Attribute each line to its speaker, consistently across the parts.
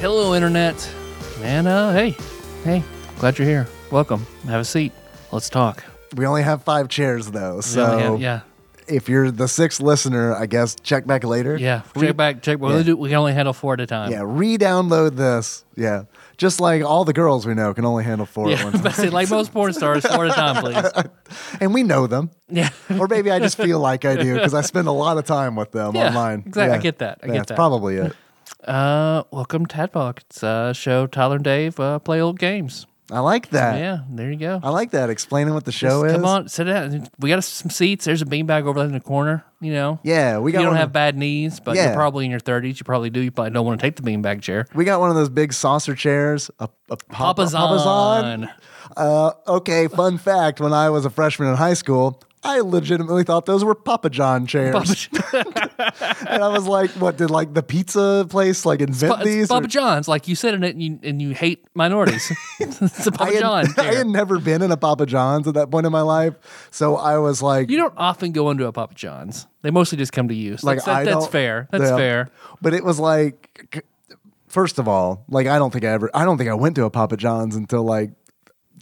Speaker 1: Hello, Internet. And, uh, hey, hey, glad you're here. Welcome. Have a seat. Let's talk.
Speaker 2: We only have five chairs though,
Speaker 1: We
Speaker 2: so
Speaker 1: only have- yeah,
Speaker 2: if you're the sixth listener, I guess check back later.
Speaker 1: yeah. Check back, check. Well,
Speaker 2: yeah.
Speaker 1: we do- we can only handle four at a time.
Speaker 2: yeah. Re-download this. Yeah, just like all the girls we know can only handle four at
Speaker 1: Yeah,
Speaker 2: one time,
Speaker 1: basically, like most porn stars, four at a time, please.
Speaker 2: and we know them,
Speaker 1: Yeah,
Speaker 2: or maybe I just feel like I do because I spend a lot of time with them
Speaker 1: Yeah,
Speaker 2: online.
Speaker 1: exactly. I get that. I get
Speaker 2: That's
Speaker 1: that.
Speaker 2: probably it.
Speaker 1: uh, welcome, Tadpog. It's a show. Tyler and Dave uh, play old games.
Speaker 2: I like that.
Speaker 1: Yeah, there you go.
Speaker 2: I like that. Explaining what the show is.
Speaker 1: Come on, sit down. We got some seats. There's a beanbag over there in the corner. You know,
Speaker 2: Yeah, we got
Speaker 1: you don't
Speaker 2: one.
Speaker 1: have bad knees, but you're
Speaker 2: Yeah.
Speaker 1: probably in your 30s. You probably do. You probably don't want to take the beanbag chair.
Speaker 2: we got one of those big saucer chairs. A, a pop-
Speaker 1: Papa's
Speaker 2: Papa's on.
Speaker 1: on.
Speaker 2: Uh, okay, fun fact: when I was a freshman in high school, I legitimately thought those were Papa John chairs, and I was like, "What did like the pizza place like invent
Speaker 1: But
Speaker 2: these?"
Speaker 1: it's Papa
Speaker 2: or-
Speaker 1: John's. Like you said in it, and you, and you hate minorities. it's a
Speaker 2: I
Speaker 1: Papa
Speaker 2: had,
Speaker 1: John.
Speaker 2: I
Speaker 1: there.
Speaker 2: had never been in a Papa John's at that point in my life, so I was like,
Speaker 1: you don't often go into a Papa John's. They mostly just come to you. So
Speaker 2: like
Speaker 1: that's, that-
Speaker 2: I
Speaker 1: that's
Speaker 2: don't-
Speaker 1: fair. That's
Speaker 2: Yeah.
Speaker 1: fair.
Speaker 2: But it was like, c- first of all, like I don't think I ever, I don't think I went to a Papa John's until like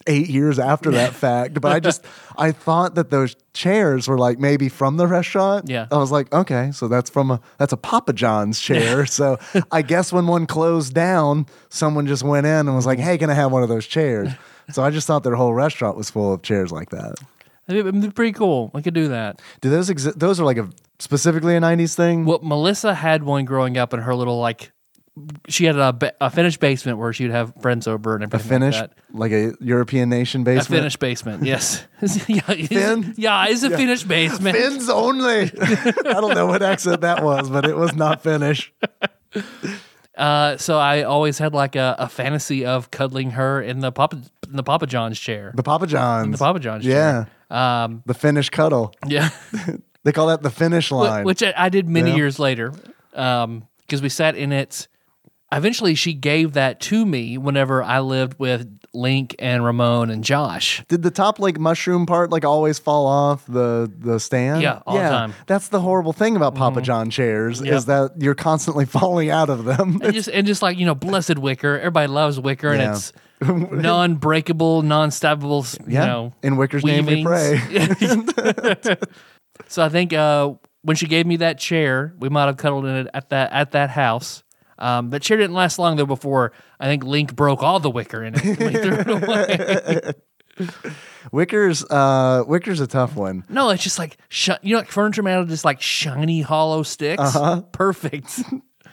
Speaker 2: eight years after that fact. But I just, I thought that those chairs were like maybe from the restaurant.
Speaker 1: Yeah.
Speaker 2: I was like, okay, so that's from a that's a Papa John's chair. so I guess when one closed down, someone just went in and was like, hey, can I have one of those chairs? So I just thought their whole restaurant was full of chairs like that.
Speaker 1: It'd be pretty cool. We could do that.
Speaker 2: Do those exist? Those are like a specifically a '90s thing.
Speaker 1: Well, Melissa had one growing up in her little like. She had a, ba- a finished basement where she'd have friends over and everything.
Speaker 2: Finnish,
Speaker 1: Like that.
Speaker 2: like a European nation
Speaker 1: A
Speaker 2: basement.
Speaker 1: finished basement, yes. yeah, it's,
Speaker 2: Finn?
Speaker 1: yeah, it's a finished basement.
Speaker 2: Finns only. I don't know what accent that was, but it was not Finnish.
Speaker 1: Uh, so I always had like a, a fantasy of cuddling her in the Papa in the Papa John's chair.
Speaker 2: The Papa
Speaker 1: the
Speaker 2: John's.
Speaker 1: Papa John's.
Speaker 2: Yeah.
Speaker 1: Chair. Um.
Speaker 2: The Finnish cuddle.
Speaker 1: Yeah.
Speaker 2: They call that the Finnish line.
Speaker 1: Which I, I did many
Speaker 2: Yeah.
Speaker 1: years later. Um. Because we sat in it. Eventually, she gave that to me whenever I lived with Link and Ramon and Josh.
Speaker 2: Did the top like mushroom part like always fall off the the stand?
Speaker 1: Yeah, all the time. Mm-hmm.
Speaker 2: That's the horrible thing about Papa John chairs
Speaker 1: Yep.
Speaker 2: is that you're constantly falling out of them.
Speaker 1: And just and just like you know, blessed Wicker. Everybody loves Wicker,
Speaker 2: Yeah.
Speaker 1: and it's non-breakable, non-stabbable.
Speaker 2: Yeah.
Speaker 1: You know,
Speaker 2: In Wicker's name we
Speaker 1: weavings. so I think uh, when she gave me that chair, we might have cuddled in it at that at that house. Um, that chair didn't last long though. Before I think Link broke all the Wicker in it. When he threw it away.
Speaker 2: Wicker's uh Wicker's a tough one.
Speaker 1: No, it's just like sh- you know, like furniture made out of just like shiny hollow sticks.
Speaker 2: Uh-huh.
Speaker 1: Perfect.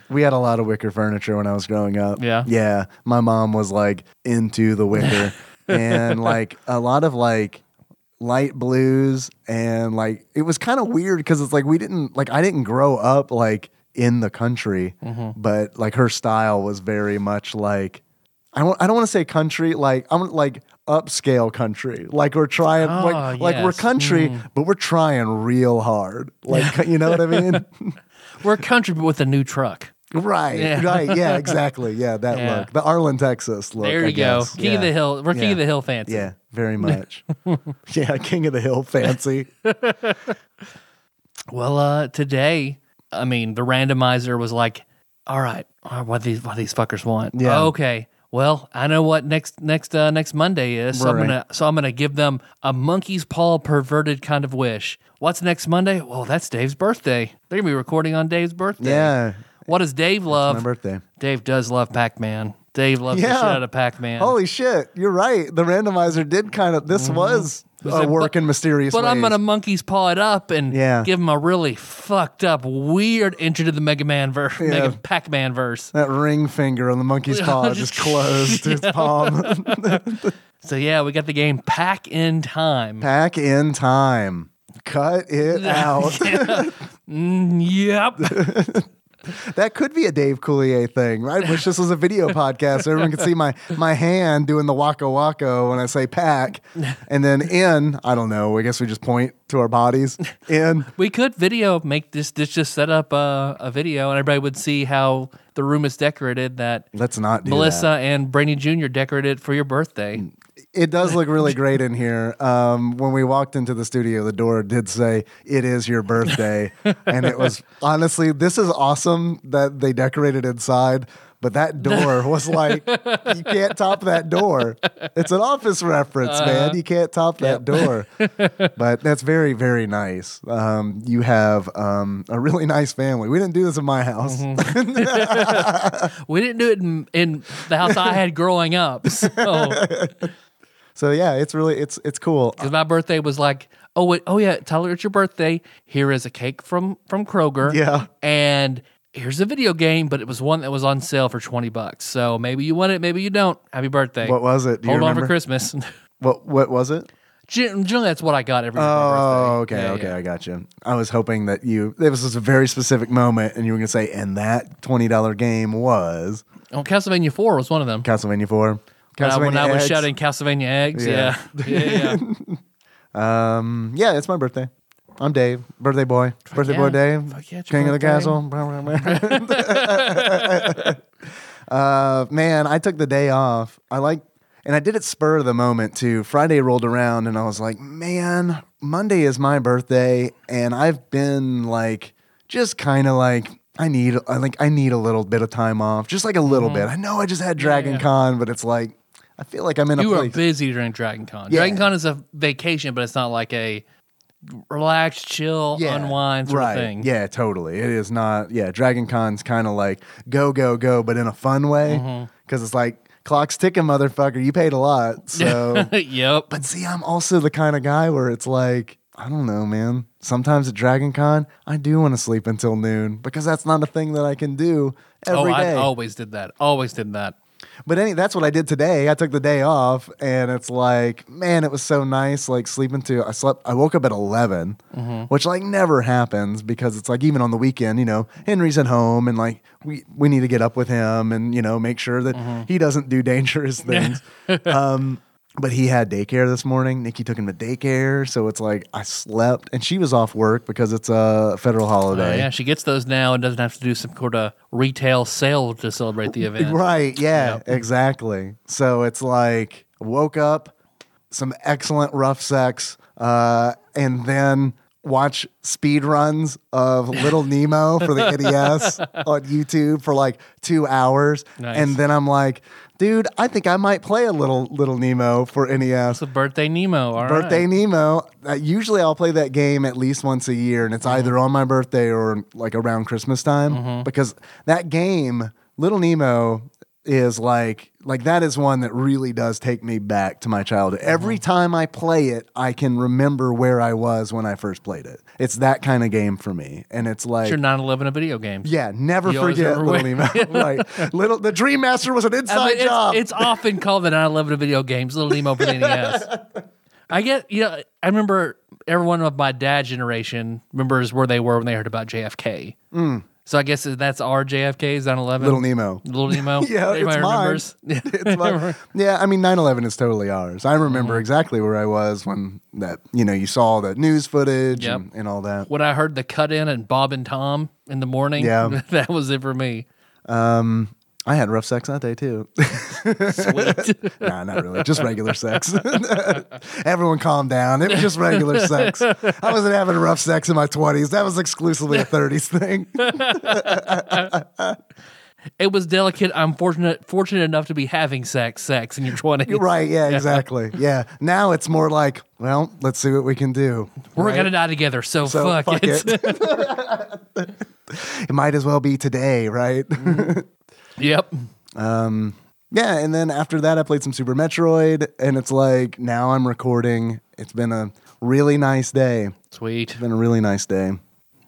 Speaker 2: We had a lot of wicker furniture when I was growing up.
Speaker 1: Yeah.
Speaker 2: Yeah. My mom was like into the wicker and like a lot of like light blues and like it was kind of weird because it's like we didn't like I didn't grow up like in the country,
Speaker 1: Mm-hmm.
Speaker 2: but like her style was very much like I don't, I don't want to say country like I'm like upscale country like we're trying like,
Speaker 1: Oh,
Speaker 2: like we're
Speaker 1: yes.
Speaker 2: country but we're trying real hard like you know what I mean
Speaker 1: We're country, but with a new truck.
Speaker 2: Right.
Speaker 1: Yeah.
Speaker 2: Right. Yeah. Exactly. Yeah. That
Speaker 1: Yeah.
Speaker 2: look. The Arlen, Texas look.
Speaker 1: There
Speaker 2: I
Speaker 1: you go.
Speaker 2: guess.
Speaker 1: King
Speaker 2: yeah.
Speaker 1: of the Hill. We're King
Speaker 2: Yeah.
Speaker 1: of the Hill fancy.
Speaker 2: Yeah. Very much. yeah. King of the Hill fancy.
Speaker 1: Well, uh, today, I mean, the randomizer was like, "All right, all right, what these what these fuckers want?
Speaker 2: Yeah.
Speaker 1: okay. Well, I know what next next uh, next Monday is, so I'm
Speaker 2: Right.
Speaker 1: gonna so I'm gonna give them a monkey's paw perverted kind of wish. What's next Monday? Well, that's Dave's birthday. They're gonna be recording on Dave's birthday.
Speaker 2: Yeah.
Speaker 1: What does Dave love?
Speaker 2: My birthday.
Speaker 1: Dave does love Pac Man. Dave loves the
Speaker 2: Yeah. Oh,
Speaker 1: shit out of Pac Man.
Speaker 2: Holy shit. You're right. The randomizer did kind of,
Speaker 1: Mm-hmm.
Speaker 2: this was a
Speaker 1: like,
Speaker 2: work
Speaker 1: but-
Speaker 2: in mysterious
Speaker 1: But I'm
Speaker 2: ways.
Speaker 1: gonna monkey's paw it up and
Speaker 2: Yeah.
Speaker 1: give him a really fucked up, weird entry to the Mega Man verse, Mega Pac Man verse.
Speaker 2: That ring finger on the monkey's paw
Speaker 1: Just-
Speaker 2: just closed his palm.
Speaker 1: So yeah, we got the game Pack in Time.
Speaker 2: Pack in time. Cut it out.
Speaker 1: Mm, yep.
Speaker 2: That could be a Dave Coulier thing, right? Wish this was a video podcast so everyone could see my my hand doing the waka waka when I say pack. And then in, I don't know, I guess we just point to our bodies. In,
Speaker 1: we could video make this. This just set up a, a video, and everybody would see how the room is decorated. That
Speaker 2: let's not do
Speaker 1: Melissa
Speaker 2: that.
Speaker 1: and Brainy Jr. decorated it for your birthday.
Speaker 2: It does look really great in here. Um, when we walked into the studio, the door did say, It is your birthday. and it was honestly, this is awesome that they decorated inside. But that door was like, you can't top that door. It's an office reference, man. You can't top that door. but that's very, very nice. Um, you have um, a really nice family. We didn't do this in my house.
Speaker 1: We didn't do it in, in the house I had growing up. So, because
Speaker 2: so yeah, it's really, it's it's cool.
Speaker 1: my birthday was like, oh wait, oh yeah, Tyler, it's your birthday. Here is a cake from from Kroger.
Speaker 2: Yeah.
Speaker 1: and here's a video game, but it was one that was on sale for twenty bucks. So maybe you want it, maybe you don't. Happy birthday.
Speaker 2: What was it? Do you
Speaker 1: Hold on
Speaker 2: remember?
Speaker 1: for Christmas.
Speaker 2: What what was it?
Speaker 1: Gen- Generally, that's what I got every year for my
Speaker 2: Oh, okay,
Speaker 1: birthday. Yeah,
Speaker 2: okay,
Speaker 1: yeah.
Speaker 2: I got you. I was hoping that you. This was just a very specific moment, and you were going to say, and that twenty dollar game was
Speaker 1: Oh, Castlevania Four was one of them.
Speaker 2: Castlevania Four.
Speaker 1: When I- Uh, when I was
Speaker 2: Eggs.
Speaker 1: shouting Castlevania eggs, yeah, yeah, yeah.
Speaker 2: Um, yeah, it's my birthday. I'm Dave, birthday boy, birthday
Speaker 1: yeah.
Speaker 2: boy Dave,
Speaker 1: Fuck yeah, it's your
Speaker 2: king of the
Speaker 1: birthday.
Speaker 2: castle. uh, man, I took the day off. I like, and I did it spur of the moment too. Friday rolled around, and I was like, man, Monday is my birthday, and I've been like, just kind of like. I need, I like, I need a little bit of time off, just like a little
Speaker 1: Mm-hmm.
Speaker 2: bit. I know I just had Dragon Con, but it's like, I feel like I'm in a
Speaker 1: you are
Speaker 2: place.
Speaker 1: busy during Dragon Con.
Speaker 2: Yeah.
Speaker 1: Dragon Con is a vacation, but it's not like a relax, chill, unwind sort
Speaker 2: right.
Speaker 1: of thing.
Speaker 2: Yeah, totally. It is not. Yeah, Dragon Con's kind of like go go go, but in a fun way
Speaker 1: Mm-hmm.
Speaker 2: because it's like clock's ticking, motherfucker. You paid a lot, so.
Speaker 1: yep.
Speaker 2: but see, I'm also the kind of guy where it's like. I don't know, man. Sometimes at Dragon Con, I do want to sleep until noon because that's not a thing that I can do
Speaker 1: oh,
Speaker 2: every day.
Speaker 1: I always did that. Always did that.
Speaker 2: But any, that's what I did today. I took the day off, and it's like, man, it was so nice. Like sleeping to, I slept. I woke up at 11
Speaker 1: Mm-hmm.
Speaker 2: which like never happens because it's like even on the weekend, you know, Henry's at home, and like we we need to get up with him, and you know, make sure that
Speaker 1: Mm-hmm.
Speaker 2: he doesn't do dangerous things. um, but he had daycare this morning. Nikki took him to daycare, so it's like I slept, and she was off work because it's a federal holiday.
Speaker 1: Oh, yeah, she gets those now and doesn't have to do some sort of retail sale to celebrate the event.
Speaker 2: Right. Yeah. Exactly. So it's like woke up, some excellent rough sex, uh, and then watch speed runs of Little Nemo for the NES on YouTube for like two hours,
Speaker 1: Nice.
Speaker 2: and then I'm like, dude, I think I might play a little Little Nemo for E NES.
Speaker 1: It's a birthday Nemo. all right.
Speaker 2: Birthday Nemo. Uh, usually, I'll play that game at least once a year, and it's
Speaker 1: Mm-hmm.
Speaker 2: either on my birthday or like around Christmas time because that game, Little Nemo, is like like that is one that really does take me back to my childhood. Every
Speaker 1: Mm-hmm.
Speaker 2: time I play it, I can remember where I was when I first played it. It's that kind of game for me, and it's like.
Speaker 1: It's your 9 11 of video games.
Speaker 2: yeah, never
Speaker 1: You always
Speaker 2: forget
Speaker 1: remember
Speaker 2: Little Nemo. right. Little the Dream Master was an inside
Speaker 1: I mean, Uh, it's,
Speaker 2: job.
Speaker 1: it's often called the 9/11 of video games, Little Nemo for the NES. I get, you know, I remember everyone of my dad's generation remembers where they were when they heard about JFK. So I guess that's our JFK's 9/11.
Speaker 2: Mm. Little Nemo.
Speaker 1: Little Nemo.
Speaker 2: Yeah,
Speaker 1: Everybody
Speaker 2: it's mine.
Speaker 1: remembers.
Speaker 2: It's my- yeah, I mean, 9 11 is totally ours. I remember
Speaker 1: Mm-hmm.
Speaker 2: exactly where I was when that, you know, you saw the news footage
Speaker 1: Yep.
Speaker 2: and, and all that.
Speaker 1: when I heard the cut in and Bob and Tom in the morning,
Speaker 2: Yeah.
Speaker 1: that was it for me.
Speaker 2: I had rough sex that day too.
Speaker 1: Sweet.
Speaker 2: nah, not really. Just regular sex. Everyone calm down. It was just regular sex. I wasn't having rough sex in my 20s. That was exclusively a 30s thing.
Speaker 1: it was delicate. I'm fortunate fortunate enough to be having sex sex in your 20s.
Speaker 2: right. Yeah, exactly. Yeah. Now it's more like, well, let's see what we can do.
Speaker 1: We're
Speaker 2: right?
Speaker 1: gonna die together, so,
Speaker 2: So
Speaker 1: fuck, it.
Speaker 2: it might as well be today, right?
Speaker 1: yep.
Speaker 2: Yeah, and then after that, I played some Super Metroid, and it's like now I'm recording. It's been a really nice day. It's
Speaker 1: Sweet.
Speaker 2: been a really nice day.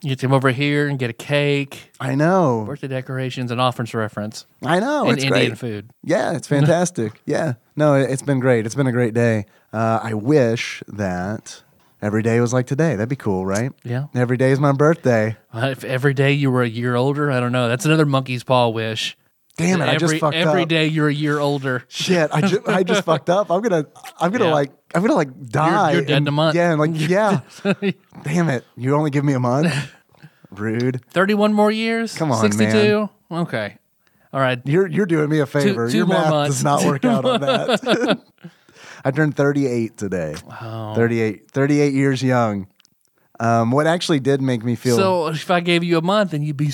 Speaker 1: You get to come over here and get a cake,
Speaker 2: I know.
Speaker 1: birthday decorations, and offerance reference,
Speaker 2: I know.
Speaker 1: and
Speaker 2: Oh, it's
Speaker 1: Indian
Speaker 2: great.
Speaker 1: food.
Speaker 2: Yeah, it's fantastic. yeah. No, it- it's been great. It's been a great day. Uh, I wish that every day was like today. That'd be cool, right?
Speaker 1: Yeah.
Speaker 2: Every day is my birthday.
Speaker 1: Well, Uh, If every day you were a year older, I don't know. That's another monkey's paw wish.
Speaker 2: Damn it!
Speaker 1: every,
Speaker 2: I just fucked
Speaker 1: every
Speaker 2: up.
Speaker 1: day you're a year older.
Speaker 2: Shit, I just I just fucked up. I'm gonna I'm gonna
Speaker 1: Yeah.
Speaker 2: like I'm gonna like die.
Speaker 1: you're dead
Speaker 2: and-
Speaker 1: in a month.
Speaker 2: Yeah, and like yeah. Damn it! You only give me a month. Rude.
Speaker 1: 31 more years?
Speaker 2: Come on,
Speaker 1: 62? Okay. All right.
Speaker 2: You're you're doing me a favor.
Speaker 1: two
Speaker 2: Your
Speaker 1: more
Speaker 2: math
Speaker 1: months.
Speaker 2: does not work out on that. I turned 38 today. Wow. 38 38 years young. Um, what actually did make me feel
Speaker 1: So if I gave you a month and you'd be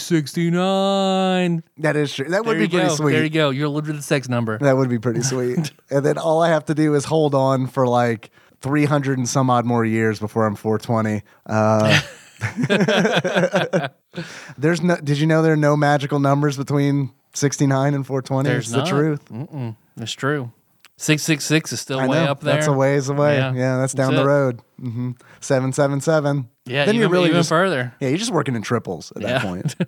Speaker 1: 69.
Speaker 2: that is true. That would
Speaker 1: There
Speaker 2: be
Speaker 1: you
Speaker 2: pretty
Speaker 1: go.
Speaker 2: sweet.
Speaker 1: There you go. You're literally the sex number.
Speaker 2: That would be pretty sweet. and then all I have to do is hold on for like 300 and some odd more years before I'm 420. Uh, there's no, did you know there are no magical numbers between 69 and 420?
Speaker 1: There's
Speaker 2: it's
Speaker 1: not.
Speaker 2: the truth.
Speaker 1: Mm-mm. It's true. 666 is still
Speaker 2: I
Speaker 1: way
Speaker 2: know.
Speaker 1: up there.
Speaker 2: That's a ways away.
Speaker 1: Yeah.
Speaker 2: Yeah, that's down
Speaker 1: That's
Speaker 2: the
Speaker 1: it.
Speaker 2: road. hmm 777.
Speaker 1: Yeah,
Speaker 2: then
Speaker 1: even,
Speaker 2: you're really
Speaker 1: even
Speaker 2: just,
Speaker 1: further.
Speaker 2: Yeah, you're just working in triples at
Speaker 1: Yeah.
Speaker 2: that point.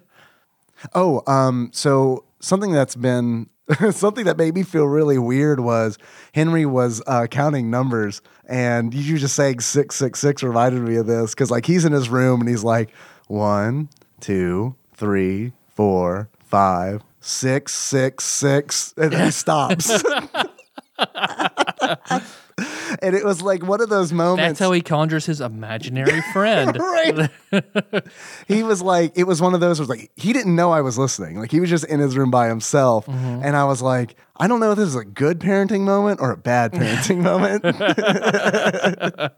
Speaker 2: oh, um, so something that's been something that made me feel really weird was Henry was uh, counting numbers, and you just saying six six six reminded me of this because like he's in his room and he's like one two three four five six six six, and then he stops. And it was like one of those
Speaker 1: That's
Speaker 2: moments.
Speaker 1: how he conjures his imaginary friend.
Speaker 2: Right. he was like, it was one of those was like he didn't know I was listening. Like he was just in his room by himself.
Speaker 1: Mm-hmm.
Speaker 2: And I was like, I don't know if this is a good parenting moment or a bad parenting moment. yeah,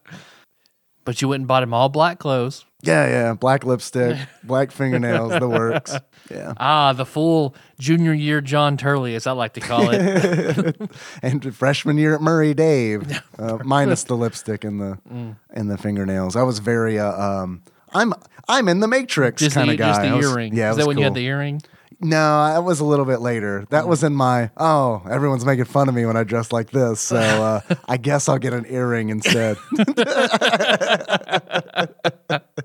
Speaker 1: But you went and bought him all black clothes.
Speaker 2: yeah. Black lipstick, black fingernails, the works. Yeah.
Speaker 1: Ah, the full junior year John Turley, as I like to call it.
Speaker 2: And freshman year at Murray Dave, uh, minus the lipstick and the
Speaker 1: Mm.
Speaker 2: and the fingernails. I was very uh, um I'm I'm in the Matrix
Speaker 1: Just
Speaker 2: kind
Speaker 1: the, e-
Speaker 2: of guy.
Speaker 1: just the
Speaker 2: I was-
Speaker 1: earring.
Speaker 2: Yeah, it
Speaker 1: Is that
Speaker 2: was
Speaker 1: when you had
Speaker 2: cool.
Speaker 1: the earring?
Speaker 2: No, that was a little bit later.
Speaker 1: Mm.
Speaker 2: That was in my oh, everyone's making fun of me when I dress like this, so uh, I guess I'll get an earring instead.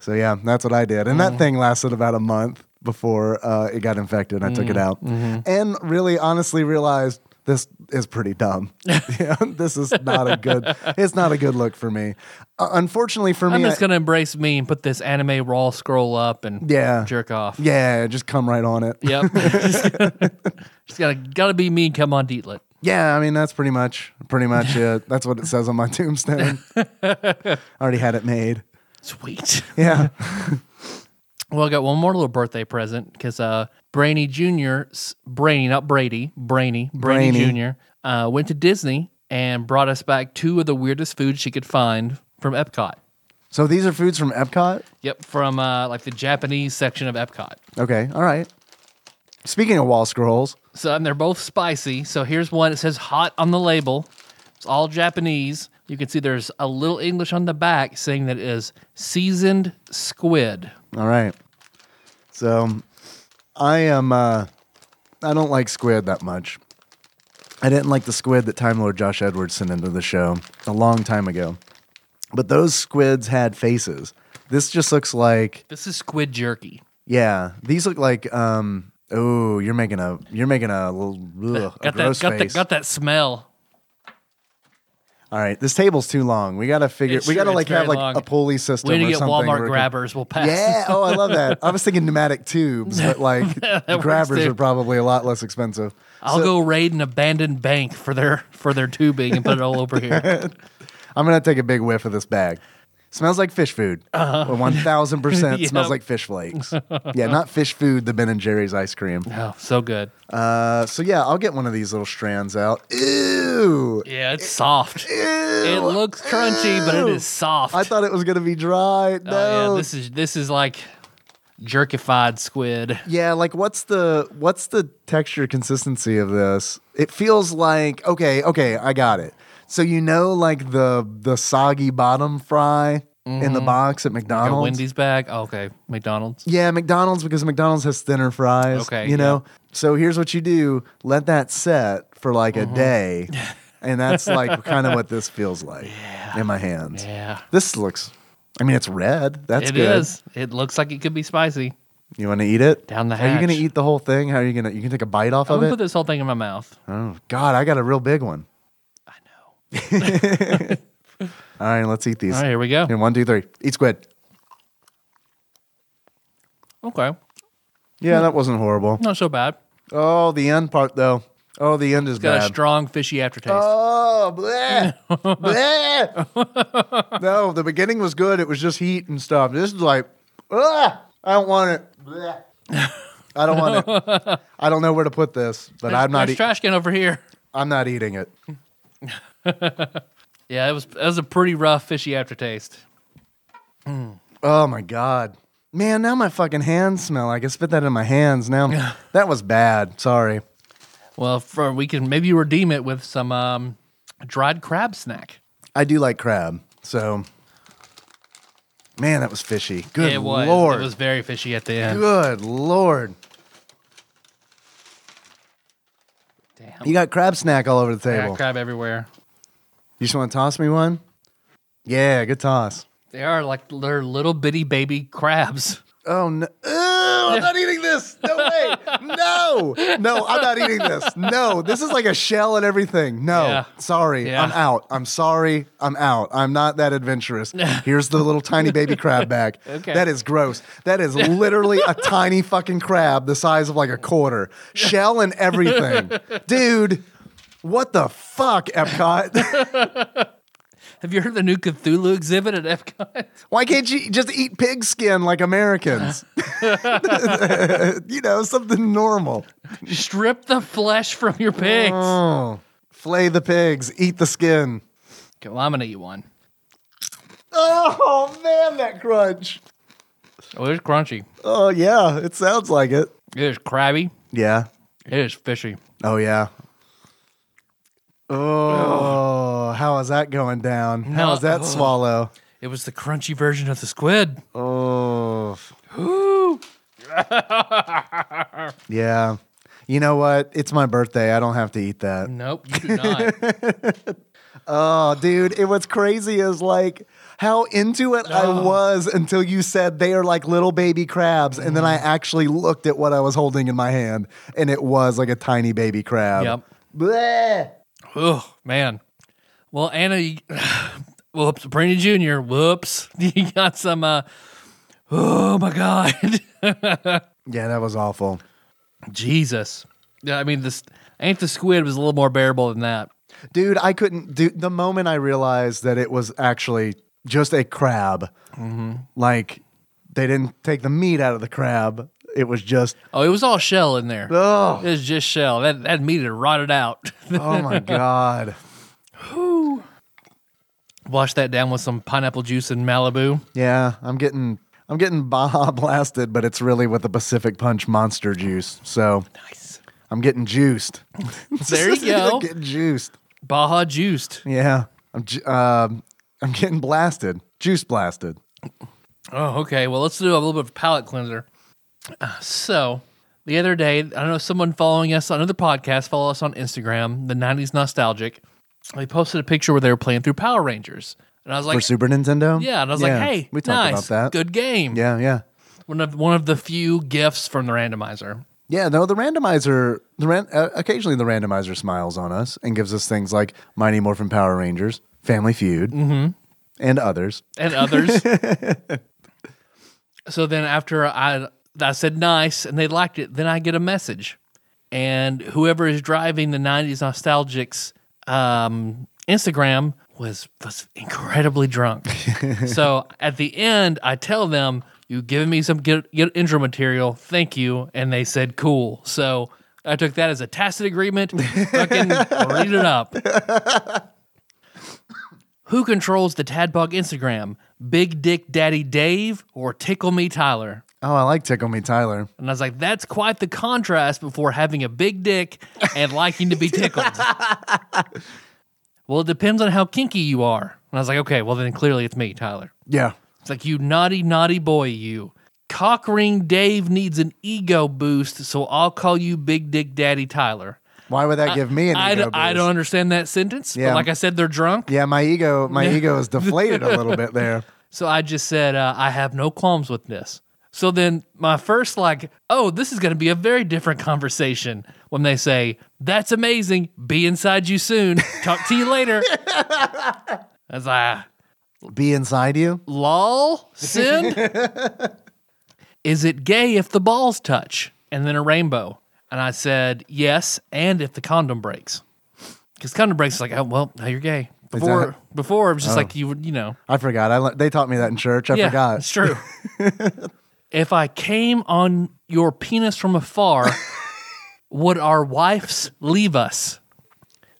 Speaker 2: so yeah, that's what I did, and
Speaker 1: Mm.
Speaker 2: that thing lasted about a month before uh, it got infected. and I
Speaker 1: Mm,
Speaker 2: took it out,
Speaker 1: mm-hmm.
Speaker 2: and really, honestly, realized this is pretty dumb. yeah, this is not a good. It's not a good look for me. Uh, unfortunately for
Speaker 1: I'm
Speaker 2: me,
Speaker 1: just
Speaker 2: I-
Speaker 1: going to embrace me and put this anime raw scroll up and
Speaker 2: Yeah.
Speaker 1: jerk off.
Speaker 2: yeah, just come right on it.
Speaker 1: Yep. just gotta gotta be mean. Come on, Dietlet.
Speaker 2: Yeah, I mean that's pretty much pretty much it. That's what it says on my tombstone. I already had it made.
Speaker 1: Sweet.
Speaker 2: Yeah.
Speaker 1: Well, I got one more little birthday present because uh, Brainy Junior, s- Brainy, not Brady, Brainy, Brainy,
Speaker 2: Brainy.
Speaker 1: Junior, uh, went to Disney and brought us back two of the weirdest foods she could find from Epcot.
Speaker 2: So these are foods from Epcot.
Speaker 1: Yep, from uh, like the Japanese section of Epcot.
Speaker 2: Okay. All right. Speaking of wall scrolls,
Speaker 1: So and they're both spicy. So here's one. It says hot on the label. It's all Japanese. You can see there's a little English on the back saying that it is seasoned squid.
Speaker 2: all right. So I am uh I don't like squid that much. I didn't like the squid that Time Lord Josh Edwards sent into the show a long time ago. But those squids had faces. This just looks like
Speaker 1: This is squid jerky.
Speaker 2: Yeah, these look like um. Oh, you're making a you're making a little ugh, a
Speaker 1: Got
Speaker 2: gross
Speaker 1: that? Got, that?
Speaker 2: face.
Speaker 1: got that smell.
Speaker 2: All right, this table's too long. We gotta figure.
Speaker 1: It's
Speaker 2: we gotta
Speaker 1: true,
Speaker 2: like
Speaker 1: it's
Speaker 2: have
Speaker 1: very
Speaker 2: like
Speaker 1: long.
Speaker 2: a pulley system.
Speaker 1: We need
Speaker 2: or
Speaker 1: to get
Speaker 2: something
Speaker 1: Walmart
Speaker 2: where we can-
Speaker 1: grabbers. We'll pass.
Speaker 2: Yeah. Oh, I love that. I was thinking pneumatic tubes, but like the
Speaker 1: works
Speaker 2: grabbers
Speaker 1: too.
Speaker 2: are probably a lot less expensive.
Speaker 1: I'll go raid an abandoned bank for their for their tubing and put it all over here.
Speaker 2: I'm gonna take a big whiff of this bag. Smells like fish food.
Speaker 1: Uh-huh.
Speaker 2: One thousand percent
Speaker 1: Yep.
Speaker 2: smells like fish flakes. yeah, not fish food. The Ben and Jerry's ice cream.
Speaker 1: Oh, so good.
Speaker 2: Uh, so yeah, I'll get one of these little strands out. Ew.
Speaker 1: Yeah, it's soft. It
Speaker 2: Ew.
Speaker 1: looks crunchy, but it
Speaker 2: Ew.
Speaker 1: is soft.
Speaker 2: I thought it was gonna be dry.
Speaker 1: Oh,
Speaker 2: No.
Speaker 1: yeah,
Speaker 2: yeah,
Speaker 1: this is this is like jerkified squid.
Speaker 2: like what's the what's the texture consistency of this? It feels like okay, okay, I got it. So you know like the the soggy bottom fry in the box at
Speaker 1: Mm-hmm. Like a
Speaker 2: McDonald's?
Speaker 1: Wendy's bag. Oh, okay, McDonald's.
Speaker 2: Yeah, McDonald's because McDonald's has thinner fries.
Speaker 1: Okay,
Speaker 2: You know? So here's what you do let that set for like
Speaker 1: Mm-hmm.
Speaker 2: a day. And that's like kind of what this feels like in my hands.
Speaker 1: Yeah,
Speaker 2: This looks, I mean, it's red.
Speaker 1: it
Speaker 2: That's
Speaker 1: is.
Speaker 2: good.
Speaker 1: It looks like it could be spicy.
Speaker 2: You want to eat it?
Speaker 1: Down the
Speaker 2: Are you going
Speaker 1: hatch.
Speaker 2: to eat the whole thing? How are you going to, you can take a bite off
Speaker 1: I'm
Speaker 2: of
Speaker 1: gonna
Speaker 2: it?
Speaker 1: put this whole thing in my mouth.
Speaker 2: oh, God, I got a real big one. All right, let's eat these.
Speaker 1: All right, here we go.
Speaker 2: And one, two, three. Eat squid.
Speaker 1: Okay,
Speaker 2: Yeah, that wasn't horrible.
Speaker 1: not so bad.
Speaker 2: Oh, the end part though. Oh, the end is
Speaker 1: Got a
Speaker 2: bad.
Speaker 1: strong fishy aftertaste.
Speaker 2: Oh, bleh. bleh. No, the beginning was good. It was just heat and stuff. This is like, ah, I don't want it. Bleh. I don't want it. I don't know where to put this, but
Speaker 1: there's,
Speaker 2: I'm not.
Speaker 1: there's
Speaker 2: E-
Speaker 1: trash can over here.
Speaker 2: I'm not eating it.
Speaker 1: Yeah, it was that was a pretty rough fishy aftertaste.
Speaker 2: Oh my god, man! Now my fucking hands smell. I can spit that in my hands. Now that was bad. Sorry.
Speaker 1: Well, for, we can maybe redeem it with some um, dried crab snack.
Speaker 2: I do like crab, so man, that was fishy. Good
Speaker 1: it was
Speaker 2: lord.
Speaker 1: it was very fishy at the end.
Speaker 2: Good lord.
Speaker 1: Damn,
Speaker 2: You got crab snack all over the
Speaker 1: I got
Speaker 2: table.
Speaker 1: crab everywhere.
Speaker 2: You just want to toss me one? Yeah, good toss.
Speaker 1: They are like they're little bitty baby crabs.
Speaker 2: Oh no! Ew, I'm not eating this. No way! No, no, I'm not eating this. No, this is like a shell and everything. No,
Speaker 1: Yeah.
Speaker 2: sorry,
Speaker 1: Yeah.
Speaker 2: I'm out. I'm sorry, I'm out. I'm not that adventurous. Here's the little tiny baby crab back.
Speaker 1: Okay.
Speaker 2: That is gross. That is literally a tiny fucking crab the size of like a quarter, shell and everything, dude. What the fuck, Epcot?
Speaker 1: Have you heard the new Cthulhu exhibit at Epcot?
Speaker 2: Why can't you just eat pig skin like Americans? you know, something normal.
Speaker 1: Strip the flesh from your pigs.
Speaker 2: Oh, flay the pigs, eat the skin.
Speaker 1: Okay, well, I'm gonna eat one.
Speaker 2: Oh man, that crunch.
Speaker 1: Oh, it's crunchy.
Speaker 2: Oh yeah, it sounds like it.
Speaker 1: It is crabby.
Speaker 2: Yeah.
Speaker 1: It is fishy.
Speaker 2: Oh yeah. Oh, how is that going down? How is that swallow?
Speaker 1: It was the crunchy version of the squid.
Speaker 2: Oh. yeah. You know what? It's my birthday. I don't have to eat that.
Speaker 1: Nope, you do not.
Speaker 2: Oh, dude, it was crazy is like how into it I was until you said they are like little baby crabs. And then I actually looked at what I was holding in my hand and it was like a tiny baby crab.
Speaker 1: Yep.
Speaker 2: Bleh.
Speaker 1: oh man. Well, Anna, you, whoops, Brandy Junior, whoops, you got some. uh Oh my God,
Speaker 2: Yeah, that was awful.
Speaker 1: Jesus. Yeah, I mean this. Ain't the squid was a little more bearable than that.
Speaker 2: Dude, I couldn't do the moment I realized that it was actually just a crab. Like they didn't take the meat out of the crab. It was just,
Speaker 1: Oh, it was all shell in there.
Speaker 2: oh,
Speaker 1: It was just shell. That that meat had rotted out.
Speaker 2: oh my God.
Speaker 1: Wash that down with some pineapple juice in Malibu.
Speaker 2: Yeah, I'm getting I'm getting Baja blasted, but it's really with the Pacific Punch Monster Juice. So
Speaker 1: Nice.
Speaker 2: I'm getting juiced.
Speaker 1: There you go.
Speaker 2: getting juiced.
Speaker 1: Baja juiced.
Speaker 2: Yeah, I'm ju- um, I'm getting blasted, juice blasted.
Speaker 1: Oh, okay. Well, let's do a little bit of palate cleanser. Uh, so, the other day, I know someone following us on another podcast, follow us on Instagram, the 90s Nostalgic. They posted a picture where they were playing through Power Rangers. And I was
Speaker 2: For
Speaker 1: like,
Speaker 2: Super Nintendo.
Speaker 1: yeah. And I was like, hey,
Speaker 2: we talked
Speaker 1: nice.
Speaker 2: about that.
Speaker 1: Good game.
Speaker 2: Yeah, yeah,
Speaker 1: One of, one of the few gifts from the randomizer.
Speaker 2: yeah. No, the randomizer. The ran- uh, occasionally the randomizer smiles on us and gives us things like Mighty Morphin Power Rangers, Family Feud,
Speaker 1: Mm-hmm.
Speaker 2: and others.
Speaker 1: and others. so then after I I said nice and they liked it, then I get a message, and whoever is driving the '90s nostalgics um, Instagram was was incredibly drunk. so at the end, I tell them you giving me some good, good intro material, thank you, and they said cool. So. I took that as a tacit agreement. Fucking read it up. Who controls the Tadbug Instagram? Big Dick Daddy Dave or Tickle Me Tyler?
Speaker 2: Oh, I like Tickle Me Tyler.
Speaker 1: And I was like, that's quite the contrast before having a big dick and liking to be tickled. well, it depends on how kinky you are. And I was like, okay, well, then clearly it's me, Tyler.
Speaker 2: Yeah.
Speaker 1: It's like, you naughty, naughty boy, you. Cockring Dave needs an ego boost, so I'll call you Big Dick Daddy Tyler.
Speaker 2: Why would that give me an
Speaker 1: I,
Speaker 2: ego
Speaker 1: d- I
Speaker 2: boost?
Speaker 1: don't understand that sentence,
Speaker 2: Yeah.
Speaker 1: but like I said, they're drunk.
Speaker 2: Yeah, my ego, my ego is deflated a little bit there.
Speaker 1: So I just said, uh, I have no qualms with this. So then my first, like, oh, this is going to be a very different conversation when they say, that's amazing. Be inside you soon. Talk to you later. As I
Speaker 2: Be inside you.
Speaker 1: lol sin. Is it gay if the balls touch? And then a rainbow. And I said yes, and if the condom breaks, because condom breaks is like, oh well, now you're gay. Before, before it was just like you would, you know.
Speaker 2: I forgot. I le- they taught me that in church. I
Speaker 1: yeah, it's
Speaker 2: forgot.
Speaker 1: true. if I came on your penis from afar, would our wives leave us?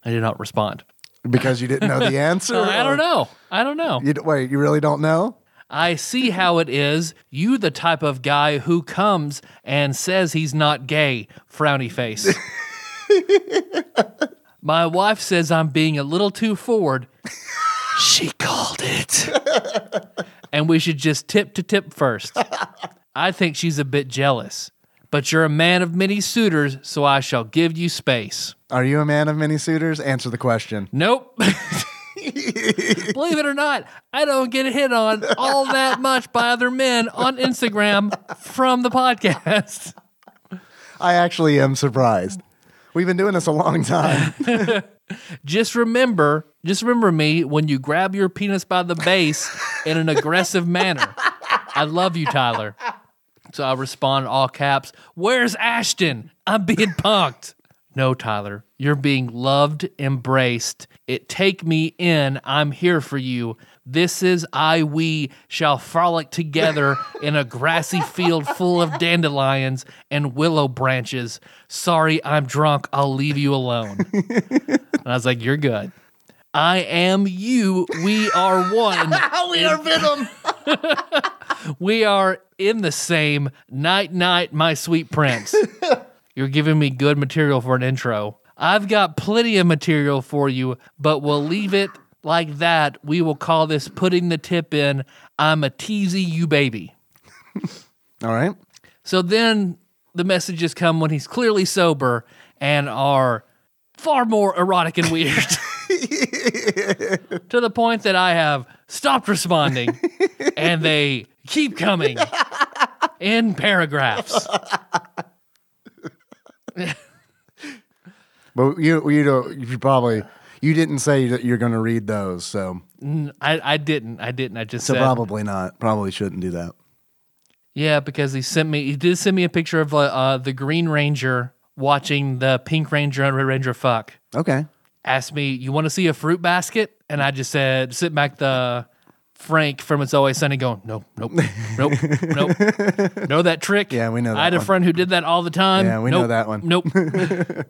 Speaker 1: I did not respond.
Speaker 2: Because you didn't know the answer.
Speaker 1: I
Speaker 2: or-
Speaker 1: don't know. I don't know.
Speaker 2: You d- wait, you really don't know?
Speaker 1: I see how it is. You the type of guy who comes and says he's not gay, frowny face. My wife says I'm being a little too forward. She called it. and we should just tip to tip first. I think she's a bit jealous. But you're a man of many suitors, so I shall give you space.
Speaker 2: Are you a man of many suitors? Answer the question.
Speaker 1: Nope. Believe it or not, I don't get hit on all that much by other men on Instagram from the podcast.
Speaker 2: I actually am surprised. We've been doing this a long time.
Speaker 1: Just remember, just remember me when you grab your penis by the base in an aggressive manner. I love you, Tyler. So I respond in all caps, Where's Ashton? I'm being punked. No, Tyler, you're being loved, embraced. It take me in. I'm here for you. This is I we shall frolic together in a grassy field full of dandelions and willow branches. Sorry, I'm drunk. I'll leave you alone. and I was like, You're good. I am you. We are one.
Speaker 2: we are Venom.
Speaker 1: We are in the same night, night, my sweet prince. You're giving me good material for an intro. I've got plenty of material for you, but we'll leave it like that. We will call this putting the tip in. I'm a teasy you baby.
Speaker 2: All right.
Speaker 1: So then the messages come when he's clearly sober and are far more erotic and weird. to the point that I have stopped responding and they keep coming in paragraphs.
Speaker 2: But you you don't you probably you didn't say that you're going to read those, so
Speaker 1: N- I, I didn't. I didn't. I just
Speaker 2: so
Speaker 1: said,
Speaker 2: probably not. Probably shouldn't do that.
Speaker 1: yeah, because he sent me, he did send me a picture of uh, uh, the Green Ranger watching the Pink Ranger and Red Ranger fuck.
Speaker 2: Okay.
Speaker 1: asked me, "You want to see a fruit basket?" And I just said, "Sit back the Frank from It's Always Sunny." Going, nope, nope, nope, nope. Know that trick?
Speaker 2: Yeah, we know that
Speaker 1: I had a
Speaker 2: one.
Speaker 1: friend who did that all the time.
Speaker 2: Yeah, we know
Speaker 1: nope,
Speaker 2: that one.
Speaker 1: Nope.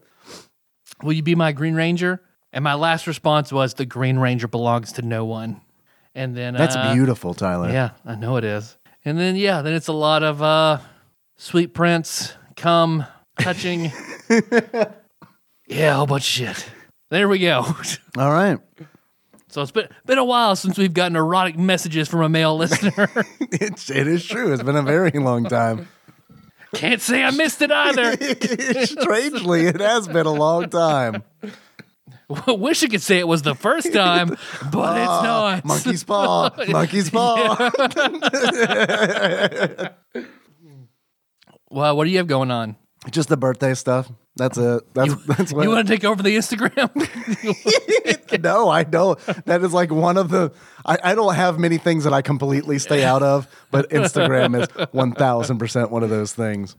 Speaker 1: Will you be my Green Ranger? And my last response was, "The Green Ranger belongs to no one." And then
Speaker 2: That's
Speaker 1: uh,
Speaker 2: beautiful, Tyler.
Speaker 1: Yeah, I know it is. And then yeah, then it's a lot of uh sweet prints, come, touching. yeah, a whole bunch of shit. There we go.
Speaker 2: All right.
Speaker 1: So it's been been a while since we've gotten erotic messages from a male listener.
Speaker 2: It's it is true. It's been a very long time.
Speaker 1: Can't say I missed it either.
Speaker 2: Strangely, it has been a long time.
Speaker 1: Wish I could say it was the first time, but it's not.
Speaker 2: Ah, Monkey's paw. Monkey's paw.
Speaker 1: Well, what do you have going on?
Speaker 2: Just the birthday stuff. That's it. That's that's what
Speaker 1: You want to take over the Instagram?
Speaker 2: no, I don't. That is like one of the. I, I don't have many things that I completely stay out of, but Instagram is 1000% one of those things.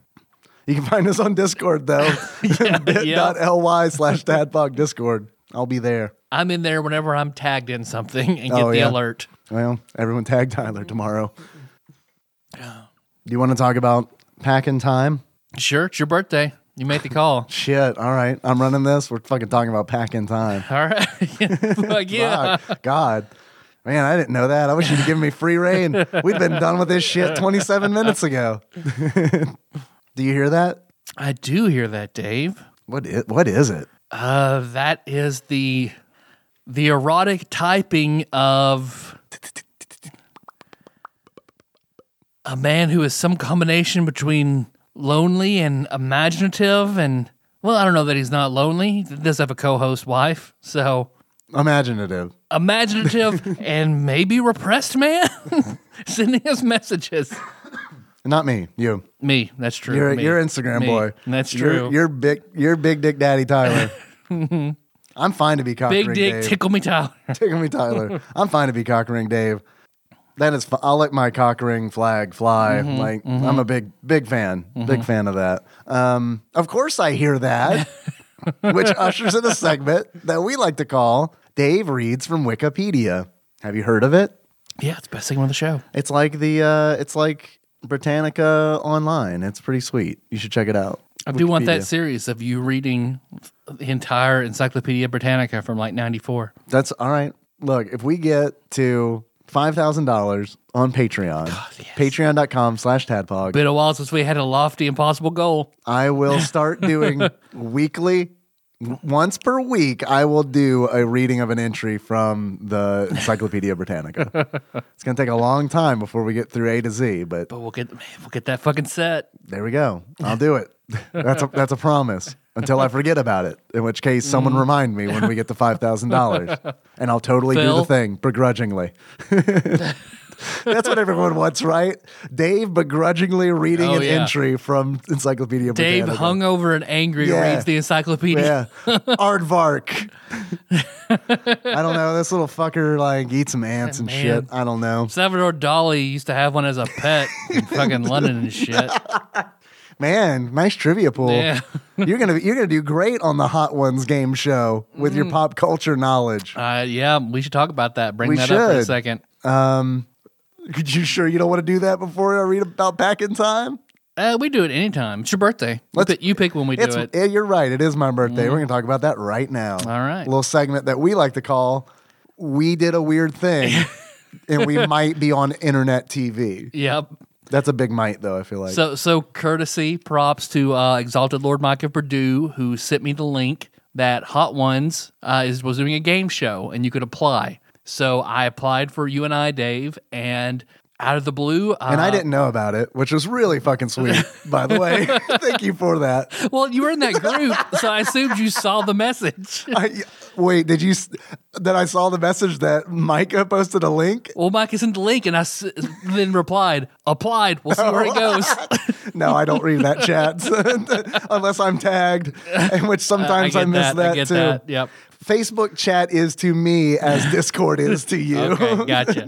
Speaker 2: You can find us on Discord, though. bit.ly slash dadbog Discord. I'll be there.
Speaker 1: I'm in there whenever I'm tagged in something and get
Speaker 2: Oh,
Speaker 1: the
Speaker 2: yeah.
Speaker 1: alert.
Speaker 2: Well, everyone tag Tyler
Speaker 1: Mm-hmm.
Speaker 2: tomorrow. Do you want to talk about packing time?
Speaker 1: Sure, it's your birthday. You make the call.
Speaker 2: Shit. All right. I'm running this. We're fucking talking about packing time.
Speaker 1: All right. Fuck yeah.
Speaker 2: Fuck, God. Man, I didn't know that. I wish you'd given me free reign. We'd been done with this shit 27 minutes ago. Do you hear that?
Speaker 1: I do hear that, Dave.
Speaker 2: What is, what is it?
Speaker 1: Uh, that is the the erotic typing of a man who is some combination between lonely and imaginative and well, I don't know that he's not lonely. He does have a co-host wife, so
Speaker 2: Imaginative.
Speaker 1: imaginative and maybe repressed man sending us messages.
Speaker 2: Not me, you.
Speaker 1: Me, that's true.
Speaker 2: You're,
Speaker 1: me.
Speaker 2: you're Instagram
Speaker 1: Me.
Speaker 2: boy.
Speaker 1: That's
Speaker 2: You're-
Speaker 1: true.
Speaker 2: You're, big you're big dick daddy Tyler. I'm fine to be cock
Speaker 1: Mm-hmm. Big
Speaker 2: ring
Speaker 1: dick,
Speaker 2: Dave.
Speaker 1: tickle me, Tyler.
Speaker 2: Tickle me, Tyler. I'm fine to be cock ring Dave. That is, fi- I'll let my cock ring flag fly. like I'm a big, big fan, big fan of that. Um, of course, I hear that, which ushers in a segment that we like to call Dave reads from Wikipedia. Have you heard of it?
Speaker 1: Yeah, it's the best thing on the show.
Speaker 2: It's like the, uh, it's like Britannica online. It's pretty sweet. You should check it out.
Speaker 1: I do want that
Speaker 2: Wikipedia.
Speaker 1: series of you reading the entire Encyclopedia Britannica from like 94.
Speaker 2: That's all right. Look, if we get to five thousand dollars on Patreon, patreon.com slash tadpog,
Speaker 1: Been a while since we had a lofty, impossible goal.
Speaker 2: I will start doing weekly w- once per week I will do a reading of an entry from the Encyclopedia Britannica. it's gonna take a long time before we get through A to Z, but
Speaker 1: But we'll get man, we'll get that fucking set.
Speaker 2: there we go. I'll do it. That's a that's a promise. Until I forget about it, in which case someone
Speaker 1: Mm.
Speaker 2: remind me when we get to five thousand dollars, and I'll totally do the
Speaker 1: Phil?
Speaker 2: thing begrudgingly. That's what everyone wants, right? Dave begrudgingly reading
Speaker 1: Oh,
Speaker 2: an
Speaker 1: yeah.
Speaker 2: entry from Encyclopedia
Speaker 1: Dave
Speaker 2: Britannica.
Speaker 1: hungover and angry
Speaker 2: Yeah.
Speaker 1: reads the encyclopedia.
Speaker 2: Yeah. Aardvark. I don't know. This little fucker like eats some ants and
Speaker 1: Man.
Speaker 2: shit. I don't know.
Speaker 1: Salvador Dali used to have one as a pet in fucking London and shit.
Speaker 2: Man, nice trivia pool.
Speaker 1: Yeah.
Speaker 2: you're gonna you're gonna do great on the Hot Ones game show with
Speaker 1: Mm.
Speaker 2: your pop culture knowledge.
Speaker 1: Uh, yeah, we should talk about that. Bring
Speaker 2: We
Speaker 1: that up for a
Speaker 2: should.
Speaker 1: second.
Speaker 2: Could you sure you don't want to do that before I read about back in time?
Speaker 1: Uh, we do it anytime. It's your birthday. You
Speaker 2: Let's-
Speaker 1: pick- you pick when we do
Speaker 2: It's
Speaker 1: it. Mm.
Speaker 2: yeah, you're right. It is my birthday. We're gonna talk about that right now. All
Speaker 1: right.
Speaker 2: little segment that we like to call "We Did a Weird Thing." And we might be on internet TV.
Speaker 1: Yep.
Speaker 2: That's a big might, though. I feel like.
Speaker 1: So, so courtesy props to uh, Exalted Lord Mike of Purdue, who sent me the link that Hot Ones uh, is was doing a game show and you could apply. So I applied for you and I, Dave, and out of the blue, uh,
Speaker 2: and I didn't know about it, which was really fucking sweet, by the way. Thank you for that.
Speaker 1: Well, you were in that group, so I assumed you saw the message.
Speaker 2: I, wait, did you s- that I saw the message that Micah posted a link?
Speaker 1: Well, Mike sent the link, and I s- then replied, "Applied. We'll see where it goes."
Speaker 2: No, I don't read that chat unless I'm tagged, and which sometimes I,
Speaker 1: get
Speaker 2: miss that,
Speaker 1: I get
Speaker 2: too.
Speaker 1: that. Yep.
Speaker 2: Facebook chat is to me as Discord is to you.
Speaker 1: Okay, gotcha.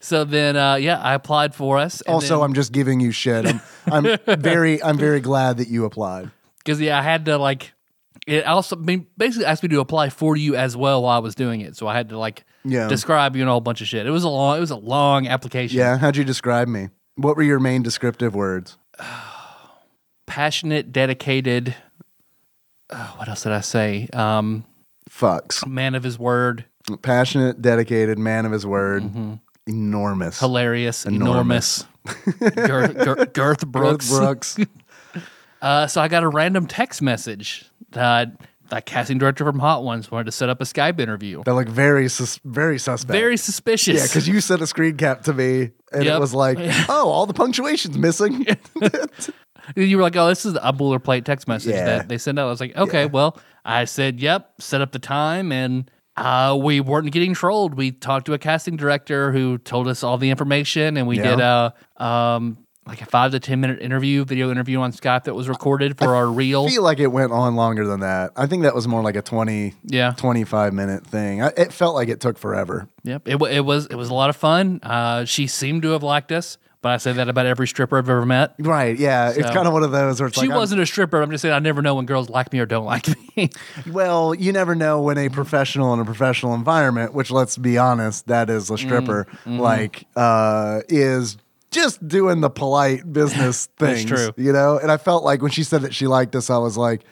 Speaker 1: So then, uh, yeah, I applied for us. and
Speaker 2: Also,
Speaker 1: then-
Speaker 2: I'm just giving you shit. I'm, I'm very, I'm very glad that you applied.
Speaker 1: because yeah, I had to like it also I mean, basically asked me to apply for you as well while I was doing it, so I had to like
Speaker 2: Yeah.
Speaker 1: describe you and a whole bunch of shit. It was a long it was a long application.
Speaker 2: Yeah, how'd you describe me? What were your main descriptive words?
Speaker 1: passionate, dedicated. Oh, what else did I say? Um,
Speaker 2: Fucks.
Speaker 1: man of his word,
Speaker 2: passionate, dedicated, man of his word,
Speaker 1: Mm-hmm.
Speaker 2: enormous.
Speaker 1: hilarious, enormous. Girth, Girth, Girth Brooks.
Speaker 2: Brooks.
Speaker 1: Uh, so I got a random text message that that casting director from Hot Ones wanted to set up a Skype interview.
Speaker 2: that looked very sus- very suspect.
Speaker 1: Very
Speaker 2: yeah,
Speaker 1: suspicious.
Speaker 2: because you sent a screen cap to me, and it
Speaker 1: Yep.
Speaker 2: was like, oh, all the punctuation's missing.
Speaker 1: You were like, "Oh, this is a boilerplate text message
Speaker 2: Yeah.
Speaker 1: that they send out." I was like, "Okay, well," I said, "Yep." Set up the time, and uh, we weren't getting trolled. We talked to a casting director who told us all the information, and we
Speaker 2: Yeah.
Speaker 1: did a um, like a five to ten minute interview, video interview on Skype that was recorded for our reel.
Speaker 2: I feel like it went on longer than that. I think that was more like a 20,
Speaker 1: Yeah.
Speaker 2: 25 minute thing. I, it felt like it took forever.
Speaker 1: yep, it, wa- it was it was a lot of fun. Uh, she seemed to have liked us, but I say that about every stripper I've ever met.
Speaker 2: Right. Yeah. It's
Speaker 1: So-
Speaker 2: kind of one of those where it's
Speaker 1: She
Speaker 2: like, I'm-
Speaker 1: wasn't a stripper. I'm just saying I never know when girls like me or don't like me.
Speaker 2: well, you never know when a professional in a professional environment, which let's be honest, that is a stripper,
Speaker 1: Mm, mm-hmm.
Speaker 2: like, uh, is just doing the polite business
Speaker 1: That's
Speaker 2: things.
Speaker 1: true.
Speaker 2: You know, and I felt like when she said that she liked us, I was like,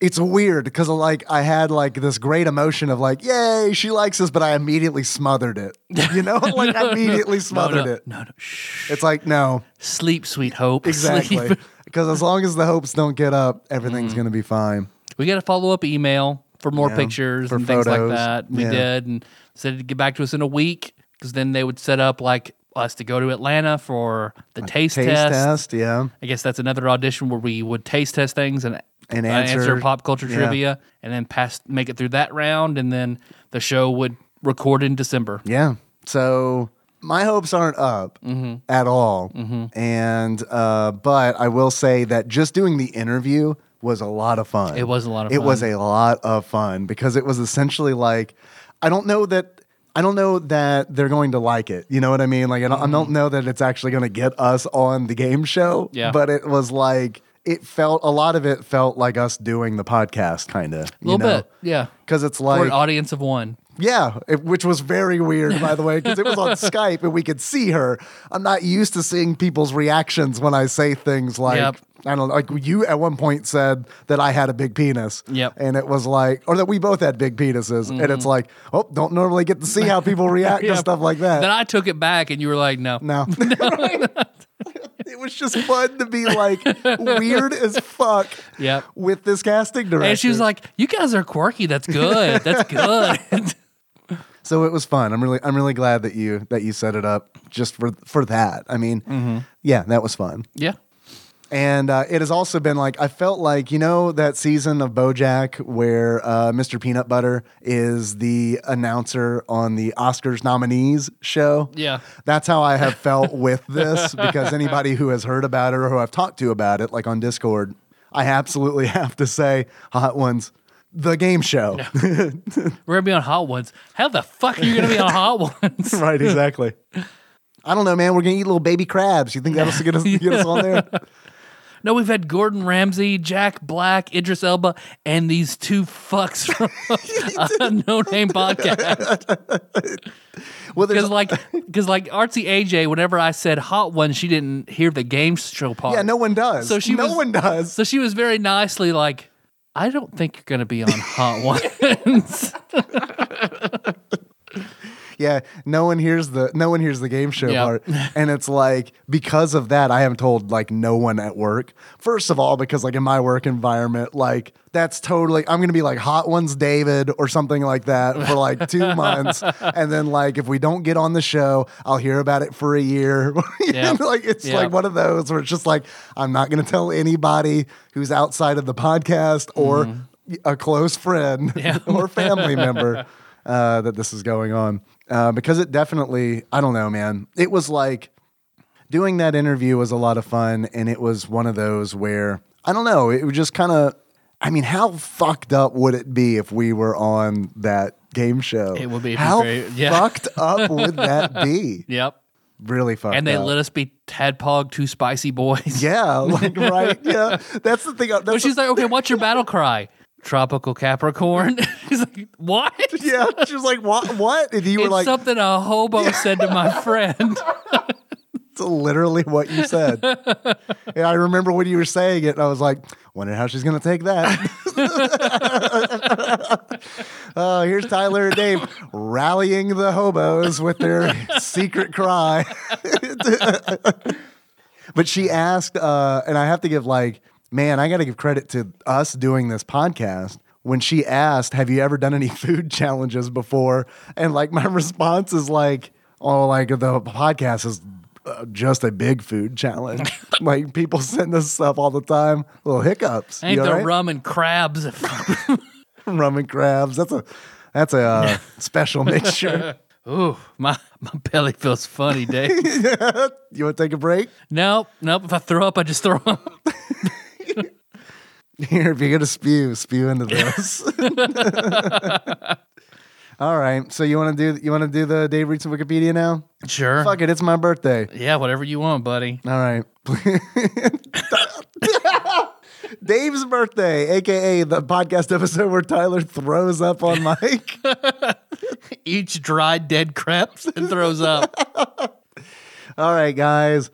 Speaker 2: it's weird because like I had like this great emotion of like, yay, she likes us, but I immediately smothered it. You know, like I immediately
Speaker 1: no,
Speaker 2: smothered
Speaker 1: no,
Speaker 2: it.
Speaker 1: no, no. Shh.
Speaker 2: It's like, no,
Speaker 1: Sleep, sweet hope.
Speaker 2: Exactly.
Speaker 1: Sleep.
Speaker 2: Because as long as the hopes don't get up,
Speaker 1: Mm.
Speaker 2: everything's going to be fine.
Speaker 1: We got a follow up email for more
Speaker 2: Yeah,
Speaker 1: pictures
Speaker 2: for
Speaker 1: and things
Speaker 2: photos.
Speaker 1: like that. We
Speaker 2: Yeah.
Speaker 1: did and said to get back to us in a week because then they would set up like us to go to Atlanta for the taste,
Speaker 2: Taste
Speaker 1: test.
Speaker 2: test, yeah.
Speaker 1: I guess that's another audition where we would taste test things and,
Speaker 2: And
Speaker 1: uh,
Speaker 2: answer-
Speaker 1: pop culture
Speaker 2: yeah.
Speaker 1: trivia and then pass make it through that round and then the show would record in December.
Speaker 2: Yeah. So my hopes aren't up
Speaker 1: Mm-hmm.
Speaker 2: at all. And, uh, but I will say that just doing the interview was a lot of fun.
Speaker 1: It was a lot of
Speaker 2: It was
Speaker 1: fun.
Speaker 2: a lot of fun because it was essentially like I don't know that I don't know that they're going to like it. You know what I mean? Like I don't, I don't know that it's actually going to get us on the game show.
Speaker 1: Mm-hmm. Yeah.
Speaker 2: But it was like it felt a lot of it felt like us doing the podcast kind of
Speaker 1: a little bit. Yeah.
Speaker 2: because it's
Speaker 1: For
Speaker 2: like
Speaker 1: an audience of one.
Speaker 2: yeah, it, which was very weird, by the way, because it was on Skype and we could see her. I'm not used to seeing people's reactions when I say things like,
Speaker 1: Yep.
Speaker 2: I don't know, like you at one point said that I had a big penis.
Speaker 1: Yep. Mm.
Speaker 2: And it was like, or that we both had big penises. And it's like, oh, don't normally get to see how people react
Speaker 1: Yeah.
Speaker 2: to stuff like that.
Speaker 1: Then I took it back and you were like, no.
Speaker 2: no. it was just fun to be like weird as fuck
Speaker 1: Yep.
Speaker 2: with this casting director.
Speaker 1: And she was like, you guys are quirky. That's good. That's good.
Speaker 2: So it was fun. I'm really I'm really glad that you that you set it up just for for that. I mean, yeah, that was fun.
Speaker 1: yeah.
Speaker 2: And uh, it has also been like I felt like you know that season of BoJack where uh, Mr. Peanut Butter is the announcer on the Oscars nominees show.
Speaker 1: Yeah.
Speaker 2: that's how I have felt with this because anybody who has heard about it or who I've talked to about it, like on Discord, I absolutely have to say, Hot Ones, the game show.
Speaker 1: We're going to be on Hot Ones. How the fuck are you going to be on Hot Ones?
Speaker 2: right, exactly. I don't know, man. We're gonna eat little baby crabs. You think that'll get us get us on there?
Speaker 1: No, we've had Gordon Ramsay, Jack Black, Idris Elba, and these two fucks from a no name podcast.
Speaker 2: Well, there's
Speaker 1: Because like, because like artsy AJ, whenever I said hot one, she didn't hear the game show part.
Speaker 2: yeah, no one does.
Speaker 1: So she
Speaker 2: no
Speaker 1: was-
Speaker 2: one does.
Speaker 1: So she was very nicely like, I don't think you're going to be on hot ones.
Speaker 2: Yeah, no one hears the no one hears the game show
Speaker 1: Yeah.
Speaker 2: part, and it's like because of that, I am told like no one at work. First of all, because like in my work environment, like that's totally I'm gonna be like hot ones David or something like that for like two months, and then like if we don't get on the show, I'll hear about it for a year.
Speaker 1: Yeah.
Speaker 2: like it's
Speaker 1: Yeah.
Speaker 2: like one of those where it's just like I'm not gonna tell anybody who's outside of the podcast or
Speaker 1: Mm-hmm.
Speaker 2: a close friend or family member uh, that this is going on uh, because it definitely I don't know, man. It was like doing that interview was a lot of fun, and it was one of those where I don't know. It was just kind of. I mean, how fucked up would it be if we were on that game show?
Speaker 1: It would be
Speaker 2: How
Speaker 1: very- yeah.
Speaker 2: fucked up would that be?
Speaker 1: yep.
Speaker 2: Really fucked.
Speaker 1: And they
Speaker 2: up.
Speaker 1: let us be Tadpog Two Spicy Boys.
Speaker 2: Yeah, like right. Yeah, that's the thing. That's
Speaker 1: So Oh, she's like, okay, what's your battle cry? Tropical Capricorn. He's like, what?
Speaker 2: the- yeah, she was like, what? What? And you were
Speaker 1: It's
Speaker 2: like,
Speaker 1: something a hobo said to my friend.
Speaker 2: that's literally what you said. and I remember when you were saying it, and I was like, wonder how she's gonna take that. Oh, here's Tyler and Dave rallying the hobos with their secret cry. but she asked, uh, and I have to give like, man, I got to give credit to us doing this podcast. When she asked, "Have you ever done any food challenges before?" and like my response is like, "Oh, like the podcast is uh, just a big food challenge. like people send us stuff all the time, little hiccups.
Speaker 1: Ain't
Speaker 2: You
Speaker 1: the
Speaker 2: all right?
Speaker 1: rum and crabs.
Speaker 2: rum and crabs. That's a that's a uh, special mixture.
Speaker 1: Ooh, my, my belly feels funny, Dave.
Speaker 2: You want to take a break?
Speaker 1: nope, nope. If I throw up, I just throw up.
Speaker 2: Here, if you're gonna spew, spew into this. All right. So you want to do you want to do the Dave reads from Wikipedia now?
Speaker 1: Sure.
Speaker 2: Fuck it, it's my birthday.
Speaker 1: Yeah, whatever you want, buddy.
Speaker 2: All right. Dave's birthday, aka the podcast episode where Tyler throws up on Mike.
Speaker 1: Each dried dead crabs and throws up.
Speaker 2: All right, guys.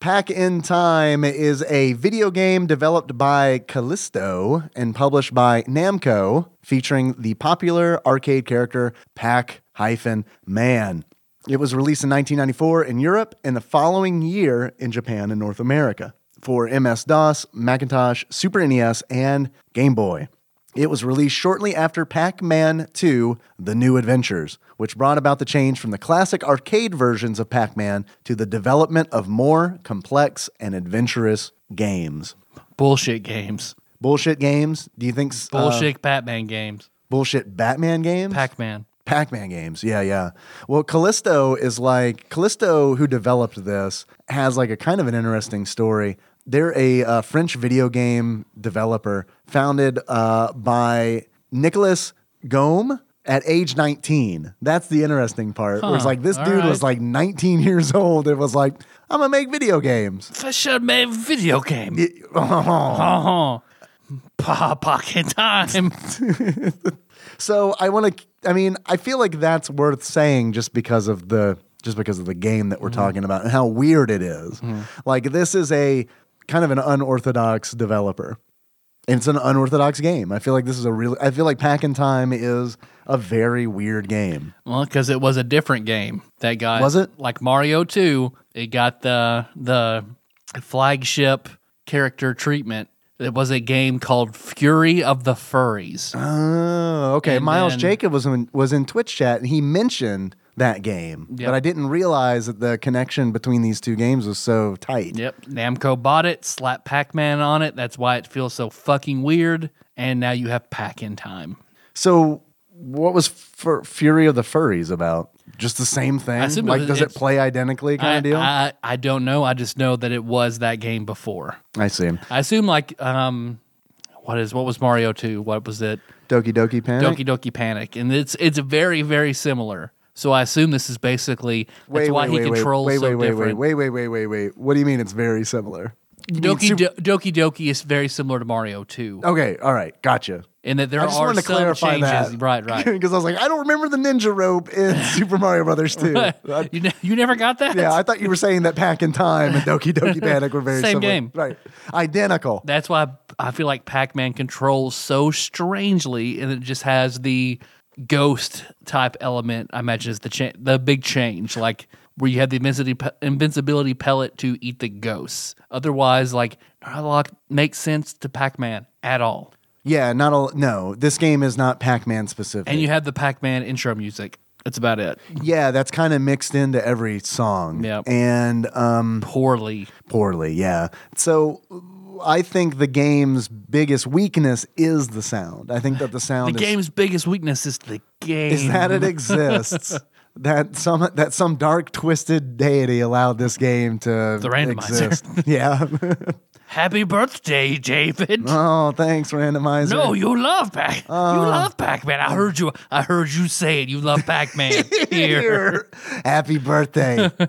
Speaker 2: Pack in Time is a video game developed by Callisto and published by Namco, featuring the popular arcade character Pac hyphen Man. It was released in 1994 in Europe and the following year in Japan and North America for MS DOS, Macintosh, Super NES, and Game Boy. It was released shortly after Pac Man 2 The New Adventures, which brought about the change from the classic arcade versions of Pac Man to the development of more complex and adventurous games.
Speaker 1: Bullshit games.
Speaker 2: Bullshit games? Do you think s- uh,
Speaker 1: Bullshit Batman games.
Speaker 2: bullshit Batman games?
Speaker 1: Pac Man.
Speaker 2: Pac-Man games. Yeah, yeah. Well, Callisto is like Callisto who developed this has like a kind of an interesting story. They're a uh, French video game developer founded uh, by Nicolas Gome at age 19. That's the interesting part. Where it's
Speaker 1: Huh,
Speaker 2: like this
Speaker 1: all
Speaker 2: dude was
Speaker 1: right.
Speaker 2: like 19 years old and was like, I'm going to make video games.
Speaker 1: I should make a video game. Uh-huh. Pa pocket time.
Speaker 2: So I want to. I mean, I feel like that's worth saying just because of the just because of the game that we're talking about and how weird it is. Like this is a kind of an unorthodox developer. And it's an unorthodox game. I feel like this is a real. I feel like Pack and Time is a very weird game.
Speaker 1: well, because it was a different game that got
Speaker 2: Was it?
Speaker 1: like Mario Two? It got the the flagship character treatment. It was a game called Fury of the Furries.
Speaker 2: Oh, okay.
Speaker 1: And
Speaker 2: Miles
Speaker 1: then-
Speaker 2: Jacob was in, was in Twitch chat and he mentioned that game,
Speaker 1: Yep.
Speaker 2: but I didn't realize that the connection between these two games was so tight.
Speaker 1: Yep. Namco bought it, slapped Pac Man on it. That's why it feels so fucking weird. And now you have Pac in time.
Speaker 2: So, what was Fur Fury of the Furries about? Just the same thing?
Speaker 1: assume it
Speaker 2: like,
Speaker 1: was-
Speaker 2: does it
Speaker 1: it's-
Speaker 2: play identically kind
Speaker 1: I,
Speaker 2: of deal? I,
Speaker 1: I, I don't know. I just know that it was that game before.
Speaker 2: see.
Speaker 1: I assume like um what is what was Mario 2? What was it?
Speaker 2: Doki Doki Panic.
Speaker 1: Doki Doki Panic. And it's it's very, very similar. So I assume this is basically that's why he controls
Speaker 2: wait,
Speaker 1: so
Speaker 2: wait, wait,
Speaker 1: different.
Speaker 2: wait, wait, wait, wait, wait, wait. What do you mean it's very similar? You mean
Speaker 1: Doki, Do- Doki Doki is very similar to Mario 2
Speaker 2: Okay, all right, gotcha.
Speaker 1: in that there
Speaker 2: I just
Speaker 1: are
Speaker 2: wanted to
Speaker 1: some
Speaker 2: clarify
Speaker 1: changes.
Speaker 2: that.
Speaker 1: Right, right.
Speaker 2: Because I was like, I don't remember the ninja rope in Super Mario Brothers 2. I-
Speaker 1: you, ne- you never got that?
Speaker 2: yeah, I thought you were saying that Pack and Time and Doki Doki Panic were very
Speaker 1: Same
Speaker 2: similar.
Speaker 1: game.
Speaker 2: Right. Identical.
Speaker 1: That's why I feel like Pac Man controls so strangely, and it just has the ghost type element. I imagine is the cha- the big change, like where you have the invincibility, pe- invincibility pellet to eat the ghosts. Otherwise, like Narlock makes sense to Pac Man at all.
Speaker 2: Yeah, not all. No, this game is not Pac Man specific.
Speaker 1: And you have the Pac Man intro music. That's about it.
Speaker 2: Yeah, that's kind of mixed into every song.
Speaker 1: Yep.
Speaker 2: And um,
Speaker 1: Poorly.
Speaker 2: poorly, yeah. So I think the game's biggest weakness is the sound. I think that the
Speaker 1: The
Speaker 2: sound is,
Speaker 1: game's biggest weakness is the game.
Speaker 2: is that it exists. That some that some dark twisted deity allowed this game to
Speaker 1: The randomizer.
Speaker 2: exist. yeah.
Speaker 1: Happy birthday, David.
Speaker 2: oh, thanks, randomizer.
Speaker 1: No, you love Pac. you love Pac-Man. I heard you. I heard you say it. You love Pac-Man. Here,
Speaker 2: Happy birthday. yeah,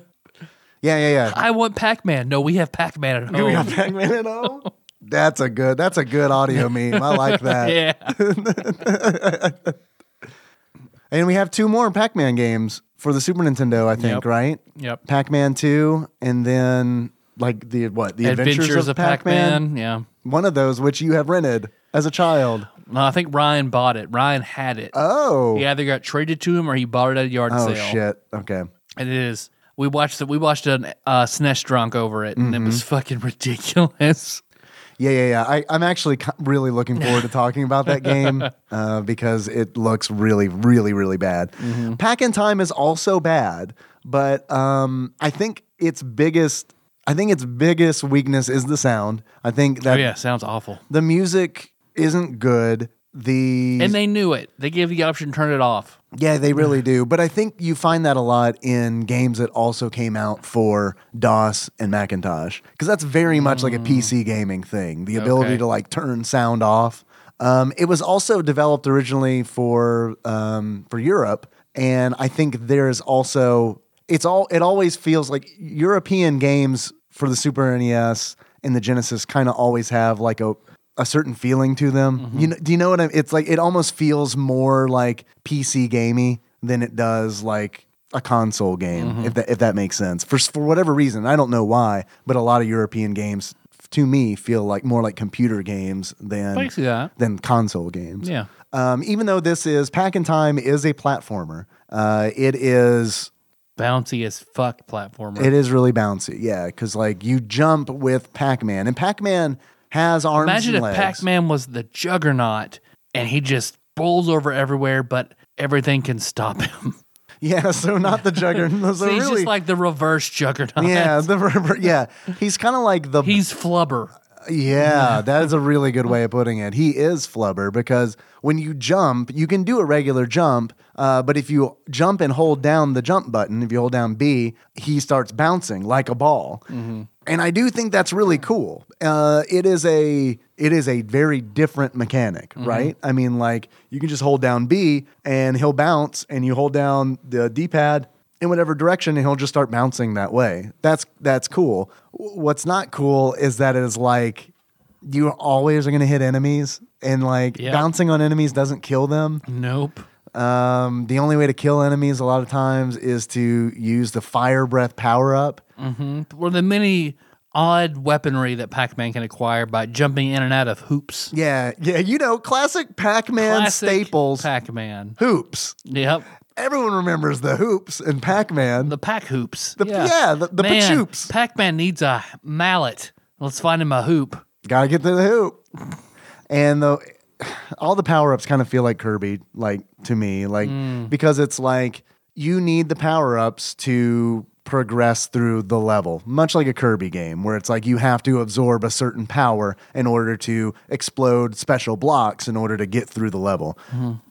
Speaker 2: yeah, yeah.
Speaker 1: I want Pac-Man. No, we have Pac-Man at
Speaker 2: We got
Speaker 1: home.
Speaker 2: Pac-Man at home? That's a good. That's a good audio meme. I like that.
Speaker 1: Yeah,
Speaker 2: And we have two more Pac-Man games for the Super Nintendo, I think,
Speaker 1: Yep.
Speaker 2: right?
Speaker 1: Yep.
Speaker 2: Pac-Man 2 and then like the what? The
Speaker 1: Adventures, of, Pac-Man. Yeah.
Speaker 2: One of those which you have rented as a child.
Speaker 1: No, I think Ryan bought it. Ryan had it.
Speaker 2: Oh.
Speaker 1: He either got traded to him or he bought it at a yard
Speaker 2: Oh
Speaker 1: sale.
Speaker 2: shit. Okay.
Speaker 1: And it is. We watched it. We watched an uh, SNES drunk over it, and it was fucking ridiculous.
Speaker 2: Yeah, yeah, yeah. I, I'm actually ki- really looking forward to talking about that game uh, because it looks really, really, really bad.
Speaker 1: Mm-hmm.
Speaker 2: Pack in Time is also bad, but um, I think its biggest, I think its biggest weakness is the sound. I think
Speaker 1: Oh
Speaker 2: that
Speaker 1: yeah, sounds awful.
Speaker 2: the music isn't good. The
Speaker 1: And they knew it. They gave you the option to turn it off.
Speaker 2: yeah, they really do. But I think you find that a lot in games that also came out for DOS and Macintosh because that's very much like a PC gaming thing the ability
Speaker 1: Mm. Okay.
Speaker 2: to like turn sound off. Um, it was also developed originally for um, for Europe, and I think there's also it's all it always feels like European games for the Super NES and the Genesis kind of always have like a a certain feeling to them. You know, do you know what I mean? It's like it almost feels more like PC gamey than it does like a console game. If that if that makes sense. For for whatever reason, I don't know why, but a lot of European games to me feel like more like computer games
Speaker 1: I
Speaker 2: than
Speaker 1: can see that.
Speaker 2: than console games.
Speaker 1: Yeah.
Speaker 2: Um, even though this is Pack and Time is a platformer, uh, it is
Speaker 1: Bouncy as fuck platformer.
Speaker 2: it is really bouncy. Yeah, because like you jump with Pac Man, and Pac Man has arms.
Speaker 1: Imagine
Speaker 2: and
Speaker 1: if
Speaker 2: legs.
Speaker 1: Pac Man was the juggernaut and he just bowls over everywhere, but everything can stop him.
Speaker 2: Yeah, so not the juggernaut. So
Speaker 1: So he's
Speaker 2: really,
Speaker 1: just like the reverse juggernaut.
Speaker 2: yeah, the river. Yeah, he's kind of like the
Speaker 1: He's flubber.
Speaker 2: Yeah, that is a really good way of putting it. He is flubber because when you jump, you can do a regular jump, uh, but if you jump and hold down the jump button, if you hold down B, he starts bouncing like a ball. and I do think that's really cool. Uh, it is a it is a very different mechanic, right? I mean, like you can just hold down B and he'll bounce, and you hold down the D pad in whatever direction, and he'll just start bouncing that way. That's that's cool. W- What's not cool is that it is like you always are going to hit enemies, and like
Speaker 1: Yeah.
Speaker 2: bouncing on enemies doesn't kill them.
Speaker 1: Nope.
Speaker 2: Um, the only way to kill enemies a lot of times is to use the fire breath power up.
Speaker 1: One of Mm-hmm. the many odd weaponry that Pac-Man can acquire by jumping in and out of hoops.
Speaker 2: Yeah, yeah, you know, classic Pac-Man
Speaker 1: Classic
Speaker 2: staples.
Speaker 1: Pac-Man.
Speaker 2: hoops.
Speaker 1: Yep.
Speaker 2: Everyone remembers the hoops and Pac-Man.
Speaker 1: The pack hoops.
Speaker 2: yeah, the- the
Speaker 1: Man,
Speaker 2: pachoops.
Speaker 1: Pac-Man needs a mallet. Let's find him a hoop.
Speaker 2: Gotta get to the hoop. And the all the power-ups kind of feel like Kirby, like to me, like because it's like you need the power-ups to progress through the level, much like a Kirby game, where it's like you have to absorb a certain power in order to explode special blocks in order to get through the level.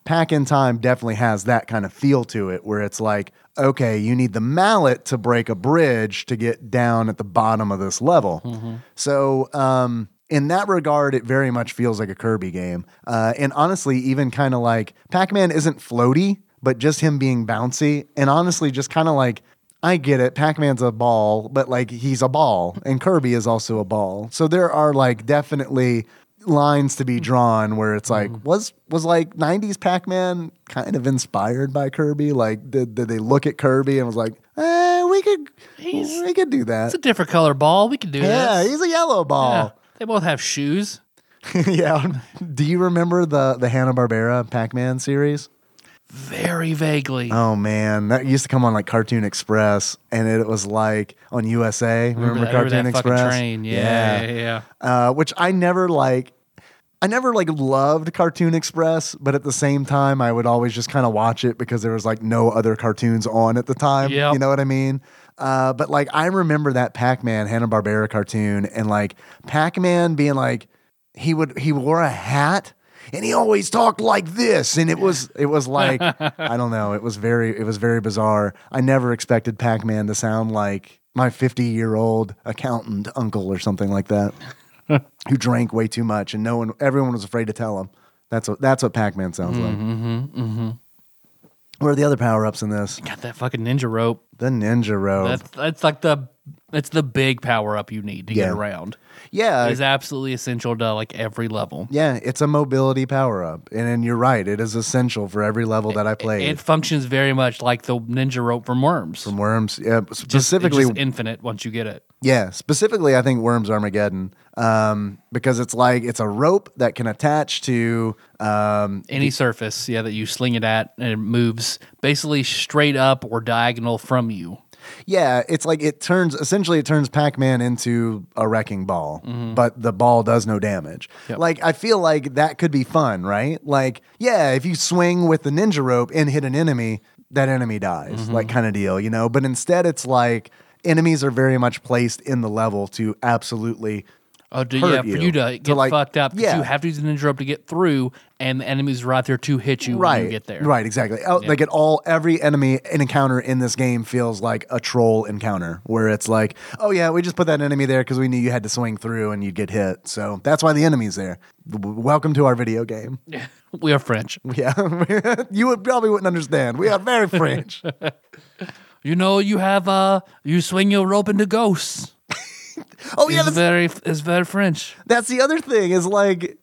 Speaker 2: Pack in Time definitely has that kind of feel to it, where it's like, okay, you need the mallet to break a bridge to get down at the bottom of this level. So, um, in that regard, it very much feels like a Kirby game. Uh, and honestly, even kind of like Pac Man isn't floaty, but just him being bouncy. And honestly, just kind of like, I get it. Pac Man's a ball, but like he's a ball, and Kirby is also a ball. So there are like definitely lines to be drawn where it's like was was like 90s pac-man kind of inspired by kirby like did, did they look at kirby and was like eh, we could we could do that
Speaker 1: It's a different color ball. We can do
Speaker 2: yeah
Speaker 1: this.
Speaker 2: he's a yellow ball
Speaker 1: They both have shoes.
Speaker 2: yeah. Do you remember the the Hanna Barbera Pac Man series?
Speaker 1: Very vaguely.
Speaker 2: Oh man, that used to come on like Cartoon Express, and it was like on USA. Remember,
Speaker 1: I
Speaker 2: Cartoon
Speaker 1: that fucking
Speaker 2: Express?
Speaker 1: train. Yeah, yeah. yeah.
Speaker 2: Uh, which I never like. I never like loved Cartoon Express, but at the same time, I would always just kind of watch it because there was like no other cartoons on at the time.
Speaker 1: Yep.
Speaker 2: You know what I mean? Uh, but like I remember that Pac Man Hanna Barbera cartoon and like Pac Man being like he would he wore a hat and he always talked like this and it was it was like I don't know it was very it was very bizarre. I never expected Pac Man to sound like my fifty year old accountant uncle or something like that who drank way too much and no one everyone was afraid to tell him. That's what that's what Pac-Man sounds like.
Speaker 1: Mm-hmm,
Speaker 2: Where are the other power-ups in this?
Speaker 1: Got that fucking ninja rope.
Speaker 2: The ninja rope.
Speaker 1: That's that's like the that's the big power up you need to
Speaker 2: Yeah.
Speaker 1: get around.
Speaker 2: yeah.
Speaker 1: It's absolutely essential to like every level.
Speaker 2: Yeah, it's a mobility power-up. And, and you're right, it is essential for every level that I played.
Speaker 1: It functions very much like the ninja rope from Worms.
Speaker 2: From worms. Yeah,
Speaker 1: Just- it's
Speaker 2: specifically
Speaker 1: just infinite once you get it.
Speaker 2: Yeah, specifically, I think Worms Armageddon, um, because it's like it's a rope that can attach to. Um,
Speaker 1: Any surface, yeah, that you sling it at and it moves basically straight up or diagonal from you.
Speaker 2: yeah, it's like it turns essentially it turns Pac Man into a wrecking ball, but the ball does no damage. Like I feel like that could be fun, right? Like yeah, if you swing with the ninja rope and hit an enemy, that enemy dies, like kind of deal, you know. But instead, it's like enemies are very much placed in the level to absolutely.
Speaker 1: Oh, do,
Speaker 2: hurt
Speaker 1: yeah, for
Speaker 2: you,
Speaker 1: you to
Speaker 2: to,
Speaker 1: get
Speaker 2: like-
Speaker 1: fucked up. 'cause
Speaker 2: yeah.
Speaker 1: you have to use the ninja rope to get through, and the enemy's right there to hit you
Speaker 2: right
Speaker 1: when you get there.
Speaker 2: right exactly Oh, like it all every enemy and encounter in this game feels like a troll encounter where it's like oh yeah we just put that enemy there because we knew you had to swing through and you'd get hit so that's why the enemy's there W- welcome to our video game
Speaker 1: We are French.
Speaker 2: yeah you would probably wouldn't understand we are very french
Speaker 1: You know, you have uh, you swing your rope into ghosts.
Speaker 2: oh yeah
Speaker 1: It's
Speaker 2: that's,
Speaker 1: very, it's very French.
Speaker 2: that's the other thing is like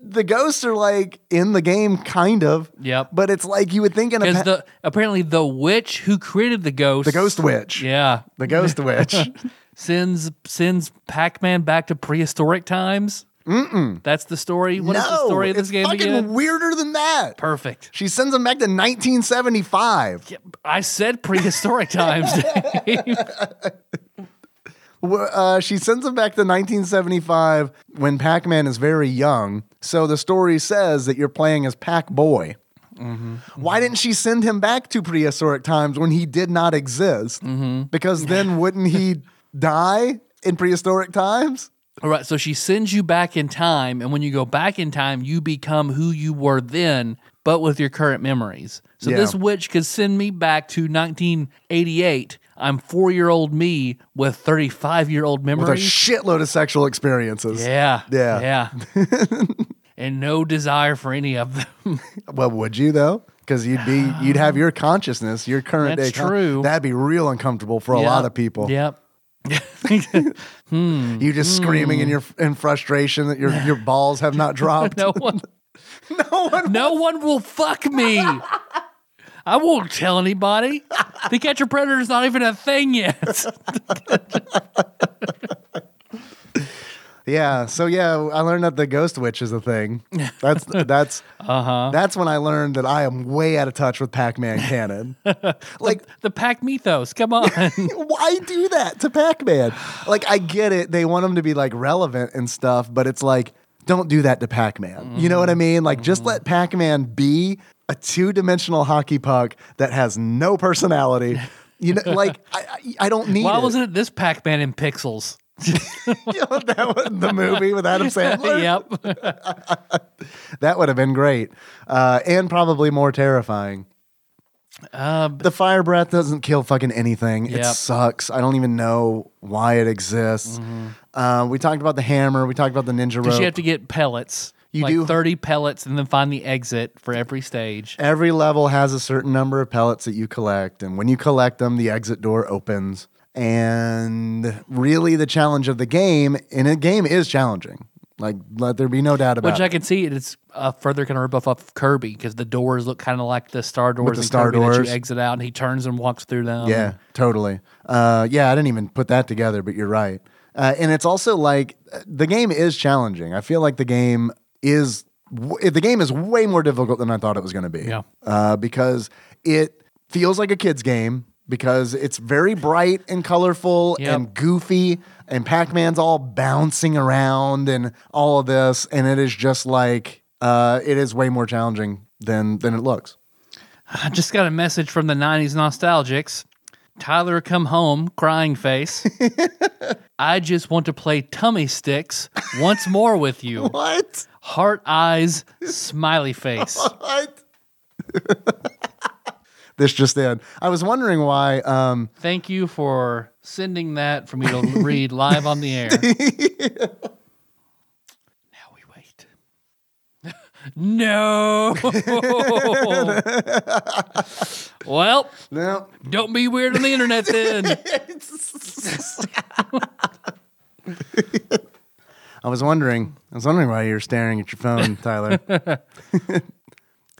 Speaker 2: the ghosts are like in the game kind of
Speaker 1: Yep.
Speaker 2: but it's like you would think in a
Speaker 1: Because
Speaker 2: pa-
Speaker 1: the apparently the witch who created the ghost,
Speaker 2: the ghost witch
Speaker 1: yeah,
Speaker 2: the ghost witch
Speaker 1: sends sends Pac Man back to prehistoric times. Mm-mm. That's the story. What is the story of this
Speaker 2: it's
Speaker 1: game
Speaker 2: fucking
Speaker 1: again?
Speaker 2: weirder than that.
Speaker 1: Perfect.
Speaker 2: She sends him back to 1975.
Speaker 1: Yeah, I said prehistoric times. Dave.
Speaker 2: Wh- Uh, she sends him back to 1975 when Pac Man is very young. So the story says that you're playing as Pac Boy.
Speaker 1: Mm-hmm.
Speaker 2: Why didn't she send him back to prehistoric times when he did not exist?
Speaker 1: Mm-hmm.
Speaker 2: Because then wouldn't he die in prehistoric times?
Speaker 1: All right, so she sends you back in time, and when you go back in time, you become who you were then, but with your current memories. So
Speaker 2: Yeah.
Speaker 1: this witch could send me back to 1988. I'm four year old me with 35 year old
Speaker 2: with a
Speaker 1: memories.
Speaker 2: shitload of sexual experiences.
Speaker 1: yeah.
Speaker 2: Yeah.
Speaker 1: Yeah. and no desire for any of them.
Speaker 2: Well, would you though? Because you'd be you'd have your consciousness, your current
Speaker 1: That's
Speaker 2: day. con-
Speaker 1: true.
Speaker 2: That'd be real uncomfortable for a lot of people.
Speaker 1: Yep.
Speaker 2: You just screaming in your in frustration that your your balls have not dropped.
Speaker 1: No one.
Speaker 2: no one.
Speaker 1: No one will fuck me. I won't tell anybody. The catcher predator is not even a thing yet.
Speaker 2: Yeah. So yeah, I learned that the ghost witch is a thing. That's that's that's when I learned that I am way out of touch with Pac-Man canon. like
Speaker 1: The pack mythos. Come on.
Speaker 2: why do that to Pac-Man? Like I get it, they want him to be like relevant and stuff, but it's like don't do that to Pac-Man. You know what I mean? Like just let Pac-Man be a two-dimensional hockey puck that has no personality. You know, like I, I I don't need
Speaker 1: Why
Speaker 2: it.
Speaker 1: wasn't it this Pac Man in pixels?
Speaker 2: You know, that was the movie with Adam Sandler.
Speaker 1: yep.
Speaker 2: That would have been great, uh, and probably more terrifying.
Speaker 1: Um,
Speaker 2: The fire breath doesn't kill fucking anything. It
Speaker 1: Yep.
Speaker 2: sucks. I don't even know why it exists. Uh, we talked about the hammer. We talked about the ninja
Speaker 1: Because
Speaker 2: rope.
Speaker 1: you Mm-hmm. have to get pellets.
Speaker 2: You
Speaker 1: like
Speaker 2: do-
Speaker 1: 30 pellets and then find the exit for every stage.
Speaker 2: Every level has a certain number of pellets that you collect, and when you collect them, the exit door opens. And really, the challenge of the game, and a game is challenging. Like, let there be no doubt about
Speaker 1: Which
Speaker 2: it.
Speaker 1: I can see it's uh, further kind of rip off of Kirby because the doors look kind of like the star doors in
Speaker 2: the star
Speaker 1: Kirby that
Speaker 2: doors.
Speaker 1: you exit out and he turns and walks through them.
Speaker 2: Yeah, totally. Uh, yeah, I didn't even put that together, but you're right. Uh, and it's also like uh, the game is challenging. I feel like the game is w- the game is way more difficult than I thought it was going to be.
Speaker 1: Yeah.
Speaker 2: uh, because it feels like a kid's game because it's very bright and colorful
Speaker 1: Yep.
Speaker 2: and goofy and Pac-Man's all bouncing around and all of this and it is just like uh, it is way more challenging than than it looks.
Speaker 1: I just got a message from the 90s nostalgics. Tyler, come home, crying face. I just want to play tummy sticks once more with you.
Speaker 2: What?
Speaker 1: Heart eyes, smiley face.
Speaker 2: What? this just in. I was wondering why. Um,
Speaker 1: Thank you for sending that for me to read live on the air. now we wait. no. well,
Speaker 2: no.
Speaker 1: don't be weird on the internet then.
Speaker 2: I was wondering. I was wondering why you were staring at your phone, Tyler.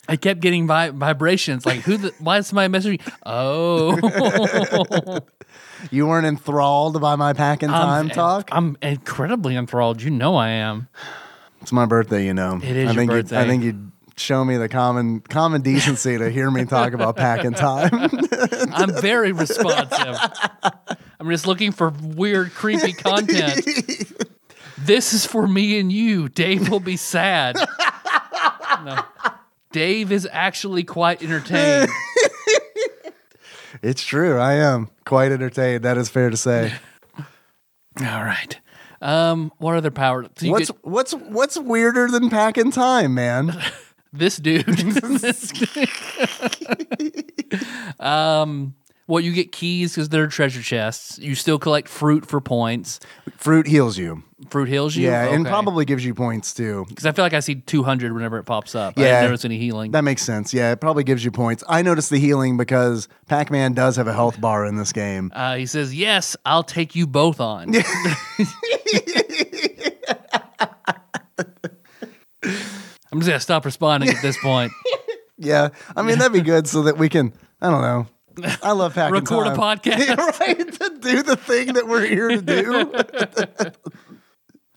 Speaker 1: I kept getting vi- vibrations. Like, who? The- why is somebody messaging? Oh,
Speaker 2: you weren't enthralled by my pack in time talk.
Speaker 1: I'm incredibly enthralled. You know I am.
Speaker 2: it's my birthday, you know.
Speaker 1: It is
Speaker 2: I
Speaker 1: your
Speaker 2: think you'd-
Speaker 1: birthday.
Speaker 2: I think you'd show me the common common decency to hear me talk about pack in time.
Speaker 1: I'm very responsive. I'm just looking for weird, creepy content. This is for me and you. Dave will be sad. No. Dave is actually quite entertained.
Speaker 2: it's true. I am quite entertained. That is fair to say.
Speaker 1: All right. Um, what other power? So you
Speaker 2: What's
Speaker 1: get
Speaker 2: what's what's weirder than pack in time, man?
Speaker 1: this dude? well, Um, you get keys because they're treasure chests. You still collect fruit for points.
Speaker 2: Fruit heals you.
Speaker 1: Fruit heals you.
Speaker 2: Yeah, and
Speaker 1: Okay.
Speaker 2: probably gives you points too.
Speaker 1: Because I feel like I see 200 whenever it pops up. I
Speaker 2: Yeah.
Speaker 1: didn't notice any healing.
Speaker 2: That makes sense. Yeah, it probably gives you points. I noticed the healing because Pac Man does have a health bar in this game.
Speaker 1: Uh, he says, Yes, I'll take you both on. I'm just going to stop responding at this point.
Speaker 2: Yeah, I mean, that'd be good so that we can, I don't know. I love Pac Man.
Speaker 1: Record a podcast.
Speaker 2: right? To do the thing that we're here to do.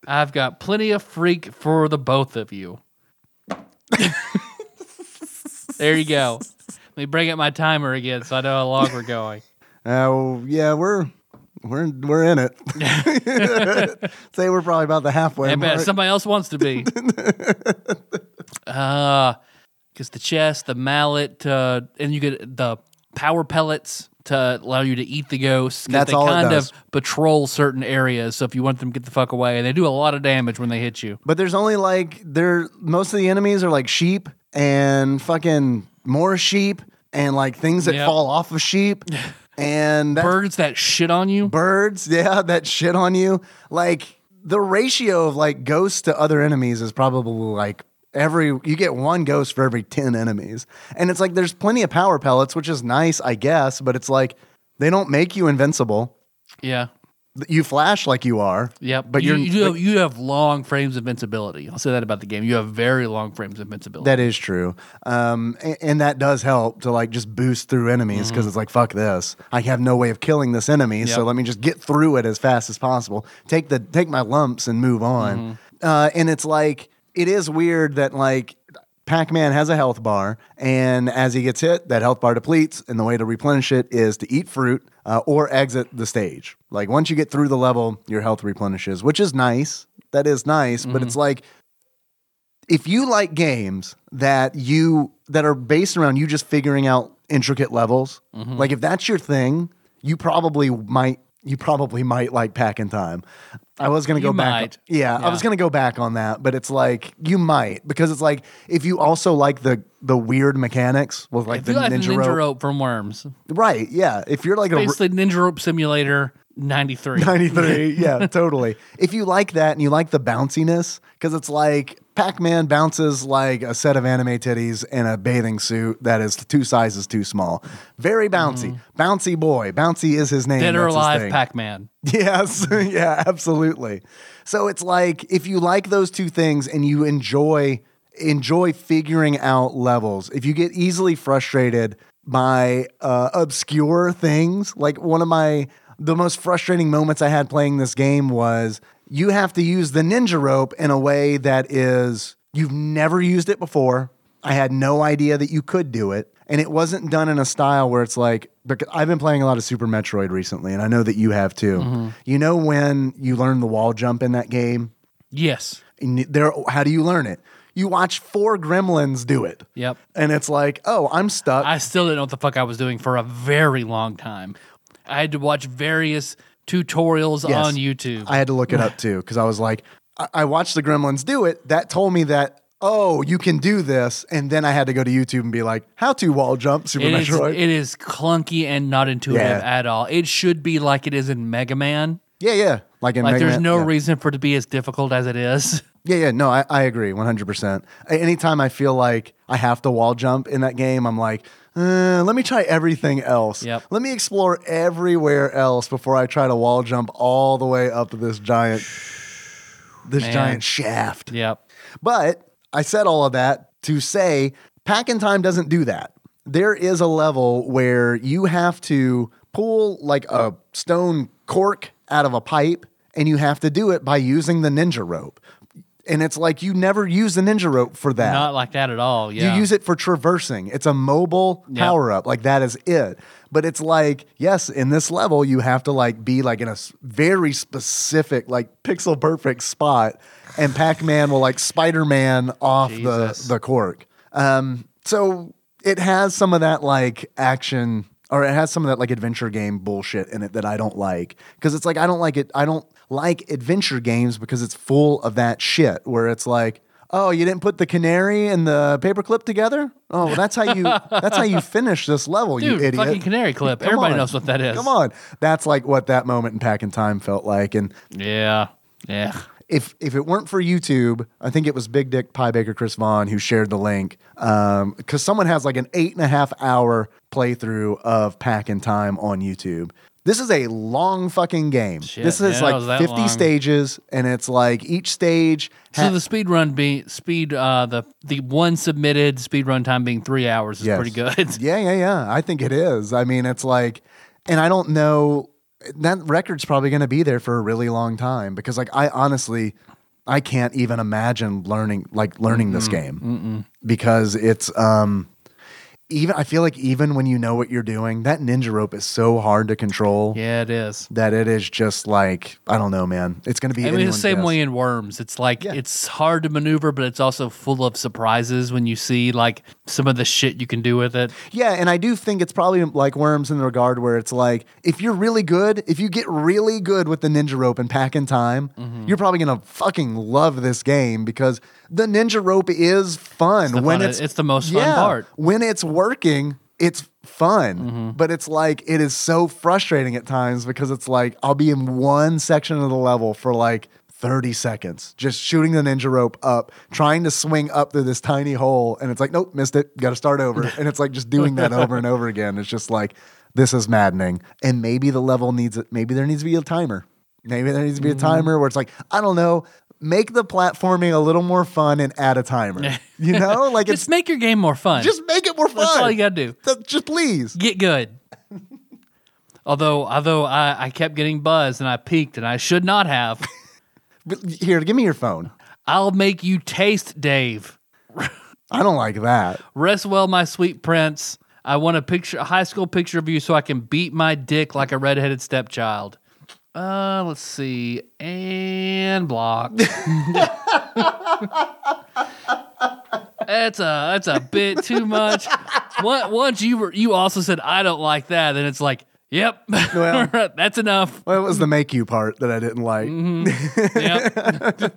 Speaker 1: I've got plenty of freak for the both of you. there you go. Let me bring up my timer again so I know how long we're going.
Speaker 2: Oh, yeah, we're. We're we're in it. Say we're probably about the halfway
Speaker 1: I bet
Speaker 2: mark.
Speaker 1: somebody else wants to be. Because the chest, the mallet, uh, and you get the power pellets to allow you to eat the ghosts. 'cause
Speaker 2: That's
Speaker 1: they
Speaker 2: all it
Speaker 1: kind
Speaker 2: does.
Speaker 1: of patrol certain areas. So if you want them to get the fuck away, they do a lot of damage when they hit you.
Speaker 2: But there's only like there most of the enemies are like sheep and fucking more sheep and like things that
Speaker 1: Yep.
Speaker 2: fall off of sheep. and that's
Speaker 1: Birds that shit on you.
Speaker 2: birds, yeah, that shit on you. Like the ratio of like ghosts to other enemies is probably like every you get one ghost for every 10 enemies. And it's like there's plenty of power pellets, which is nice, I guess, but it's like they don't make you invincible.
Speaker 1: Yeah.
Speaker 2: You flash like you are.
Speaker 1: Yep.
Speaker 2: But
Speaker 1: you,
Speaker 2: you're
Speaker 1: you have, you have long frames of invincibility. I'll say that about the game. You have very long frames of invincibility.
Speaker 2: that is true. Um a- and, that does help to like just boost through enemies because it's like fuck this. I have no way of killing this enemy, so
Speaker 1: Yep.
Speaker 2: let me just get through it as fast as possible. Take the take my lumps and move on. Uh, and it's like it is weird that like Pac-Man has a health bar, and as he gets hit, that health bar depletes, and the way to replenish it is to eat fruit uh, or exit the stage. Like once you get through the level, your health replenishes, which is nice. That is nice, but it's like if you like games that you that are based around you just figuring out intricate levels,
Speaker 1: Mm-hmm.
Speaker 2: like if that's your thing, you probably might you probably might like Pack in Time. I was gonna
Speaker 1: You
Speaker 2: go
Speaker 1: might.
Speaker 2: back. Yeah, I
Speaker 1: Yeah.
Speaker 2: was gonna go back on that, but it's like you might because it's like if you also like the the weird mechanics with like
Speaker 1: if
Speaker 2: the
Speaker 1: you like the
Speaker 2: ninja,
Speaker 1: ninja
Speaker 2: rope.
Speaker 1: rope from Worms,
Speaker 2: right? Yeah, if you're like a
Speaker 1: basically Ninja Rope Simulator 93.
Speaker 2: 93. yeah, totally. If you like that and you like the bounciness, because it's like Pac Man bounces like a set of anime titties in a bathing suit that is two sizes too small. Very bouncy. Bouncy boy. Bouncy is his name.
Speaker 1: Mm-hmm. Dead or
Speaker 2: That's his
Speaker 1: Alive
Speaker 2: thing.
Speaker 1: Pac Man.
Speaker 2: Yes. yeah, absolutely. So it's like if you like those two things and you enjoy enjoy figuring out levels, if you get easily frustrated by uh, obscure things, like one of my the most frustrating moments I had playing this game was you have to use the ninja rope in a way that is you've never used it before. I had no idea that you could do it. And it wasn't done in a style where it's like, because I've been playing a lot of Super Metroid recently, and I know that you have too.
Speaker 1: Mm-hmm.
Speaker 2: You know, when you learn the wall jump in that game,
Speaker 1: Yes.
Speaker 2: and there, how do you learn it? You watch four gremlins do it.
Speaker 1: Yep.
Speaker 2: And it's like, oh, I'm stuck.
Speaker 1: I still didn't know what the fuck I was doing for a very long time. I had to watch various tutorials
Speaker 2: Yes.
Speaker 1: on YouTube.
Speaker 2: I had to look it up too because I was like, I-, I watched the Gremlins do it. That told me that oh, you can do this. And then I had to go to YouTube and be like, how to wall jump Super
Speaker 1: It is,
Speaker 2: Metroid.
Speaker 1: it is clunky and not intuitive
Speaker 2: Yeah.
Speaker 1: at all. It should be like it is in Mega Man.
Speaker 2: yeah, yeah. Like in
Speaker 1: Like
Speaker 2: Mega
Speaker 1: there's
Speaker 2: Man-
Speaker 1: no
Speaker 2: yeah.
Speaker 1: reason for it to be as difficult as it is.
Speaker 2: Yeah, yeah, no, I, I agree 100%. A- Anytime I feel like I have to wall jump in that game, I'm like, uh, let me try everything else.
Speaker 1: Yep.
Speaker 2: Let me explore everywhere else before I try to wall jump all the way up to this giant, this
Speaker 1: Man.
Speaker 2: giant shaft.
Speaker 1: Yep.
Speaker 2: But I said all of that to say Pack and Time doesn't do that. There is a level where you have to pull like a stone cork out of a pipe, and you have to do it by using the ninja rope. And it's like you never use the ninja rope for that.
Speaker 1: Not like that at all. Yeah.
Speaker 2: You use it for traversing. It's a mobile power up. Like that is it. But it's like yes, in this level you have to like be like in a s- very specific like pixel perfect spot, and Pac Man will like Spider Man off
Speaker 1: Jesus.
Speaker 2: the the cork. Um, so it has some of that like action. Or it has some of that like adventure game bullshit in it that I don't like because it's like I don't like it. I don't like adventure games because it's full of that shit where it's like, Oh, you didn't put the canary and the paperclip together? Oh, well, that's how you that's how you finish this level, you
Speaker 1: Dude,
Speaker 2: idiot.
Speaker 1: fucking canary clip.
Speaker 2: Come
Speaker 1: Everybody
Speaker 2: on.
Speaker 1: knows what that is.
Speaker 2: Come on. That's like what that moment in Pack and Time felt like. And
Speaker 1: Yeah. Yeah.
Speaker 2: if if it weren't for YouTube, I think it was Big Dick Pie Baker Chris Vaughn who shared the link. Um, because someone has like an eight and a half hour playthrough of Pack and Time on YouTube. This is a long fucking game.
Speaker 1: Shit,
Speaker 2: this
Speaker 1: yeah,
Speaker 2: is
Speaker 1: it was
Speaker 2: like
Speaker 1: that
Speaker 2: 50
Speaker 1: long.
Speaker 2: stages, and it's like each stage.
Speaker 1: So
Speaker 2: ha-
Speaker 1: the speed run being speed uh the the one submitted speed run time being three hours is
Speaker 2: Yes.
Speaker 1: pretty good.
Speaker 2: Yeah, yeah, yeah. I think it is. I mean, it's like, and I don't know. That record's probably going to be there for a really long time because, like, I honestly, I can't even imagine learning, like, learning this game because it's, um, even I feel like even when you know what you're doing, that ninja rope is so hard to control
Speaker 1: Yeah, it is.
Speaker 2: that it is just like I don't know, man. It's going to be.
Speaker 1: I mean, it's
Speaker 2: anyone's
Speaker 1: the same
Speaker 2: guess.
Speaker 1: way in Worms. It's like
Speaker 2: Yeah.
Speaker 1: it's hard to maneuver, but it's also full of surprises when you see like some of the shit you can do with it.
Speaker 2: Yeah, and I do think it's probably like worms in the regard where it's like if you're really good, if you get really good with the ninja rope and pack in time, you're probably gonna fucking love this game because the ninja rope is fun
Speaker 1: The
Speaker 2: when
Speaker 1: fun-
Speaker 2: it's
Speaker 1: the most fun part. Mm-hmm.
Speaker 2: when it's working. it's fun, but it's like it is so frustrating at times because it's like I'll be in one section of the level for like 30 seconds, just shooting the ninja rope up, trying to swing up through this tiny hole, and it's like, nope, missed it, gotta start over. And it's like just doing that over and over again. It's just like this is maddening. And maybe the level needs it, maybe there needs to be a timer. Maybe there needs to be
Speaker 1: Mm-hmm.
Speaker 2: a timer where it's like, I don't know, make the platforming a little more fun and add a timer. You know? Like it's
Speaker 1: Just make your game more fun.
Speaker 2: just make it more fun.
Speaker 1: all you gotta do.
Speaker 2: Th- Just please.
Speaker 1: get good. although, although I, I kept getting buzzed and I peaked and I should not have.
Speaker 2: But Here, give me your phone.
Speaker 1: I'll make you taste, Dave.
Speaker 2: I don't like that.
Speaker 1: Rest well, my sweet prince. I want a picture, a high school picture of you, so I can beat my dick like a redheaded stepchild. Uh, let's see, and block. that's a that's a bit too much. Once once you were, you also said I don't like that, then it's like, yep,
Speaker 2: Well.
Speaker 1: that's enough.
Speaker 2: Well, it was the make you part that I didn't like.
Speaker 1: Mm-hmm. Yep.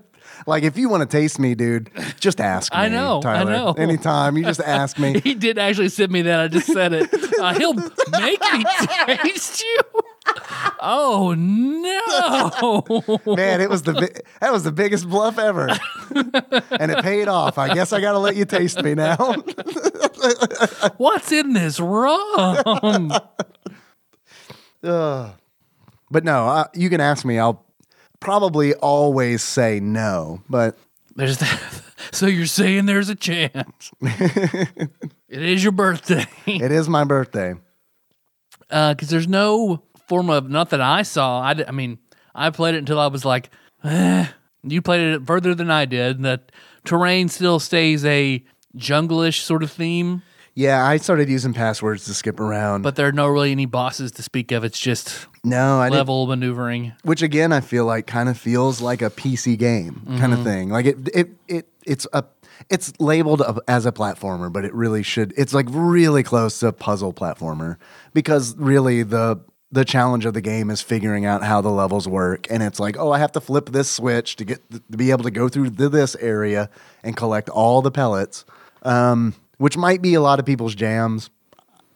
Speaker 2: Like, if you want to taste me, dude, just ask me.
Speaker 1: I know, I
Speaker 2: Tyler.
Speaker 1: know.
Speaker 2: Anytime, you just ask me.
Speaker 1: He did actually send me that. I just said it. Uh, he'll make me taste you. Oh no!
Speaker 2: Man, it was the bi- that was the biggest bluff ever, and it paid off. I guess I gotta let you taste me now.
Speaker 1: What's in this rum?
Speaker 2: Ugh. but no, I, you can ask me. I'll probably always say no. But
Speaker 1: There's that. So you're saying there's a chance? it is your birthday because
Speaker 2: it is my birthday.
Speaker 1: there's no form of not that I saw. I, d- I mean, I played it until I was like, eh. you played it further than I did. And the terrain still stays a junglish sort of theme.
Speaker 2: Yeah, I started using passwords to skip around.
Speaker 1: but there are no really any bosses to speak of. It's just
Speaker 2: no, I didn't
Speaker 1: level maneuvering.
Speaker 2: which again I feel like kind of feels like a PC game kind of thing. Like it, it, it, it's a, it's labeled a- as a platformer, but it really should. It's like really close to a puzzle platformer because really the the challenge of the game is figuring out how the levels work, and it's like, oh, I have to flip this switch to get to be able to go through th- this area and collect all the pellets, um, which might be a lot of people's jams.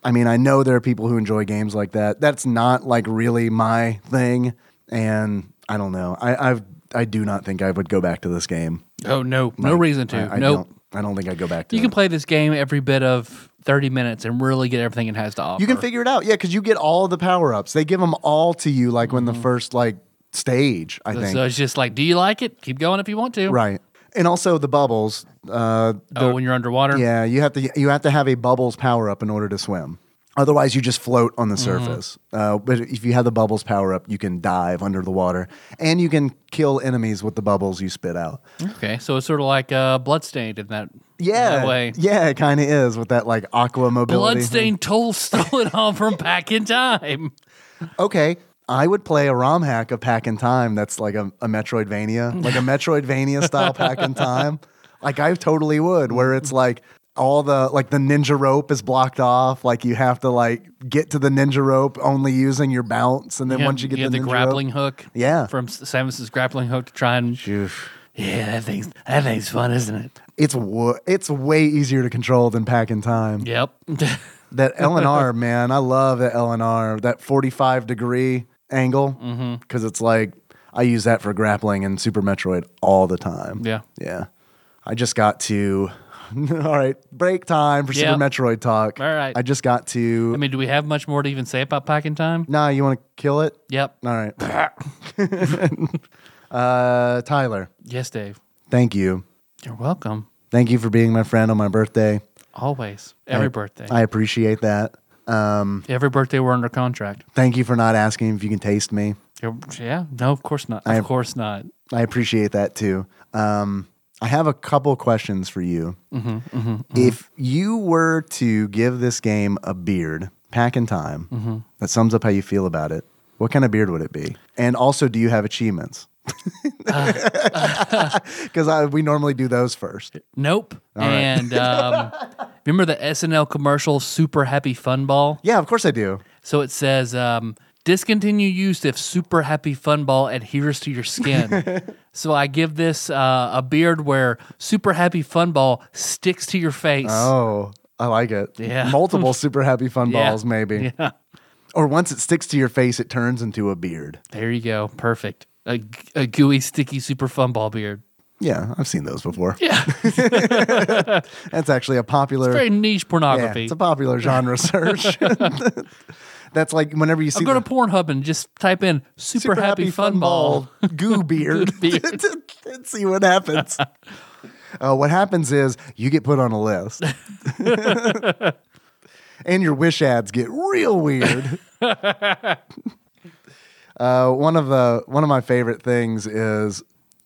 Speaker 2: I mean, I know there are people who enjoy games like that. That's not like really my thing, and I don't know. I I've, I do not think I would go back to this game.
Speaker 1: Oh no, no reason to.
Speaker 2: I, I
Speaker 1: nope.
Speaker 2: don't. uh, I don't think I'd go back to.
Speaker 1: You
Speaker 2: it.
Speaker 1: can play this game every bit of thirty minutes and really get everything it has to offer.
Speaker 2: you can figure it out, yeah, because you get all the power ups. They give them all to you, like
Speaker 1: Mm-hmm.
Speaker 2: when the first like stage. I think
Speaker 1: So it's just like, do you like it? Keep going if you want to.
Speaker 2: right, and also the bubbles. Uh,
Speaker 1: Oh, when you're underwater.
Speaker 2: yeah, you have to you have to have a bubbles power up in order to swim. Otherwise, you just float on the surface. Uh, but if you have the bubbles power up, you can dive under the water, and you can kill enemies with the bubbles you spit out.
Speaker 1: Okay. So it's sort of like uh, bloodstained in that.
Speaker 2: Yeah,
Speaker 1: In that way.
Speaker 2: yeah, it kind of is with that like aqua mobility. thing.
Speaker 1: Bloodstained told stole it all from back in time.
Speaker 2: Okay, I would play a ROM hack of Pack in Time. That's like a, a Metroidvania, like a Metroidvania style Pack in Time. Like I totally would, where it's like all the like the ninja rope is blocked off. Like you have to like get to the ninja rope only using your bounce, and then once you get
Speaker 1: the,
Speaker 2: ninja
Speaker 1: grappling
Speaker 2: rope,
Speaker 1: hook.
Speaker 2: Yeah.
Speaker 1: From S- Samus's grappling hook to try and. Yeah, that thing's that thing's fun, isn't it?
Speaker 2: it's wo- it's way easier to control than Pack in Time.
Speaker 1: Yep.
Speaker 2: That L and R, man, I love that L and R, that 45 degree angle, because
Speaker 1: Mm-hmm.
Speaker 2: it's like I use that for grappling in Super Metroid all the time.
Speaker 1: Yeah.
Speaker 2: Yeah. I just got to, all right, break time for
Speaker 1: Yeah.
Speaker 2: Super Metroid talk.
Speaker 1: All right.
Speaker 2: I just got to,
Speaker 1: I mean, do we have much more to even say about Pack in Time?
Speaker 2: nah, you want to kill it?
Speaker 1: Yep.
Speaker 2: All right. uh, Tyler,
Speaker 1: Yes, Dave.
Speaker 2: thank you.
Speaker 1: You're welcome.
Speaker 2: Thank you for being my friend on my birthday.
Speaker 1: Always. Every birthday.
Speaker 2: I appreciate that. Um,
Speaker 1: Every birthday we're under contract.
Speaker 2: Thank you for not asking if you can taste me.
Speaker 1: You're- yeah. No, of course not. Of course not.
Speaker 2: I appreciate that too. Um, I have a couple questions for you.
Speaker 1: Mm-hmm,
Speaker 2: If you were to give this game a beard, pack in time,
Speaker 1: Mm-hmm.
Speaker 2: that sums up how you feel about it, what kind of beard would it be? And also, do you have achievements? Because we normally do those first.
Speaker 1: Nope. and um, remember the SNL commercial, Super Happy Fun Ball?
Speaker 2: Yeah, of course I do.
Speaker 1: So it says, um, discontinue use if Super Happy Fun Ball adheres to your skin. so I give this uh, a beard where Super Happy Fun Ball sticks to your face.
Speaker 2: Oh, I like it.
Speaker 1: Yeah.
Speaker 2: Multiple super happy fun
Speaker 1: Yeah.
Speaker 2: balls, maybe.
Speaker 1: Yeah.
Speaker 2: Or once it sticks to your face, it turns into a beard.
Speaker 1: There you go. Perfect. A, g- a gooey, sticky, super fun ball beard.
Speaker 2: Yeah, I've seen those before.
Speaker 1: Yeah.
Speaker 2: That's actually a popular.
Speaker 1: Very niche
Speaker 2: yeah,
Speaker 1: pornography.
Speaker 2: it's a popular genre search. That's like whenever you see
Speaker 1: I'm going
Speaker 2: the
Speaker 1: to Pornhub and just type in super, happy, fun, ball.
Speaker 2: goo beard.
Speaker 1: beard.
Speaker 2: Let's see what happens. Uh, what happens is you get put on a list, and your wish ads get real weird. uh, one of the one of my favorite things is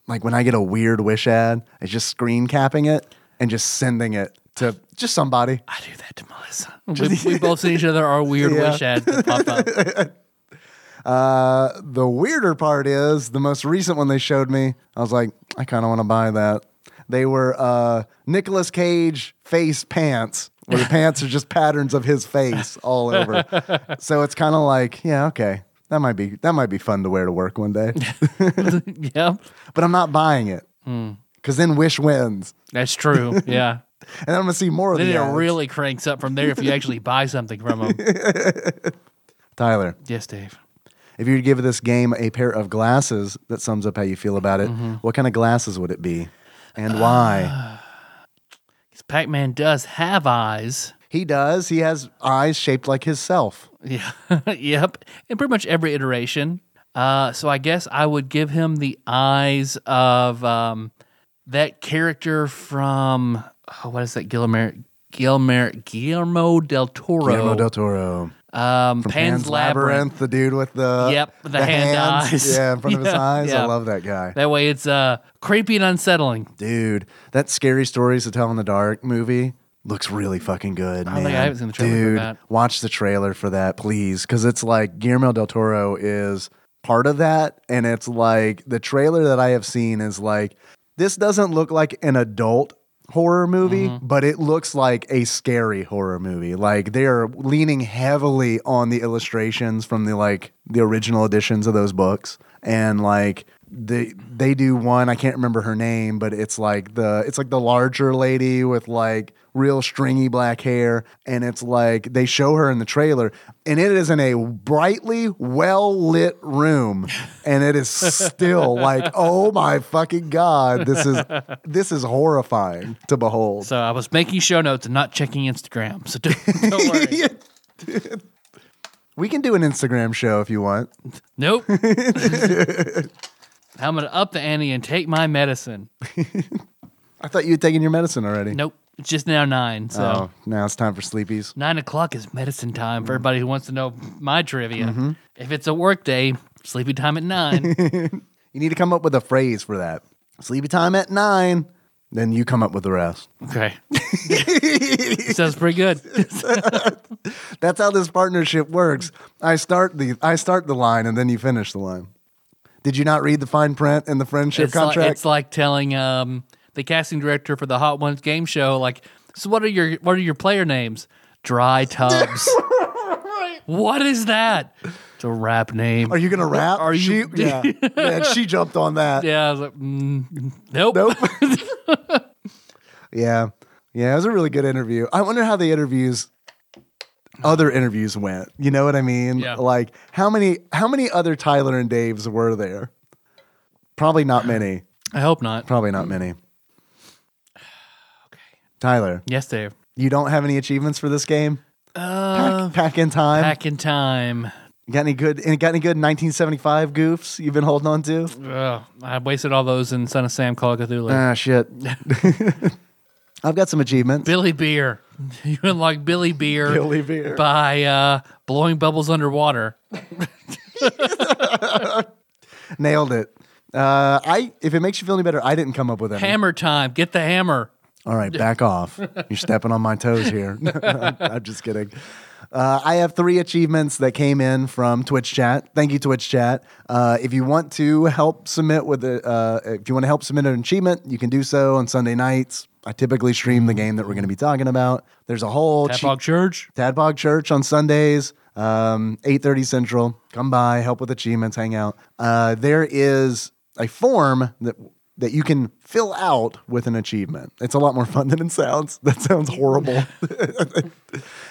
Speaker 2: like when I get a weird wish ad, is just screen capping it and just sending it to just somebody.
Speaker 1: I do that to Melissa. We, we both send each other our weird
Speaker 2: Yeah.
Speaker 1: wish ads that pop up.
Speaker 2: Uh, the weirder part is the most recent one they showed me. I was like, I kind of want to buy that. They were uh, Nicolas Cage face pants, where the pants are just patterns of his face all over. so it's kind of like, yeah, okay, that might be that might be fun to wear to work one day.
Speaker 1: yeah.
Speaker 2: but I'm not buying it because then Wish wins,
Speaker 1: That's true. Yeah.
Speaker 2: and I'm gonna see more of
Speaker 1: Then
Speaker 2: the
Speaker 1: it
Speaker 2: ads.
Speaker 1: really cranks up from there if you actually buy something from them.
Speaker 2: Tyler.
Speaker 1: Yes, Dave.
Speaker 2: If you were to give this game a pair of glasses that sums up how you feel about it, what kind of glasses would it be, and why?
Speaker 1: Because Pac Man does have eyes.
Speaker 2: He does. He has eyes shaped like himself.
Speaker 1: Yeah. yep. In pretty much every iteration. Uh, so I guess I would give him the eyes of um, that character from oh, what is that? Guillermo Guillermo Guillermo del Toro.
Speaker 2: Guillermo del Toro.
Speaker 1: um, Pan's,
Speaker 2: Pan's
Speaker 1: Labyrinth.
Speaker 2: the dude with the
Speaker 1: Yep, the hand
Speaker 2: hands,
Speaker 1: eyes.
Speaker 2: Yeah, in front of his
Speaker 1: Yeah,
Speaker 2: eyes.
Speaker 1: yeah.
Speaker 2: I love that guy.
Speaker 1: That way, it's uh, creepy and unsettling.
Speaker 2: Dude, that scary stories to tell in the dark movie looks really fucking good, man.
Speaker 1: think I haven't seen the trailer for
Speaker 2: Dude,
Speaker 1: that.
Speaker 2: watch the trailer for that, please, because it's like Guillermo del Toro is part of that, and it's like the trailer that I have seen is like this doesn't look like an adult horror movie, but it looks like a scary horror movie. Like they are leaning heavily on the illustrations from the like the original editions of those books, and like they they do one I can't remember her name, but it's like the it's like the larger lady with like real stringy black hair and it's like they show her in the trailer and it is in a brightly well lit room and it is still like oh my fucking god this is this is horrifying to behold
Speaker 1: So I was making show notes and not checking Instagram. So don't, don't worry.
Speaker 2: we can do an Instagram show if you want
Speaker 1: Nope. I'm gonna up the ante and take my medicine.
Speaker 2: I thought you had taken your medicine already
Speaker 1: Nope. It's just now nine. So.
Speaker 2: oh now it's time for sleepies
Speaker 1: Nine o'clock is medicine time for everybody who wants to know my trivia.
Speaker 2: Mm-hmm.
Speaker 1: If it's a work day, sleepy time at nine.
Speaker 2: you need to come up with a phrase for that sleepy time at nine then you come up with the rest
Speaker 1: okay. Sounds pretty good.
Speaker 2: That's how this partnership works. I start the I start the line and then you finish the line. Did you not read the fine print in the friendship
Speaker 1: it's, like,
Speaker 2: contract?
Speaker 1: it's like telling um, the casting director for the Hot Ones game show, like, so what are your what are your player names? Dry tubs. What is that? It's a rap name.
Speaker 2: Are you gonna rap?
Speaker 1: Are you-
Speaker 2: She, yeah, man, she jumped on that. Yeah.
Speaker 1: yeah, I was like, mm, nope.
Speaker 2: Nope. yeah, it was a really good interview. I wonder how the interviews, other interviews went. You know what I mean?
Speaker 1: Yeah.
Speaker 2: Like how many how many other Tyler and Daves were there? Probably not many.
Speaker 1: I hope not.
Speaker 2: Probably not many. Okay. Tyler.
Speaker 1: Yes, Dave.
Speaker 2: You don't have any achievements for this game? Uh, pack, pack in time.
Speaker 1: Back in time.
Speaker 2: You Got any good? Any got any good 1975 goofs you've been holding on to?
Speaker 1: Ugh, I wasted all those in Son of Sam Call of Cthulhu.
Speaker 2: Ah, shit. I've got some achievements.
Speaker 1: Billy Beer. You unlock Billy Beer
Speaker 2: Billy Beer.
Speaker 1: by uh, blowing bubbles underwater.
Speaker 2: Nailed it. Uh, I if it makes you feel any better, I didn't come up with any.
Speaker 1: Hammer time. Get the hammer.
Speaker 2: All right, back off. You're stepping on my toes here. I'm just kidding. Uh, I have three achievements that came in from Twitch chat. Thank you, Twitch chat. Uh, if you want to help submit with a, uh, if you want to help submit an achievement, you can do so on Sunday nights. I typically stream the game that we're going to be talking about. There's a whole
Speaker 1: That
Speaker 2: chi-
Speaker 1: Fog Church.
Speaker 2: Tadbog Church on Sundays, um, 8.30 Central. Come by, help with achievements, hang out. Uh, there is a form that that you can fill out with an achievement. It's a lot more fun than it sounds. That sounds horrible.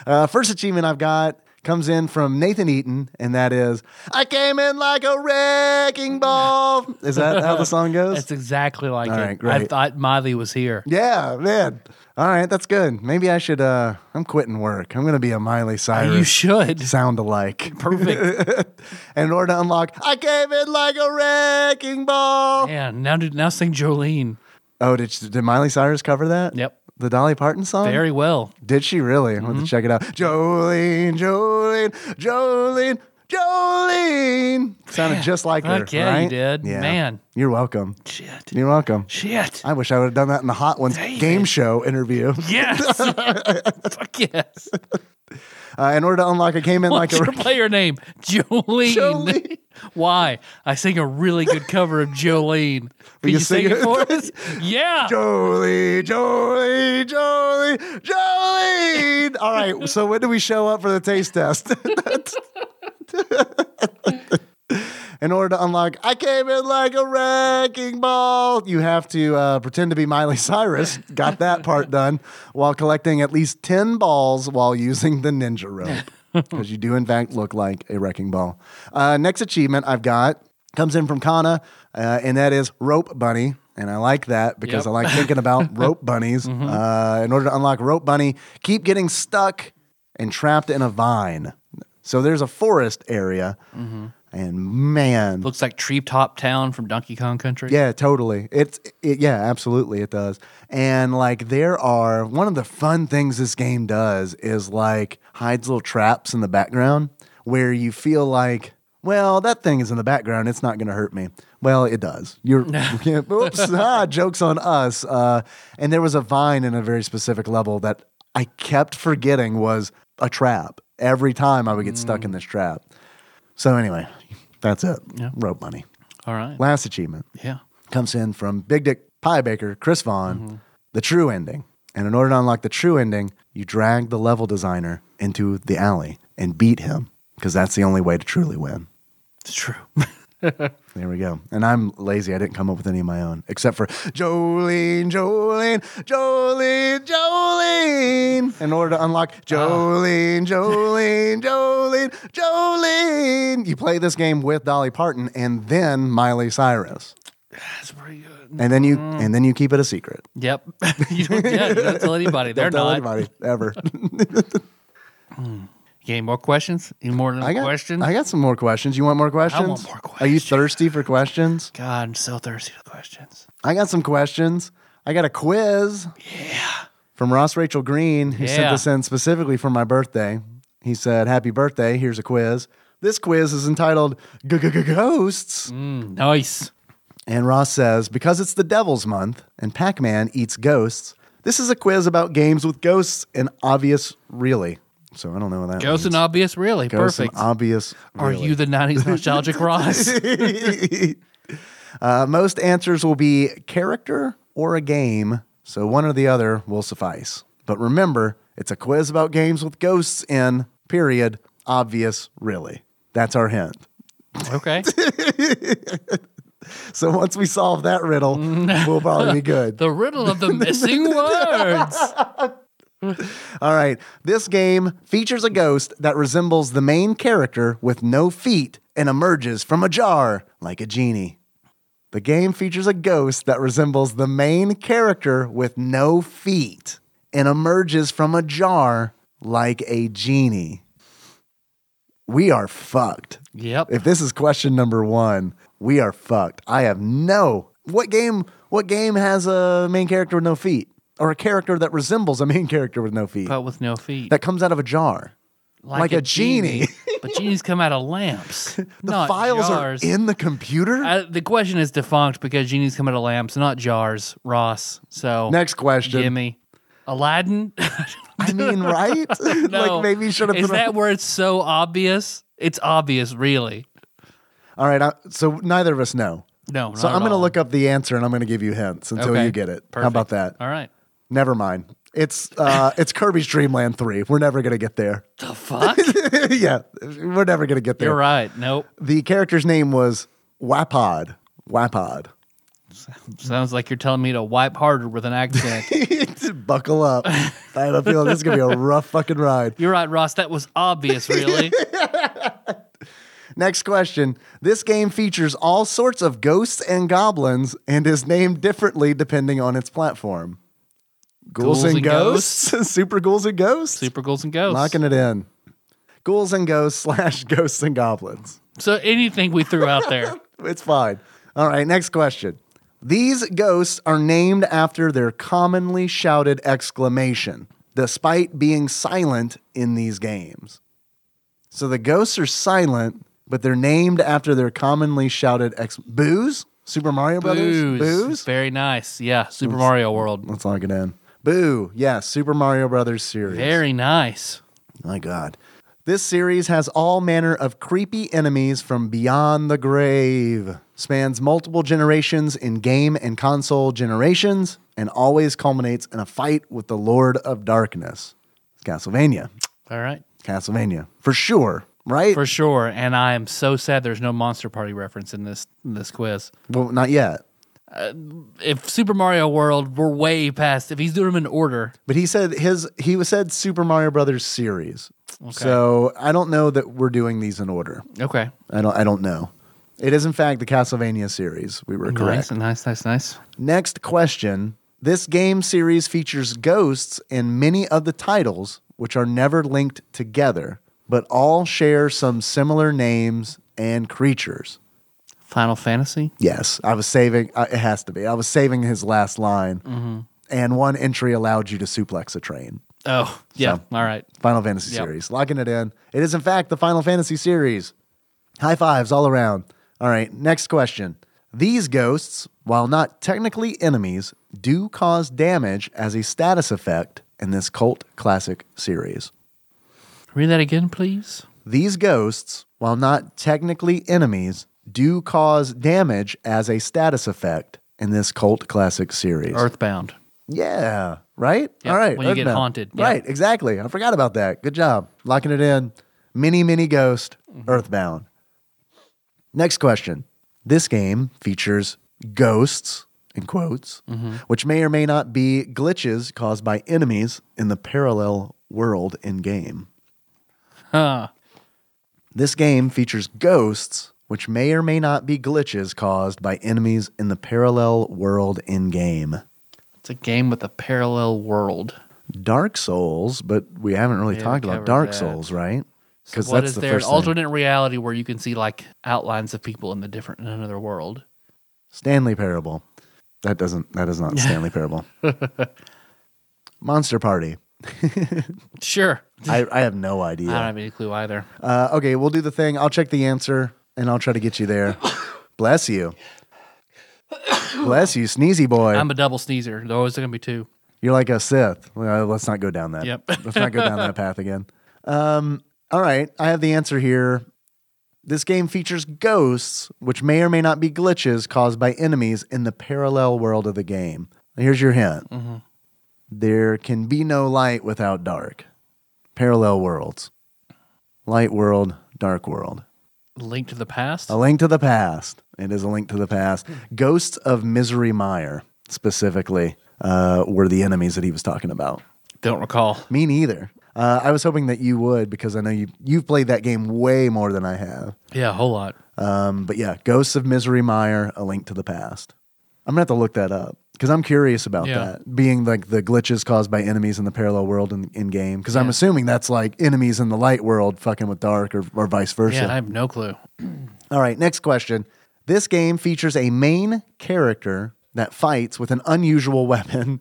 Speaker 2: uh, first achievement I've got comes in from Nathan Eaton, and that is I came in like a wrecking ball. Is that how the song goes?
Speaker 1: That's exactly like
Speaker 2: All
Speaker 1: it.
Speaker 2: right, great.
Speaker 1: I thought Miley was here.
Speaker 2: Yeah, man. All right, that's good. Maybe I should. Uh, I'm quitting work. I'm gonna be a Miley Cyrus.
Speaker 1: Uh, You should.
Speaker 2: sound alike.
Speaker 1: Perfect.
Speaker 2: In order to unlock, I came in like a wrecking ball.
Speaker 1: Man, now do- now sing Jolene.
Speaker 2: Oh, did she- did Miley Cyrus cover that?
Speaker 1: Yep.
Speaker 2: The Dolly Parton song?
Speaker 1: Very Mm-hmm. well.
Speaker 2: Did she really? I'm going to check it out. Jolene, Jolene, Jolene, Jolene. Sounded just like her.
Speaker 1: Fuck yeah, you
Speaker 2: right?
Speaker 1: did. Man.
Speaker 2: You're welcome.
Speaker 1: Shit.
Speaker 2: You're welcome.
Speaker 1: Shit.
Speaker 2: I wish I would have done that in the Hot Ones
Speaker 1: David.
Speaker 2: game show interview.
Speaker 1: Yes. Fuck yes.
Speaker 2: Uh, in order to unlock, I came in
Speaker 1: What's
Speaker 2: like a.
Speaker 1: your player name? Jolene.
Speaker 2: Jolene.
Speaker 1: Why? I sing a really good cover of Jolene. Can
Speaker 2: you
Speaker 1: you,
Speaker 2: sing
Speaker 1: sing it
Speaker 2: it?
Speaker 1: for us? Yeah.
Speaker 2: Jolie, Jolie, Jolie, Jolene. All right. So when do we show up for the taste test? In order to unlock, I came in like a wrecking ball. You have to uh, pretend to be Miley Cyrus. Got that part done while collecting at least 10 balls while using the ninja rope. Because you do, in fact, look like a wrecking ball. Uh, next achievement I've got comes in from Kana, uh, and that is Rope Bunny. And I like that because
Speaker 1: Yep.
Speaker 2: I like thinking about rope bunnies. Uh, in order to unlock Rope Bunny, keep getting stuck and trapped in a vine. So there's a forest area, and man,
Speaker 1: Looks like Tree Top Town from Donkey Kong Country.
Speaker 2: yeah, totally. It's it, yeah, absolutely, it does. And like, there are one of the fun things this game does is like hides little traps in the background where you feel like, well, that thing is in the background. It's not going to hurt me. Well, it does. You're oops, ah, jokes on us. Uh, and there was a vine in a very specific level that I kept forgetting was a trap. Every time I would get stuck in this trap. So anyway, that's it. Rope money.
Speaker 1: All right.
Speaker 2: Last achievement
Speaker 1: Yeah.
Speaker 2: comes in from Big Dick Pie Baker, Chris Vaughn, the true ending. And in order to unlock the true ending, you drag the level designer into the alley and beat him because that's the only way to truly win.
Speaker 1: It's true.
Speaker 2: There we go. And I'm lazy. I didn't come up with any of my own except for Jolene, Jolene, Jolene, Jolene. In order to unlock Jolene, Jolene, Jolene, Jolene, you play this game with Dolly Parton and then Miley Cyrus.
Speaker 1: That's pretty good.
Speaker 2: And then you and then you keep it a secret.
Speaker 1: Yep. you, don't, yeah, you don't tell anybody. They're
Speaker 2: Don't tell
Speaker 1: not.
Speaker 2: anybody ever.
Speaker 1: You got any more questions? Any more than
Speaker 2: I got
Speaker 1: questions?
Speaker 2: I got some more questions. You want more questions?
Speaker 1: more
Speaker 2: Are you
Speaker 1: questions.
Speaker 2: thirsty for questions?
Speaker 1: God, I'm so thirsty for questions.
Speaker 2: I got some questions. I got a quiz. Yeah. From Ross Rachel Green, who sent
Speaker 1: Yeah.
Speaker 2: this in specifically for my birthday. He said, "Happy birthday! Here's a quiz. This quiz is entitled Ghosts."
Speaker 1: Mm. Nice.
Speaker 2: And Ross says, because it's the Devil's Month and Pac Man eats ghosts, this is a quiz about games with ghosts and obvious, really. So I don't know what that
Speaker 1: Ghost
Speaker 2: means.
Speaker 1: and obvious, really.
Speaker 2: Ghosts and
Speaker 1: Perfect.
Speaker 2: obvious.
Speaker 1: Are you the 90s nostalgic Ross?
Speaker 2: you? uh, most answers will be character or a game. So one or the other will suffice. But remember, it's a quiz about games with ghosts in, period, obvious, really. That's our hint.
Speaker 1: Okay.
Speaker 2: So once we solve that riddle, we'll probably be good.
Speaker 1: The riddle of the missing words.
Speaker 2: All right. This game features a ghost that resembles the main character with no feet and emerges from a jar like a genie. The game features a ghost that resembles the main character with no feet and emerges from a jar like a genie. We are fucked.
Speaker 1: Yep.
Speaker 2: If this is question number one, we are fucked. I have no what game. What game has a main character with no feet, or a character that resembles a main character with no feet
Speaker 1: But with no feet.
Speaker 2: that comes out of a jar? like a genie.
Speaker 1: but genies come out of lamps. The
Speaker 2: The files
Speaker 1: jars.
Speaker 2: are in the computer.
Speaker 1: I, the question is defunct because genies come out of lamps, not jars, Ross. So
Speaker 2: Next question.
Speaker 1: Jimmy, Aladdin.
Speaker 2: I mean, right?
Speaker 1: No.
Speaker 2: like maybe you should have
Speaker 1: Is
Speaker 2: been.
Speaker 1: that where it's so obvious? It's obvious, really.
Speaker 2: All right. I, so neither of us know.
Speaker 1: No.
Speaker 2: So
Speaker 1: not
Speaker 2: I'm
Speaker 1: at
Speaker 2: going to
Speaker 1: all.
Speaker 2: look up the answer and I'm going to give you hints until
Speaker 1: Okay.
Speaker 2: you get it. How
Speaker 1: Perfect.
Speaker 2: about that?
Speaker 1: All right.
Speaker 2: Never mind. It's uh, it's Kirby's Dreamland Three. We're never going to get there.
Speaker 1: The fuck?
Speaker 2: yeah, we're never going to get there.
Speaker 1: You're right. Nope.
Speaker 2: the character's name was Wapod. Wapod.
Speaker 1: Sounds like you're telling me to wipe harder with an accent.
Speaker 2: Buckle up. I have a feeling this is gonna be a rough fucking ride.
Speaker 1: you're right, Ross. That was obvious, really.
Speaker 2: Next question. This game features all sorts of ghosts and goblins and is named differently depending on its platform. Ghouls,
Speaker 1: Ghouls
Speaker 2: and,
Speaker 1: and
Speaker 2: ghosts? Super ghouls and ghosts?
Speaker 1: Super ghouls and ghosts.
Speaker 2: Knocking it in. Ghouls and ghosts slash ghosts and goblins.
Speaker 1: So anything we threw out there.
Speaker 2: It's fine. All right, next question. These ghosts are named after their commonly shouted exclamation, despite being silent in these games. So the ghosts are silent, but they're named after their commonly shouted ex. Booze? Super Mario Brothers?
Speaker 1: Booze. Very nice. Yeah. Super Mario World.
Speaker 2: Let's log it in. Boo. Yeah, Super Mario Brothers series.
Speaker 1: Very nice.
Speaker 2: My God. This series has all manner of creepy enemies from beyond the grave, spans multiple generations in game and console generations, and always culminates in a fight with the Lord of Darkness. It's Castlevania.
Speaker 1: All right.
Speaker 2: Castlevania. For sure, right?
Speaker 1: For sure. And I am so sad there's no Monster Party reference in this in this quiz.
Speaker 2: well, not yet.
Speaker 1: If Super Mario World, we're way past. If he's doing them in order,
Speaker 2: But he said his he was said Super Mario Brothers series. So I don't know that we're doing these in order.
Speaker 1: okay.
Speaker 2: I don't I don't know. It is in fact the Castlevania series. We were
Speaker 1: Nice,
Speaker 2: correct.
Speaker 1: nice, nice, nice.
Speaker 2: Next question. This game series features ghosts in many of the titles, which are never linked together, but all share some similar names and creatures.
Speaker 1: Final Fantasy.
Speaker 2: Yes, I was saving, uh, it has to be. I was saving his last line, and one entry allowed you to suplex a train.
Speaker 1: Oh, yeah.
Speaker 2: So-
Speaker 1: All right.
Speaker 2: Final Fantasy
Speaker 1: Yep.
Speaker 2: series. Locking it in. It is, in fact, the Final Fantasy series. High fives all around. All right, next question. These ghosts, while not technically enemies, do cause damage as a status effect in this cult classic series.
Speaker 1: Read that again, please.
Speaker 2: These ghosts, while not technically enemies, do cause damage as a status effect in this cult classic series.
Speaker 1: Earthbound.
Speaker 2: Yeah. Right?
Speaker 1: Yeah,
Speaker 2: All right.
Speaker 1: when you get
Speaker 2: Earthbound.
Speaker 1: haunted, yeah.
Speaker 2: Right, exactly. I forgot about that. Good job. Locking it in. Mini, mini ghost,
Speaker 1: Mm-hmm.
Speaker 2: earthbound. Next question. This game features ghosts, in quotes,
Speaker 1: Mm-hmm.
Speaker 2: which may or may not be glitches caused by enemies in the parallel world in game.
Speaker 1: Huh.
Speaker 2: This game features ghosts, which may or may not be glitches caused by enemies in the parallel world in game.
Speaker 1: It's a game with a parallel world.
Speaker 2: Dark Souls, but we haven't really
Speaker 1: Yeah,
Speaker 2: talked about
Speaker 1: covered
Speaker 2: Dark
Speaker 1: that.
Speaker 2: Souls, right? Because
Speaker 1: What
Speaker 2: that's
Speaker 1: is
Speaker 2: the
Speaker 1: there?
Speaker 2: first
Speaker 1: an
Speaker 2: thing.
Speaker 1: alternate reality where you can see like outlines of people in the different in another world.
Speaker 2: Stanley Parable. That doesn't. That is not Stanley Parable. Monster Party.
Speaker 1: Sure.
Speaker 2: I, I have no
Speaker 1: I don't
Speaker 2: idea.
Speaker 1: have any clue either.
Speaker 2: Uh, okay, we'll do the thing. I'll check the answer and I'll try to get you there. Bless you. Bless you, sneezy boy.
Speaker 1: I'm a double sneezer. There's always going to be two.
Speaker 2: You're like a Sith. Well, uh, let's not go down that.
Speaker 1: Yep.
Speaker 2: let's not go down that path again. Um, all right, I have the answer here. This game features ghosts, which may or may not be glitches caused by enemies in the parallel world of the game. Here's your hint: there can be no light without dark. Parallel worlds, light world, dark world.
Speaker 1: Link to the past.
Speaker 2: A link to the past. It is a link to the past. Ghosts of Misery Mire, specifically, uh, were the enemies that he was talking about.
Speaker 1: Don't recall.
Speaker 2: Me neither. Uh, I was hoping that you would because I know you you've played that game way more than I have.
Speaker 1: Yeah, a whole lot.
Speaker 2: Um, but yeah, Ghosts of Misery Mire, A Link to the Past. I'm gonna have to look that up because I'm curious about
Speaker 1: Yeah.
Speaker 2: that being like the glitches caused by enemies in the parallel world in, in game because I'm assuming that's like enemies in the light world fucking with dark or, or vice versa.
Speaker 1: Yeah, I have no clue.
Speaker 2: All right, next question. This game features a main character that fights with an unusual weapon.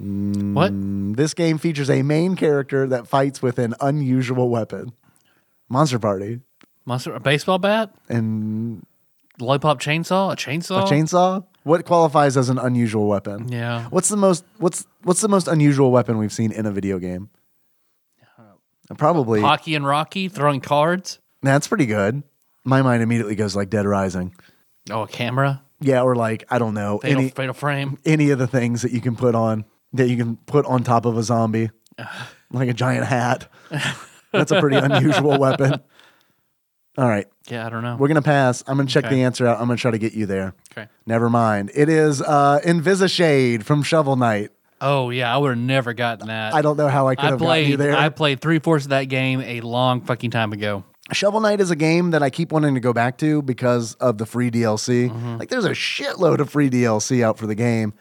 Speaker 1: What?
Speaker 2: This game features a main character that fights with an unusual weapon. Monster Party
Speaker 1: Monster? A baseball bat?
Speaker 2: and
Speaker 1: Lollipop chainsaw? A chainsaw?
Speaker 2: a chainsaw. What qualifies as an unusual weapon?
Speaker 1: Oh. Yeah.
Speaker 2: What's the most what's what's the most unusual weapon we've seen in a video game?
Speaker 1: Uh,
Speaker 2: Probably
Speaker 1: Hockey and Rocky throwing cards?
Speaker 2: that's pretty good. My mind immediately goes like Dead Rising.
Speaker 1: Oh, a camera?
Speaker 2: Yeah, or like I don't know
Speaker 1: Fatal,
Speaker 2: any
Speaker 1: fatal frame?
Speaker 2: any of the things that you can put on that you can put on top of a zombie, like a giant hat. That's a pretty unusual weapon. All right.
Speaker 1: Yeah, I don't know.
Speaker 2: We're gonna pass. I'm gonna check
Speaker 1: Okay.
Speaker 2: the answer out. I'm gonna try to get you there.
Speaker 1: Okay.
Speaker 2: Never mind. It is uh Invisishade from Shovel Knight.
Speaker 1: Oh yeah, I would have never gotten that.
Speaker 2: I don't know how I could
Speaker 1: I
Speaker 2: have gotten you
Speaker 1: played.
Speaker 2: there.
Speaker 1: I played three fourths of that game a long fucking time ago.
Speaker 2: Shovel Knight is a game that I keep wanting to go back to because of the free DLC.
Speaker 1: Mm-hmm.
Speaker 2: Like there's a shitload of free DLC out for the game.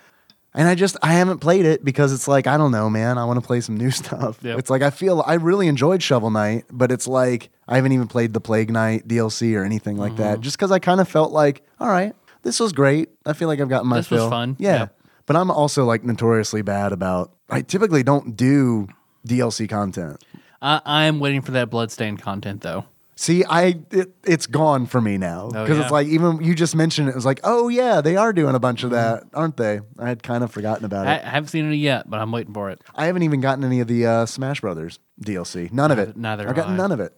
Speaker 2: And I just I haven't played it because it's like, I don't know, man. I want to play some new stuff.
Speaker 1: Yep.
Speaker 2: It's like I feel I really enjoyed Shovel Knight, but it's like I haven't even played the Plague Knight DLC or anything like
Speaker 1: Mm-hmm.
Speaker 2: that. Just because I kind of felt like, all right, this was great. I feel like I've gotten my
Speaker 1: This was
Speaker 2: fill.
Speaker 1: fun.
Speaker 2: Yeah.
Speaker 1: Yep.
Speaker 2: But I'm also like notoriously bad about I typically don't do DLC content.
Speaker 1: I, I am waiting for that bloodstained content though.
Speaker 2: See, I it, it's gone for me now because
Speaker 1: Oh, yeah.
Speaker 2: it's like even you just mentioned it, it was like, oh yeah, they are doing a bunch of that, aren't they? I had kind of forgotten about
Speaker 1: I, Mm-hmm. I
Speaker 2: it.
Speaker 1: haven't seen any yet, but I'm waiting for it.
Speaker 2: I haven't even gotten any of the uh, Smash Brothers DLC. None of
Speaker 1: Neither-
Speaker 2: it.
Speaker 1: neither
Speaker 2: I've
Speaker 1: have
Speaker 2: gotten
Speaker 1: I.
Speaker 2: none of it.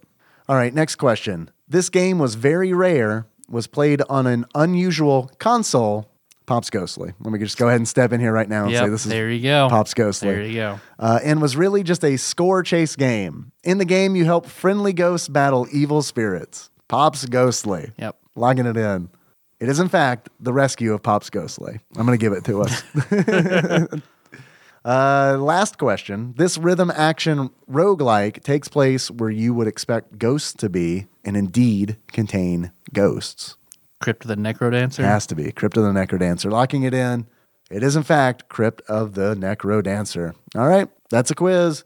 Speaker 2: All right, next question. This game was very rare. Was played on an unusual console. Pops Ghostly. Let me just go ahead and step in here right now and
Speaker 1: Yep,
Speaker 2: say this is
Speaker 1: there you go.
Speaker 2: Pops Ghostly
Speaker 1: There you go.
Speaker 2: uh, and was really just a score chase game. In the game, you help friendly ghosts battle evil spirits. Pops Ghostly.
Speaker 1: Yep.
Speaker 2: Logging it in. It is, in fact, the rescue of Pops Ghostly. I'm going to give it to us. uh, last question. This rhythm action roguelike takes place where you would expect ghosts to be and indeed contain ghosts.
Speaker 1: Crypt of the Necro Dancer.
Speaker 2: Has to be Crypt of the Necro Dancer. Locking it in. It is in fact Crypt of the Necro Dancer. All right, that's a quiz.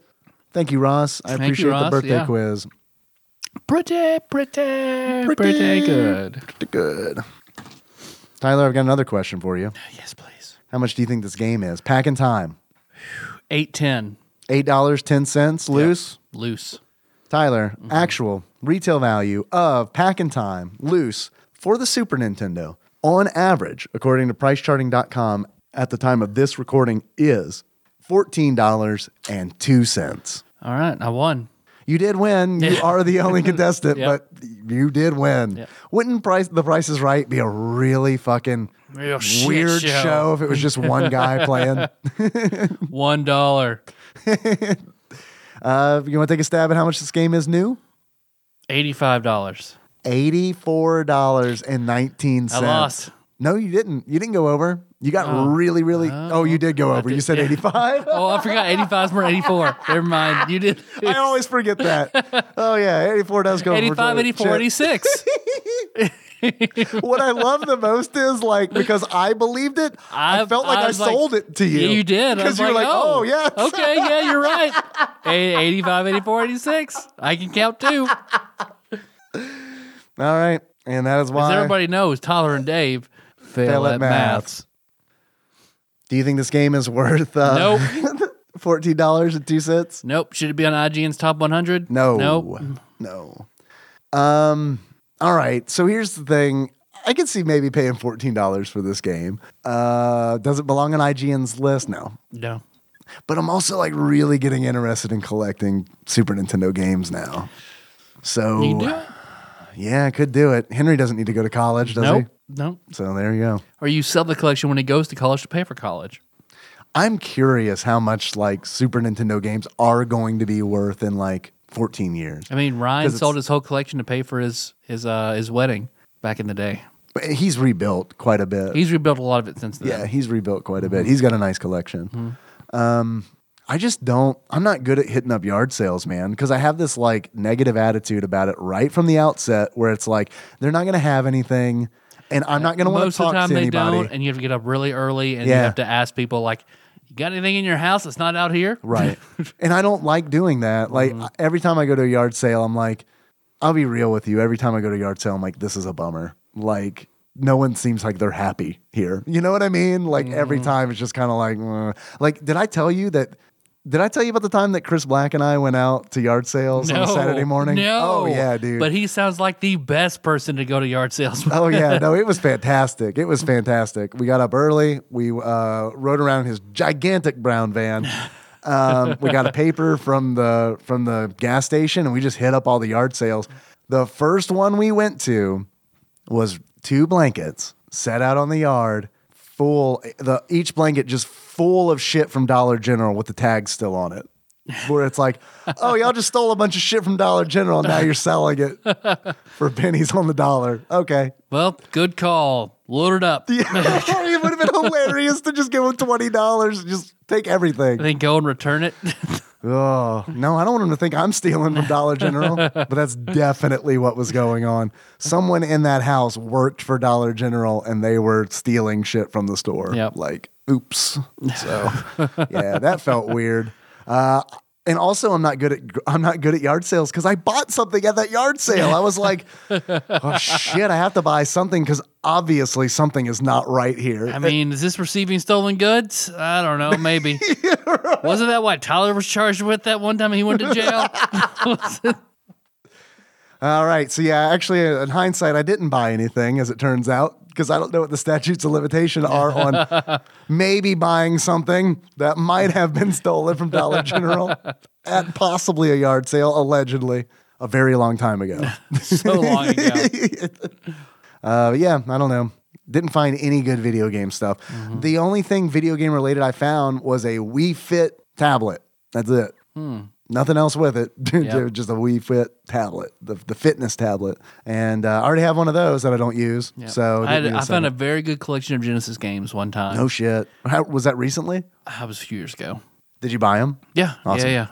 Speaker 2: Thank you, Ross. I
Speaker 1: Thank you,
Speaker 2: appreciate
Speaker 1: Ross.
Speaker 2: the birthday
Speaker 1: Yeah.
Speaker 2: quiz.
Speaker 1: Pretty, pretty, pretty, good.
Speaker 2: Pretty good. Tyler, I've got another question for you.
Speaker 1: Yes, please.
Speaker 2: How much do you think this game is? Pack in time.
Speaker 1: Eight ten
Speaker 2: Eight dollars ten cents loose.
Speaker 1: loose.
Speaker 2: Tyler,
Speaker 1: Mm-hmm.
Speaker 2: actual retail value of Pack and Time loose for the Super Nintendo on average, according to pricecharting.com at the time of this recording is $14.02.
Speaker 1: All right, I won.
Speaker 2: You did win. You are the only contestant,
Speaker 1: Yep.
Speaker 2: but you did win. Wouldn't price the Price is Right be a really fucking
Speaker 1: Real shit
Speaker 2: weird
Speaker 1: show.
Speaker 2: show if it was just one guy playing?
Speaker 1: One dollar,
Speaker 2: Uh, you want to take a stab at how much this game is new?
Speaker 1: eighty-five dollars.
Speaker 2: Eighty-four dollars and nineteen
Speaker 1: I
Speaker 2: cents.
Speaker 1: lost.
Speaker 2: No, you didn't. You didn't go over. You got really, really. oh, you did go over. you said eighty-five.
Speaker 1: Oh, I forgot. Eighty-five is more eighty-four. Never mind. You did.
Speaker 2: I always forget that. Oh yeah, eighty-four does go over.
Speaker 1: 85, 84, 86.
Speaker 2: Shit. What I love the most is like because I believed it. I,
Speaker 1: I-
Speaker 2: felt like
Speaker 1: I
Speaker 2: I,
Speaker 1: was like,
Speaker 2: sold it to you.
Speaker 1: Yeah, you did. I
Speaker 2: because
Speaker 1: was
Speaker 2: you were like, oh, yeah,
Speaker 1: Okay, yeah, you're right. Eight- 85, 84, 86. I can count too.
Speaker 2: all right. And that is
Speaker 1: Because
Speaker 2: why.
Speaker 1: everybody knows Tyler and Dave fail,
Speaker 2: Fail
Speaker 1: at,
Speaker 2: at
Speaker 1: maths.
Speaker 2: maths. Do you think this game is worth uh,
Speaker 1: Nope.
Speaker 2: fourteen dollars and two cents?
Speaker 1: nope. Should it be on IGN's top 100?
Speaker 2: No.
Speaker 1: Nope.
Speaker 2: No. Um. All right. So here's the thing. I could see maybe paying fourteen dollars for this game. Uh, does it belong on IGN's list? No.
Speaker 1: No.
Speaker 2: But I'm also like really getting interested in collecting Super Nintendo games now. So
Speaker 1: You do? it?
Speaker 2: yeah, I could do it. Henry doesn't need to go to college, does
Speaker 1: Nope. Nope.
Speaker 2: he? So there you go.
Speaker 1: Or you sell the collection when he goes to college to pay for college.
Speaker 2: I'm curious how much like Super Nintendo games are going to be worth in like 14 years.
Speaker 1: I mean, Ryan
Speaker 2: 'Cause it's-
Speaker 1: sold his whole collection to pay for his his uh, his wedding back in the day.
Speaker 2: But he's rebuilt quite a bit.
Speaker 1: He's rebuilt a lot of it since then.
Speaker 2: Uh, Yeah, he's rebuilt quite a
Speaker 1: Mm-hmm.
Speaker 2: bit. He's got a nice collection. Um, I just don't. I'm not good at hitting up yard sales, man, because I have this like negative attitude about it right from the outset, where it's like they're not going to have anything, and I'm not going to want to
Speaker 1: Most of the
Speaker 2: talk
Speaker 1: time
Speaker 2: to
Speaker 1: they
Speaker 2: anybody.
Speaker 1: don't, and you have to get up really early, and you
Speaker 2: Yeah.
Speaker 1: have to ask people like, "You got anything in your house that's not out here?"
Speaker 2: Right. and I don't like doing that. Like
Speaker 1: Mm-hmm.
Speaker 2: every time I go to a yard sale, I'm like, I'll be real with you. Every time I go to a yard sale, I'm like, this is a bummer. Like no one seems like they're happy here. You know what I mean? Like every
Speaker 1: Mm-hmm.
Speaker 2: time it's just kind of like, "Ugh." like, did I tell you that? Did I tell you about the time that Chris Black and I went out to yard sales on a Saturday morning?
Speaker 1: No.
Speaker 2: Oh yeah, dude.
Speaker 1: But he sounds like the best person to go to yard sales. with.
Speaker 2: oh yeah, no, it was fantastic. It was fantastic. We got up early. We uh, rode around in his gigantic brown van. Um, we got a paper from the from the gas station, and we just hit up all the yard sales. The first one we went to was two blankets set out on the yard, full the each blanket just full of shit from Dollar General with the tags still on it. where it's like, oh, y'all just stole a bunch of shit from Dollar General. And now you're selling it for pennies on the dollar. Okay.
Speaker 1: Well, good call. Load it up.
Speaker 2: it would have been hilarious to just give them $20 and just take everything.
Speaker 1: Then go and return it.
Speaker 2: Oh, no, I don't want them to think I'm stealing from Dollar General, but that's definitely what was going on. Someone in that house worked for Dollar General and they were stealing shit from the store.
Speaker 1: Yep.
Speaker 2: Like, oops. So, yeah, that felt weird. Uh, and also, I'm not good at I'm not good at yard sales because I bought something at that yard sale. I was like, "Oh shit, I have to buy something because obviously something is not right here."
Speaker 1: I mean, is this receiving stolen goods? I don't know. Maybe. Wasn't that what Tyler was charged with that one time he went to jail?
Speaker 2: All right. So yeah, actually, uh, in hindsight, I didn't buy anything, as it turns out, because I don't know what the statutes of limitation are on maybe buying something that might have been stolen from Dollar General at possibly a yard sale, allegedly, a very long time ago.
Speaker 1: so long ago.
Speaker 2: Uh, yeah, I don't know. Didn't find any good video game stuff.
Speaker 1: Mm-hmm.
Speaker 2: The only thing video game related I found was a Wii Fit tablet. That's it. Nothing else with it.
Speaker 1: Hmm. Yep.
Speaker 2: Just a Wii Fit tablet, the, the fitness tablet. And uh, I already have one of those that I don't use.
Speaker 1: Yeah.
Speaker 2: So
Speaker 1: I,
Speaker 2: didn't need
Speaker 1: I found a
Speaker 2: second.
Speaker 1: very good collection of Genesis games one time.
Speaker 2: no shit. How, was that recently?
Speaker 1: I was a few years ago.
Speaker 2: Did you buy them?
Speaker 1: Yeah,
Speaker 2: Awesome.
Speaker 1: yeah,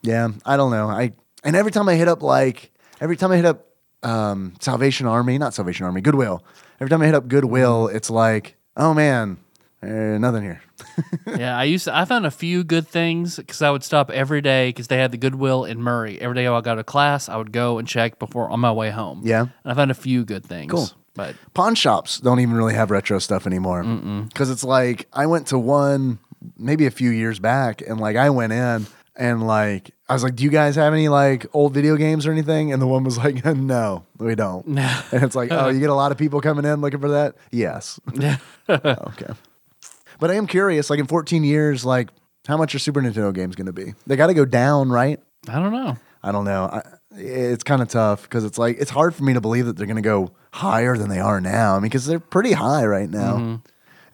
Speaker 2: Yeah, I don't know. I and every time I hit up like every time I hit up um, Salvation Army, not Salvation Army, Goodwill. Every time I hit up Goodwill, it's like, oh man, eh, nothing here.
Speaker 1: yeah. yeah, I used to, I found a few good things because I would stop every day because they had the Goodwill in Murray. Every day I got to class, I would go and check before on my way home.
Speaker 2: Yeah.
Speaker 1: and I found a few good things.
Speaker 2: Cool.
Speaker 1: but
Speaker 2: Pawn shops don't even really have retro stuff anymore because it's like I went to one maybe a few years back, and like I went in and like I was like, do you guys have any like old video games or anything? And the one was like, no, we don't. and it's like, oh, you get a lot of people coming in looking for that. Yes. Oh, okay. But I am curious, like in 14 years, like how much are Super Nintendo games going to be? They got to go down, right?
Speaker 1: I don't know.
Speaker 2: I don't know. I, it's kind of tough because it's like it's hard for me to believe that they're going to go higher than they are now. I mean, because they're pretty high right now,
Speaker 1: Mm-hmm.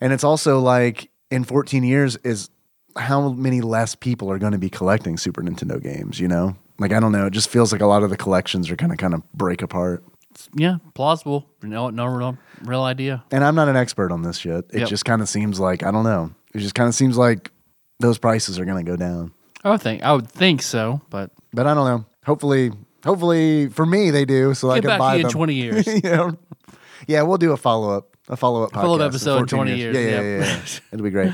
Speaker 2: and it's also like in 14 years is how many less people are going to be collecting Super Nintendo games. You know, like I don't know. It just feels like a lot of the collections are going to kind of break apart.
Speaker 1: It's- yeah, plausible. No, no real, real idea.
Speaker 2: And I'm not an expert on this shit. It
Speaker 1: Yep.
Speaker 2: just kind of seems like I don't know. It just kind of seems like those prices are going to go down.
Speaker 1: I would think I would think so, but
Speaker 2: But I don't know. Hopefully, hopefully for me they do, so I
Speaker 1: get
Speaker 2: can
Speaker 1: back to
Speaker 2: buy
Speaker 1: you in
Speaker 2: them.
Speaker 1: twenty years.
Speaker 2: yeah. yeah, we'll do a follow up, a follow up
Speaker 1: Follow-up episode in 20 years,
Speaker 2: Yeah, yeah,
Speaker 1: yeah.
Speaker 2: yeah. yeah. It'll be great.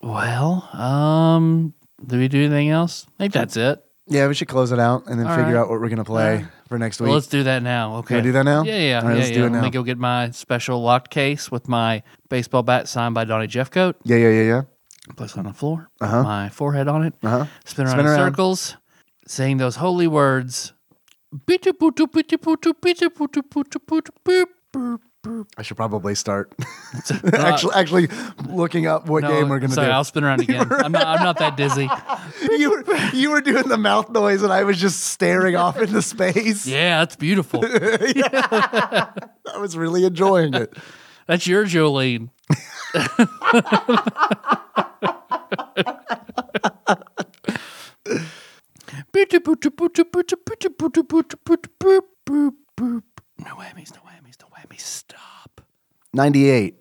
Speaker 1: well, um, do we do anything else? I think that's it.
Speaker 2: Yeah, we should close it out and then
Speaker 1: All
Speaker 2: figure
Speaker 1: right.
Speaker 2: out what we're gonna play for next week.
Speaker 1: Well, let's do that now. Okay.
Speaker 2: we do that now?
Speaker 1: Yeah, yeah.
Speaker 2: All right,
Speaker 1: yeah,
Speaker 2: let's
Speaker 1: yeah.
Speaker 2: do it
Speaker 1: Let
Speaker 2: now.
Speaker 1: me go get my special locked case with my baseball bat signed by Donnie Jeffcoat.
Speaker 2: yeah, yeah, yeah, yeah.
Speaker 1: Place it on the floor.
Speaker 2: Uh-huh.
Speaker 1: My forehead on it.
Speaker 2: Uh huh.
Speaker 1: Spin around
Speaker 2: Spin
Speaker 1: in
Speaker 2: around.
Speaker 1: circles, saying those holy words. Bitu putu bitu putu bitu putu putu putu boop, boop, boop.
Speaker 2: I should probably start actually actually looking up what
Speaker 1: No,
Speaker 2: game we're gonna
Speaker 1: sorry,
Speaker 2: do.
Speaker 1: I'll spin around again. I'm not, I'm not that dizzy.
Speaker 2: You were you were doing the mouth noise and I was just staring off into space.
Speaker 1: Yeah, that's beautiful.
Speaker 2: I was really enjoying it.
Speaker 1: That's your Jolene. No whammies, no whammies, no whammies. Stop.
Speaker 2: Ninety eight.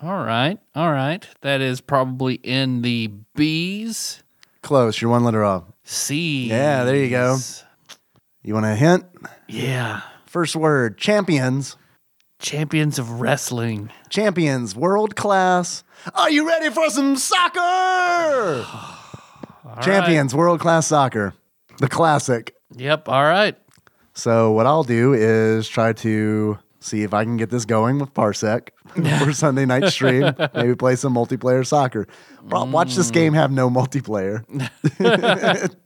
Speaker 1: All right, all right. That is probably in the B's.
Speaker 2: Close, you're one letter off.
Speaker 1: C's.
Speaker 2: Yeah, there you go. You want a hint?
Speaker 1: Yeah.
Speaker 2: First word, champions.
Speaker 1: Champions of wrestling.
Speaker 2: champions, world class. Are you ready for some soccer?
Speaker 1: All
Speaker 2: champions, world class soccer, the classic.
Speaker 1: right. Yep, all right.
Speaker 2: So, what I'll do is try to see if I can get this going with Parsec for Sunday night stream. Maybe play some multiplayer soccer. Bro, Watch this game have no multiplayer.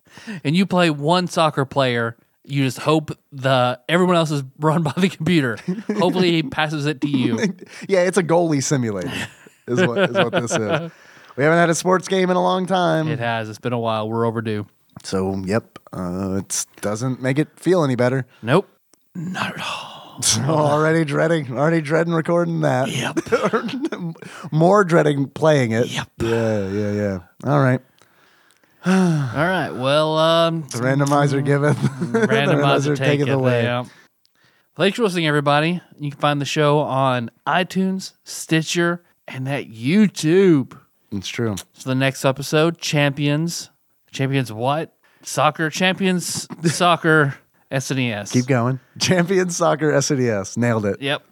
Speaker 1: and you play one soccer player, you just hope the everyone else is run by the computer. Hopefully, he passes it to you.
Speaker 2: yeah, it's a goalie simulator, is what, is what this is. We haven't had a sports game in a long time.
Speaker 1: It has. It's been a while. We're overdue.
Speaker 2: So, yep, uh, it doesn't make it feel any better.
Speaker 1: Nope. Not at all.
Speaker 2: already dreading, already dreading recording that.
Speaker 1: Yep.
Speaker 2: More dreading playing it.
Speaker 1: Yep.
Speaker 2: Yeah, yeah, yeah. All right.
Speaker 1: All right. Well, um,
Speaker 2: The randomizer giveth. the
Speaker 1: randomizer
Speaker 2: randomizer
Speaker 1: take
Speaker 2: taketh
Speaker 1: it
Speaker 2: away.
Speaker 1: Yeah. Thanks for listening, everybody. You can find the show on iTunes, Stitcher, and at YouTube.
Speaker 2: It's true.
Speaker 1: So the next episode, champions, champions what? Soccer champions, soccer E SNES.
Speaker 2: Keep going. Champions soccer SNES. Nailed it.
Speaker 1: Yep,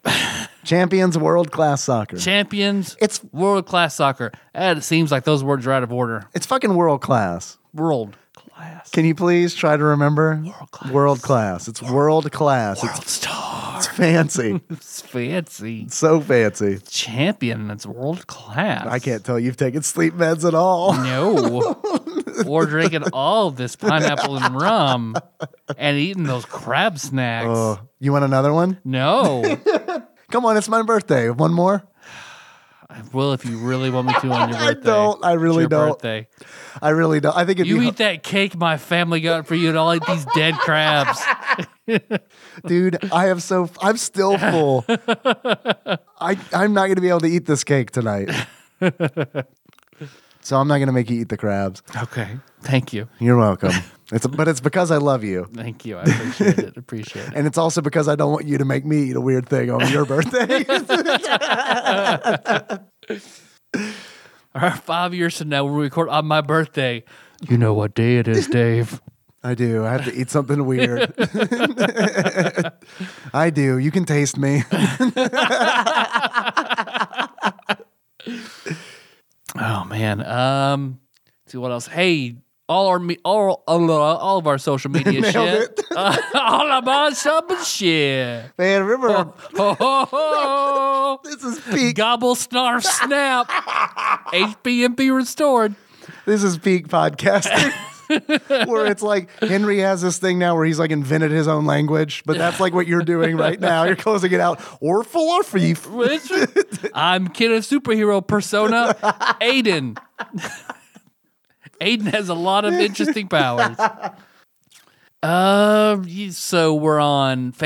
Speaker 2: Champions world class soccer.
Speaker 1: champions.
Speaker 2: It's-
Speaker 1: world class soccer. And it seems like those words are out of order.
Speaker 2: it's fucking world class.
Speaker 1: World class.
Speaker 2: Can you please try to remember? World
Speaker 1: class.
Speaker 2: class. It's world class. It's,
Speaker 1: World star.
Speaker 2: it's fancy.
Speaker 1: It's fancy.
Speaker 2: so fancy.
Speaker 1: Champion. That's world class.
Speaker 2: I can't tell you've taken sleep meds at all.
Speaker 1: No. or drinking all this pineapple and rum and eating those crab snacks.
Speaker 2: Oh, you want another one?
Speaker 1: No.
Speaker 2: Come on, it's my birthday. One more?
Speaker 1: I will if you really want me to on your
Speaker 2: I
Speaker 1: birthday.
Speaker 2: don't. I
Speaker 1: It's
Speaker 2: really
Speaker 1: your
Speaker 2: don't.
Speaker 1: Birthday.
Speaker 2: I really don't. I think it'd
Speaker 1: You
Speaker 2: be
Speaker 1: eat that cake my family got for you and I'll eat these dead crabs.
Speaker 2: dude. I have so I'm still full. I I'm not gonna be able to eat this cake tonight. so I'm not gonna make you eat the crabs.
Speaker 1: Okay. Thank you.
Speaker 2: You're welcome. It's but it's because I love you.
Speaker 1: Thank you. I appreciate it. Appreciate it.
Speaker 2: And it's also because I don't want you to make me eat a weird thing on your birthday.
Speaker 1: All right, five years from now, we'll record on my birthday. You know what day it is, Dave.
Speaker 2: I do. I have to eat something weird. I do. You can taste me.
Speaker 1: Oh man. Um. let's see what else? Hey, all our me- all all, all of our social media
Speaker 2: Nailed
Speaker 1: shit. Uh, all of our sub shit.
Speaker 2: Man, remember
Speaker 1: Ho ho ho.
Speaker 2: this is peak
Speaker 1: Gobble snarf snap. HBMP restored.
Speaker 2: This is peak podcasting. where it's like Henry has this thing now where he's like invented his own language, but that's like what you're doing right now. You're closing it out. Or full or thief.
Speaker 1: Which- I'm kid of superhero persona. Aiden. Aiden has a lot of interesting powers. Uh, ye- so we're on
Speaker 2: Mm-hmm.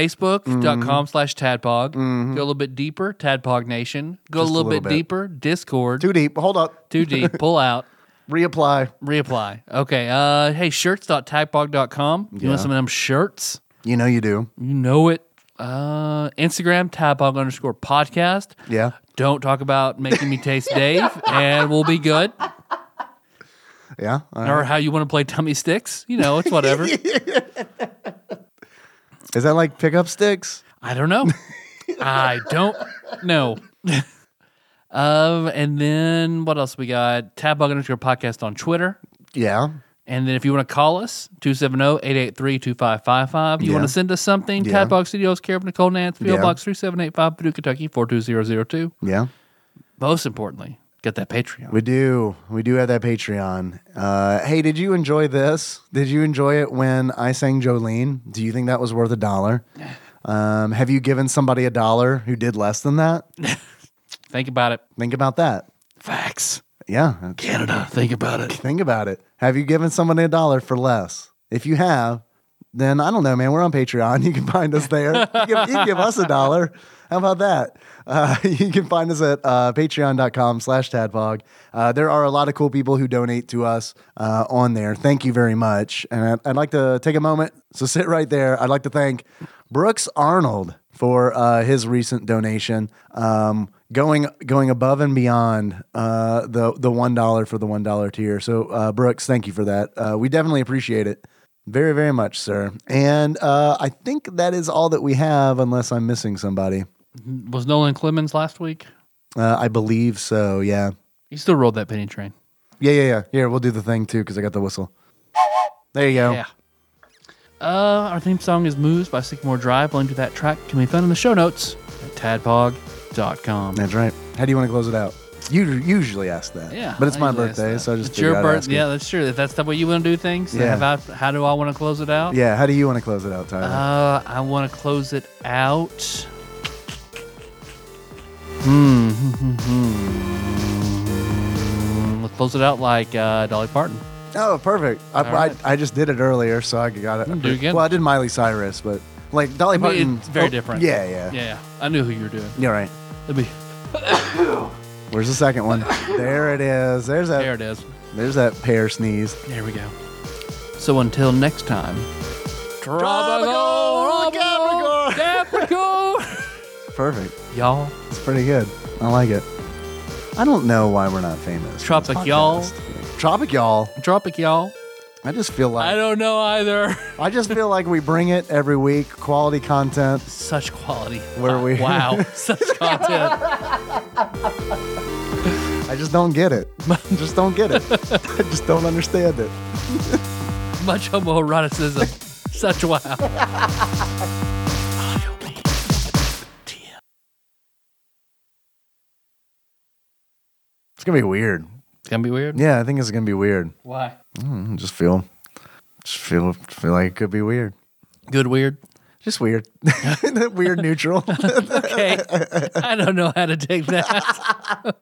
Speaker 1: Facebook.com slash Tadpog. Go a little bit deeper, Tadpog Nation. Go a
Speaker 2: Just a
Speaker 1: little,
Speaker 2: little
Speaker 1: bit,
Speaker 2: bit.
Speaker 1: deeper, Discord. Too,
Speaker 2: Too deep. Hold up.
Speaker 1: deep, pull out,
Speaker 2: Reapply.
Speaker 1: reapply. Okay, uh, hey, shirts.tadpog.com. You
Speaker 2: Yeah.
Speaker 1: want some of them shirts?
Speaker 2: You know you do.
Speaker 1: You know it. Uh, Instagram, Tadpog underscore podcast.
Speaker 2: Yeah.
Speaker 1: Don't talk about making me taste Dave, and we'll be good.
Speaker 2: Yeah. Uh, All right.
Speaker 1: Or how you want to play tummy sticks. You know, it's whatever.
Speaker 2: Is that like pickup sticks?
Speaker 1: I don't know. I don't know. um, and then what else we got? Tabbug underscore podcast on Twitter.
Speaker 2: Yeah.
Speaker 1: And then if you want to call us, oh, 270-883-2555. You
Speaker 2: Yeah.
Speaker 1: want to send us something,
Speaker 2: Yeah.
Speaker 1: yeah. Tadbug Studios, care of Nicole Nance, PO
Speaker 2: Yeah.
Speaker 1: Box 3785, Purdue, Kentucky, 42002.
Speaker 2: Yeah.
Speaker 1: Most importantly, get that Patreon.
Speaker 2: We do. We do have that Patreon. Uh, hey, did you enjoy this? Did you enjoy it when I sang Jolene? Do you think that was worth a dollar? Um, have you given somebody a dollar who did less than that?
Speaker 1: Think about it.
Speaker 2: Think about that.
Speaker 1: Facts.
Speaker 2: Yeah.
Speaker 1: Canada, think about it.
Speaker 2: Think about it. Have you given somebody a dollar for less? If you have, then I don't know, man. We're on Patreon. You can find us there. You can, you can give us a dollar. How about that? Uh, you can find us at uh, patreon.com slash tadpog. Uh, there are a lot of cool people who donate to us uh, on there. Thank you very much. And I'd, I'd like to take a moment. So sit right there. I'd like to thank Brooks Arnold for uh, his recent donation, um, going going above and beyond uh, the the one dollar for the one dollar tier. So uh, Brooks, thank you for that. Uh, we definitely appreciate it, very very much, sir. And uh, I think that is all that we have, unless I'm missing somebody.
Speaker 1: Was Nolan Clemens last week?
Speaker 2: Uh, I believe so. Yeah,
Speaker 1: He still rolled that penny train.
Speaker 2: yeah, yeah, yeah. Here we'll do the thing too because I got the whistle. There you go.
Speaker 1: Yeah. Uh, our theme song is Moves by Sycamore Drive. Link to that track can be found in the show notes at tadpog.com.
Speaker 2: That's right. How do you want to close it out? You usually ask that.
Speaker 1: Yeah.
Speaker 2: but it's
Speaker 1: I
Speaker 2: my
Speaker 1: usually ask
Speaker 2: birthday,
Speaker 1: that.
Speaker 2: so I just
Speaker 1: It's your
Speaker 2: figured I'd ask
Speaker 1: birthday.
Speaker 2: you.
Speaker 1: Yeah, that's true. If that's the way you want to do things, then
Speaker 2: Yeah.
Speaker 1: how, about- how do I want to close it out?
Speaker 2: Yeah. How do you want to close it out, Tyler?
Speaker 1: Uh, I want to close it out. Hmm. Let's close it out like uh, Dolly Parton.
Speaker 2: Oh, perfect. I,
Speaker 1: All right.
Speaker 2: I, I just did it earlier, so I got it.
Speaker 1: do it again.
Speaker 2: Well, I did Miley Cyrus, but like Dolly
Speaker 1: I mean,
Speaker 2: Parton.
Speaker 1: it's very
Speaker 2: oh,
Speaker 1: different.
Speaker 2: Yeah, yeah.
Speaker 1: Yeah, I knew who you were doing.
Speaker 2: You're right.
Speaker 1: Let me.
Speaker 2: Where's the second one? there it is. There's that.
Speaker 1: There it is.
Speaker 2: There's that pear sneeze.
Speaker 1: Uh, There we go. So until next time.
Speaker 2: Tropical
Speaker 1: tropical, Capricorn.
Speaker 2: Perfect.
Speaker 1: y'all,
Speaker 2: It's pretty good. I like it. I don't know why we're not famous.
Speaker 1: Tropic y'all.
Speaker 2: Podcast. Tropic y'all.
Speaker 1: tropic y'all.
Speaker 2: I just feel
Speaker 1: I
Speaker 2: like
Speaker 1: don't know either.
Speaker 2: I, just feel like we bring it every week. Quality content.
Speaker 1: Such quality.
Speaker 2: Where we-
Speaker 1: Wow. Such content.
Speaker 2: I just don't get it. just don't get it. I just don't understand it.
Speaker 1: Much homoeroticism. Such wow. Audio Beat. TM.
Speaker 2: It's gonna be weird.
Speaker 1: It's gonna be weird.
Speaker 2: Yeah, I think it's gonna be weird.
Speaker 1: Why?
Speaker 2: Mm, Just feel, just feel, feel like it could be weird.
Speaker 1: Good weird.
Speaker 2: Just weird. weird neutral.
Speaker 1: Okay. I don't know how to take that.